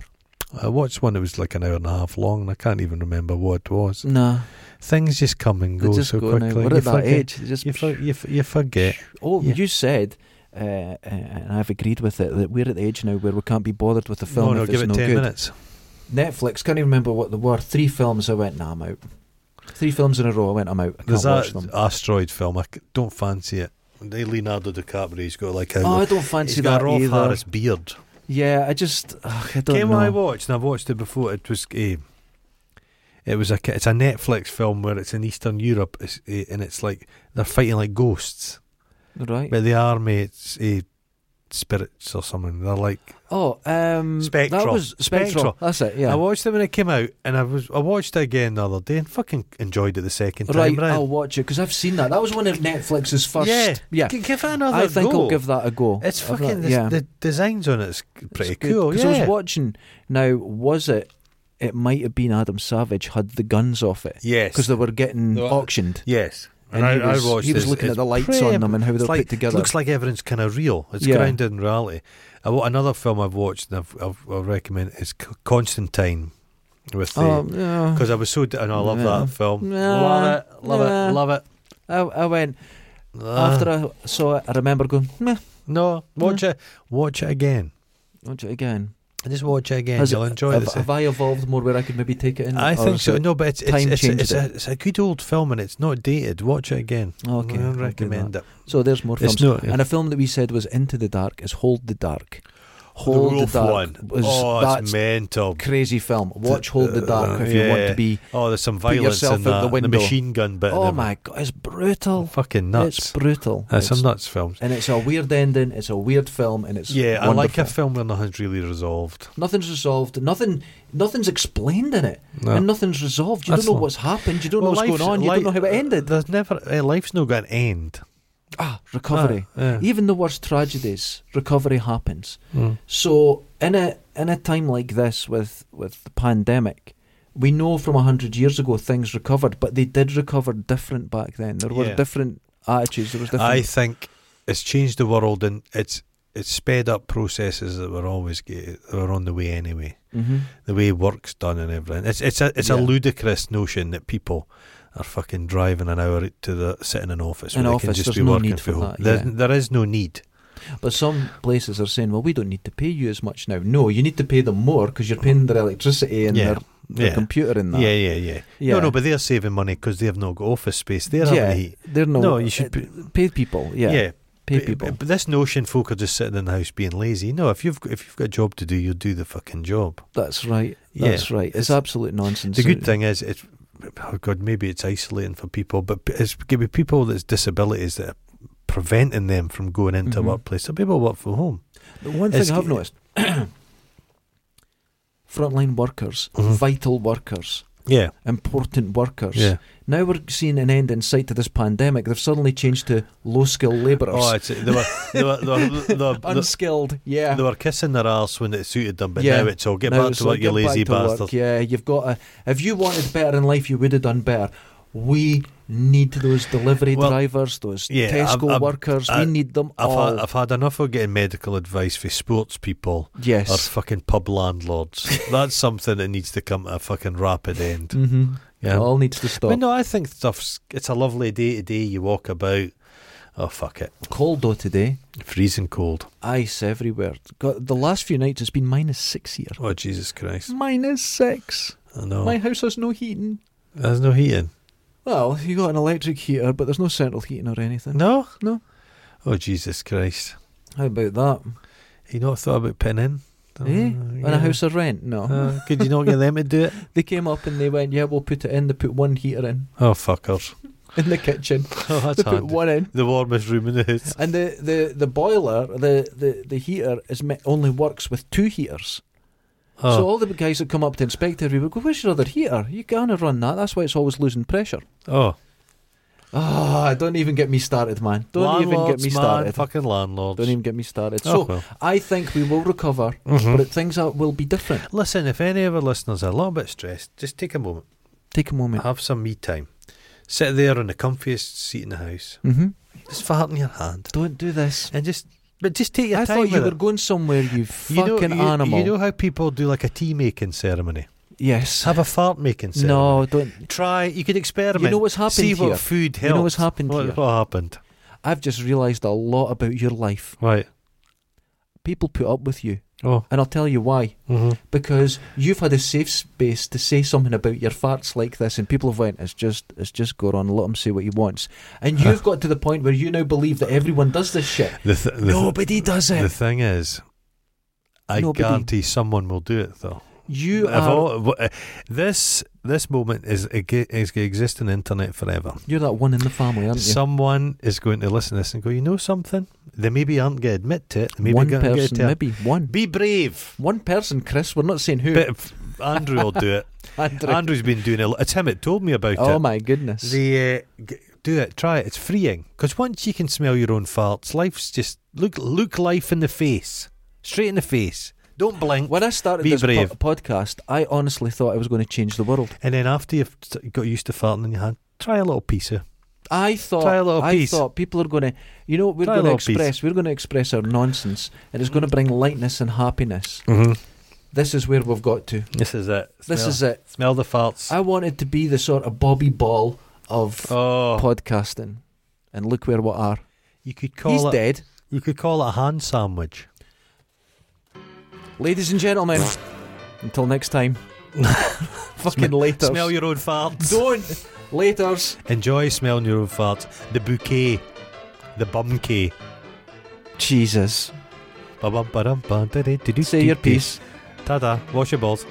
Speaker 3: I watched one that was like an hour and a half long, and I can't even remember what it was.
Speaker 1: Nah,
Speaker 3: Things just come and
Speaker 1: they
Speaker 3: go
Speaker 1: just
Speaker 3: so
Speaker 1: go
Speaker 3: quickly.
Speaker 1: now. We're
Speaker 3: you
Speaker 1: at that
Speaker 3: forget,
Speaker 1: age. they Just
Speaker 3: You, for, you, f- you forget.
Speaker 1: Oh,
Speaker 3: Yeah.
Speaker 1: you said, uh, uh, and I've agreed with it, that we're at the age now where we can't be bothered with the film
Speaker 3: no, no,
Speaker 1: if it's
Speaker 3: give it
Speaker 1: no
Speaker 3: ten
Speaker 1: good.
Speaker 3: minutes.
Speaker 1: Netflix, can't even remember what they were. Three films I went, nah, I'm out. Three films in a row, I went, I'm out. I can't
Speaker 3: There's
Speaker 1: watch
Speaker 3: that
Speaker 1: them.
Speaker 3: asteroid film. I c- don't fancy it. They Leonardo DiCaprio's got like a.
Speaker 1: Oh, I don't
Speaker 3: he's
Speaker 1: fancy
Speaker 3: got
Speaker 1: that
Speaker 3: a Rolf
Speaker 1: either.
Speaker 3: Harris beard.
Speaker 1: Yeah, I just, ugh, I don't
Speaker 3: Game
Speaker 1: know.
Speaker 3: I watched, and I've watched it before. It was eh, it was a ki- it's a Netflix film where it's in Eastern Europe, it's, eh, and it's like they're fighting like ghosts,
Speaker 1: right.
Speaker 3: but they are mates, eh, spirits or something. They're like
Speaker 1: Oh, um, that
Speaker 3: Spectral.
Speaker 1: was Spectral.
Speaker 3: Spectral.
Speaker 1: That's it. Yeah.
Speaker 3: I watched it when it came out, and I was I watched it again the other day and fucking enjoyed it the second
Speaker 1: right, oh,
Speaker 3: time. Right,
Speaker 1: I'll watch it because I've seen that. That was one of Netflix's first.
Speaker 3: yeah,
Speaker 1: yeah.
Speaker 3: G- give it another
Speaker 1: I think
Speaker 3: go.
Speaker 1: I'll give that a go.
Speaker 3: it's
Speaker 1: I've
Speaker 3: fucking
Speaker 1: not-
Speaker 3: the, the designs on it's pretty cool.
Speaker 1: Because
Speaker 3: Yeah,
Speaker 1: I was watching. Now, was it? It might have been Adam Savage had the guns off it
Speaker 3: yes,
Speaker 1: because they were getting
Speaker 3: No, I-
Speaker 1: auctioned.
Speaker 3: yes.
Speaker 1: And he was, he was
Speaker 3: this.
Speaker 1: looking at
Speaker 3: It's
Speaker 1: the lights
Speaker 3: pretty
Speaker 1: on them and how they're
Speaker 3: It's like-
Speaker 1: put together.
Speaker 3: It looks like everything's kind of real. It's
Speaker 1: Yeah.
Speaker 3: grounded in reality. I wa- another film I've watched and I've, I've, I'll recommend is C- Constantine with the
Speaker 1: Um, yeah.
Speaker 3: because I was so d- and I love
Speaker 1: Yeah.
Speaker 3: that film.
Speaker 1: Yeah.
Speaker 3: Love it, love
Speaker 1: Yeah.
Speaker 3: it, love it.
Speaker 1: I, I went
Speaker 3: Ah,
Speaker 1: after I saw it. I remember going, Meh,
Speaker 3: no, watch it, watch it again.
Speaker 1: watch it again.
Speaker 3: Just watch it again.
Speaker 1: Has it-
Speaker 3: You'll enjoy
Speaker 1: have,
Speaker 3: this.
Speaker 1: have I evolved more where I could maybe take it in?
Speaker 3: I
Speaker 1: or
Speaker 3: think
Speaker 1: is
Speaker 3: so.
Speaker 1: it-
Speaker 3: No, but it's it's,
Speaker 1: time
Speaker 3: it's, a-
Speaker 1: changed
Speaker 3: it's, a, it's a good old film and it's not dated. Watch it again.
Speaker 1: Okay, I'll
Speaker 3: I
Speaker 1: do
Speaker 3: recommend it.
Speaker 1: So there's more films.
Speaker 3: It's not.
Speaker 1: And a film that we said was Into the Dark is Hold the Dark. Hold
Speaker 3: the Wolf
Speaker 1: Dark
Speaker 3: one.
Speaker 1: was
Speaker 3: oh,
Speaker 1: that's
Speaker 3: it's mental.
Speaker 1: crazy film. Watch Hold the Dark if you want
Speaker 3: Yeah.
Speaker 1: to be.
Speaker 3: Oh, there's some violence
Speaker 1: yourself
Speaker 3: in
Speaker 1: out
Speaker 3: that.
Speaker 1: the
Speaker 3: The,
Speaker 1: window.
Speaker 3: machine gun bit. in
Speaker 1: Oh
Speaker 3: there.
Speaker 1: my god, it's brutal.
Speaker 3: Fucking
Speaker 1: It's
Speaker 3: nuts.
Speaker 1: brutal.
Speaker 3: That's
Speaker 1: It's-
Speaker 3: some nuts films.
Speaker 1: and it's a weird ending. It's a weird film, and it's
Speaker 3: Yeah, I like
Speaker 1: wonderful.
Speaker 3: a film where nothing's really resolved.
Speaker 1: Nothing's resolved. Nothing. Nothing's explained in it,
Speaker 3: No.
Speaker 1: and nothing's resolved. You
Speaker 3: That's
Speaker 1: don't know
Speaker 3: not-
Speaker 1: what's happened. You don't know what's
Speaker 3: life's-
Speaker 1: going on. You
Speaker 3: li-
Speaker 1: don't know how it ended.
Speaker 3: There's never eh, life's no got an end.
Speaker 1: Ah, recovery.
Speaker 3: Ah, yeah.
Speaker 1: Even the worst tragedies, recovery happens.
Speaker 3: Mm.
Speaker 1: So in a in a time like this with with the pandemic, we know from hundred years ago things recovered, but they did recover different back then. There were
Speaker 3: Yeah.
Speaker 1: different attitudes. There was different.
Speaker 3: I think it's changed the world and it's it's sped up processes that were always ge- that were on the way anyway.
Speaker 1: Mhm.
Speaker 3: The way work's done and everything. It's it's a it's
Speaker 1: Yeah.
Speaker 3: a ludicrous notion that people are fucking driving an hour to the sit in an office
Speaker 1: An
Speaker 3: where they can
Speaker 1: office,
Speaker 3: just
Speaker 1: there's
Speaker 3: be
Speaker 1: no
Speaker 3: working
Speaker 1: need for
Speaker 3: from home.
Speaker 1: that,
Speaker 3: There-
Speaker 1: yeah.
Speaker 3: there is no need.
Speaker 1: But some places are saying, well, we don't need to pay you as much now. No, you need to pay them more because you're paying their electricity and
Speaker 3: Yeah.
Speaker 1: their, their
Speaker 3: Yeah.
Speaker 1: computer and that.
Speaker 3: Yeah, yeah, yeah.
Speaker 1: Yeah.
Speaker 3: No, no, but they're saving money because they have no office space. They're
Speaker 1: Yeah,
Speaker 3: having heat.
Speaker 1: They're no,
Speaker 3: No, you should
Speaker 1: uh,
Speaker 3: be-
Speaker 1: pay people. Yeah,
Speaker 3: yeah.
Speaker 1: pay
Speaker 3: but,
Speaker 1: people.
Speaker 3: But, but this notion folk are just sitting in the house being lazy. No, if you've got, if you've got a job to do, you'll do the fucking job.
Speaker 1: That's right.
Speaker 3: Yeah,
Speaker 1: That's right. It's,
Speaker 3: it's-
Speaker 1: absolute nonsense.
Speaker 3: The good thing is, it's oh god, maybe it's isolating for people, but p- it's going to be people that's disabilities that are preventing them from going into
Speaker 1: Mhm.
Speaker 3: a workplace. So people work from home.
Speaker 1: The one thing
Speaker 3: It's-
Speaker 1: I've noticed: frontline workers,
Speaker 3: Mhm.
Speaker 1: vital workers,
Speaker 3: Yeah,
Speaker 1: important workers.
Speaker 3: yeah.
Speaker 1: Now we're seeing an end in sight to this pandemic. They've suddenly changed to low-skill labourers,
Speaker 3: Oh, it's, they were they were they were, they were, they were,
Speaker 1: unskilled. Yeah,
Speaker 3: they were kissing their arse when it suited them, but
Speaker 1: Yeah.
Speaker 3: now it's all get
Speaker 1: Now
Speaker 3: back
Speaker 1: it's
Speaker 3: to work,
Speaker 1: like,
Speaker 3: you
Speaker 1: get
Speaker 3: lazy
Speaker 1: back to work.
Speaker 3: bastards.
Speaker 1: Yeah, you've got to. If you wanted better in life, you would have done better. We need those delivery
Speaker 3: Well,
Speaker 1: drivers, those
Speaker 3: yeah, I've-
Speaker 1: Tesco
Speaker 3: I've-
Speaker 1: workers.
Speaker 3: I-
Speaker 1: we need them
Speaker 3: I've
Speaker 1: all.
Speaker 3: had, I've had enough of getting medical advice for sports people or
Speaker 1: yes.
Speaker 3: fucking pub landlords. That's something that needs to come to a fucking rapid end.
Speaker 1: Mm-hmm.
Speaker 3: Yeah.
Speaker 1: All needs to stop.
Speaker 3: But no, I think stuff's. It's a lovely day today. You walk about. Oh fuck it,
Speaker 1: Cold though today.
Speaker 3: freezing cold.
Speaker 1: Ice everywhere. Got, the last few nights it's been minus six here.
Speaker 3: Oh Jesus Christ!
Speaker 1: Minus six.
Speaker 3: I know.
Speaker 1: My house has no heating.
Speaker 3: There's no heating.
Speaker 1: Well, you got an electric heater, but there's no central heating or anything.
Speaker 3: No,
Speaker 1: No.
Speaker 3: Oh Jesus Christ!
Speaker 1: How about that?
Speaker 3: You not thought about pinning?
Speaker 1: eh?
Speaker 3: Uh,
Speaker 1: And
Speaker 3: yeah.
Speaker 1: a house of rent? No.
Speaker 3: Uh, could you not get them to do it?
Speaker 1: They came up and they went, yeah, we'll put it in. They put one heater in
Speaker 3: Oh fuckers!
Speaker 1: in the kitchen.
Speaker 3: Oh,
Speaker 1: they
Speaker 3: that's
Speaker 1: put
Speaker 3: handy.
Speaker 1: one in,
Speaker 3: The warmest room in the house.
Speaker 1: and the the the boiler, the the the heater is me- only works with two heaters.
Speaker 3: Oh.
Speaker 1: So all the guys that come up to inspect every week go, "Where's your other heater? You can't run that. That's why it's always losing pressure."
Speaker 3: oh.
Speaker 1: Ah, don't even get me started, man. Don't even get
Speaker 3: Landlords,
Speaker 1: me
Speaker 3: man,
Speaker 1: started.
Speaker 3: Fucking landlords.
Speaker 1: Don't even get me started.
Speaker 3: Oh,
Speaker 1: So
Speaker 3: well.
Speaker 1: I think we will recover,
Speaker 3: Mhm.
Speaker 1: but it, things are, will be different.
Speaker 3: Listen, if any of our listeners are a little bit stressed, just take a moment,
Speaker 1: Take a moment.
Speaker 3: have some me time, sit there on the comfiest seat in the house,
Speaker 1: hmm
Speaker 3: just fart in your hand,
Speaker 1: Don't do this.
Speaker 3: and just but just take your
Speaker 1: I
Speaker 3: time.
Speaker 1: thought you
Speaker 3: with
Speaker 1: were
Speaker 3: it.
Speaker 1: going somewhere. You
Speaker 3: you know,
Speaker 1: fucking
Speaker 3: you-
Speaker 1: animal.
Speaker 3: You know how people do like a tea making ceremony.
Speaker 1: yes.
Speaker 3: Have a fart making
Speaker 1: No,
Speaker 3: ceremony.
Speaker 1: don't.
Speaker 3: try. You could experiment.
Speaker 1: You know what's happened
Speaker 3: See
Speaker 1: here?
Speaker 3: what food
Speaker 1: You
Speaker 3: helps.
Speaker 1: know what's happened
Speaker 3: what,
Speaker 1: here?
Speaker 3: What happened?
Speaker 1: I've just realised a lot about your life.
Speaker 3: Right.
Speaker 1: People put up with you,
Speaker 3: Oh.
Speaker 1: and I'll tell you why.
Speaker 3: Mm-hmm.
Speaker 1: Because you've had a safe space to say something about your farts like this, and people have went, "It's just, it's just go on, let him say what he wants." And you've got to the point where you now believe that everyone does this shit.
Speaker 3: The, th- the, th-
Speaker 1: Nobody does
Speaker 3: the
Speaker 1: it.
Speaker 3: thing is, I
Speaker 1: Nobody-
Speaker 3: guarantee someone will do it though.
Speaker 1: You
Speaker 3: If
Speaker 1: are.
Speaker 3: all- w- uh, this this moment is a ge- is going to exist on the internet forever.
Speaker 1: you're that one in the family, aren't you?
Speaker 3: Someone is going to listen to this and go, you know something? They maybe aren't going to admit to it. They maybe
Speaker 1: one
Speaker 3: aren't going to
Speaker 1: person,
Speaker 3: tell.
Speaker 1: maybe one.
Speaker 3: Be brave.
Speaker 1: One person, Chris. We're not saying who.
Speaker 3: But if Andrew will do it.
Speaker 1: Andrew.
Speaker 3: Andrew's been doing it. It's him that told me about it.
Speaker 1: oh my goodness.
Speaker 3: The uh, g- do it, try it. It's freeing because once you can smell your own farts, life's just look look life in the face, straight in the face. Don't blink.
Speaker 1: when I started
Speaker 3: Be
Speaker 1: this po-
Speaker 3: brave.
Speaker 1: podcast, I honestly thought I was going to change the world.
Speaker 3: And then after you've t- got used to farting in your hand, try a little piece of.
Speaker 1: I thought
Speaker 3: Try a little
Speaker 1: I
Speaker 3: piece.
Speaker 1: thought people are going to, you know, what we're
Speaker 3: Try a
Speaker 1: going to
Speaker 3: little piece.
Speaker 1: express. We're going to express our nonsense, and it's going to bring lightness and happiness.
Speaker 3: Mm-hmm.
Speaker 1: This is where we've got to.
Speaker 3: This is it.
Speaker 1: This
Speaker 3: Smell-
Speaker 1: is it.
Speaker 3: smell the farts.
Speaker 1: I wanted to be the sort of Bobby Ball of
Speaker 3: oh,
Speaker 1: podcasting, and look where we are.
Speaker 3: you could
Speaker 1: He's
Speaker 3: call it.
Speaker 1: dead,
Speaker 3: You could call it a hand sandwich.
Speaker 1: ladies and gentlemen. Until next time. Fucking later.
Speaker 3: Smell your own farts.
Speaker 1: Don't. Laters.
Speaker 3: Enjoy smelling your own farts. The bouquet, the bumkey.
Speaker 1: Jesus.
Speaker 3: Ba-bum-ba-dum-bum, da-dee-dee-doo-doo-doo.
Speaker 1: Say your piece.
Speaker 3: Ta-da. Wash your balls.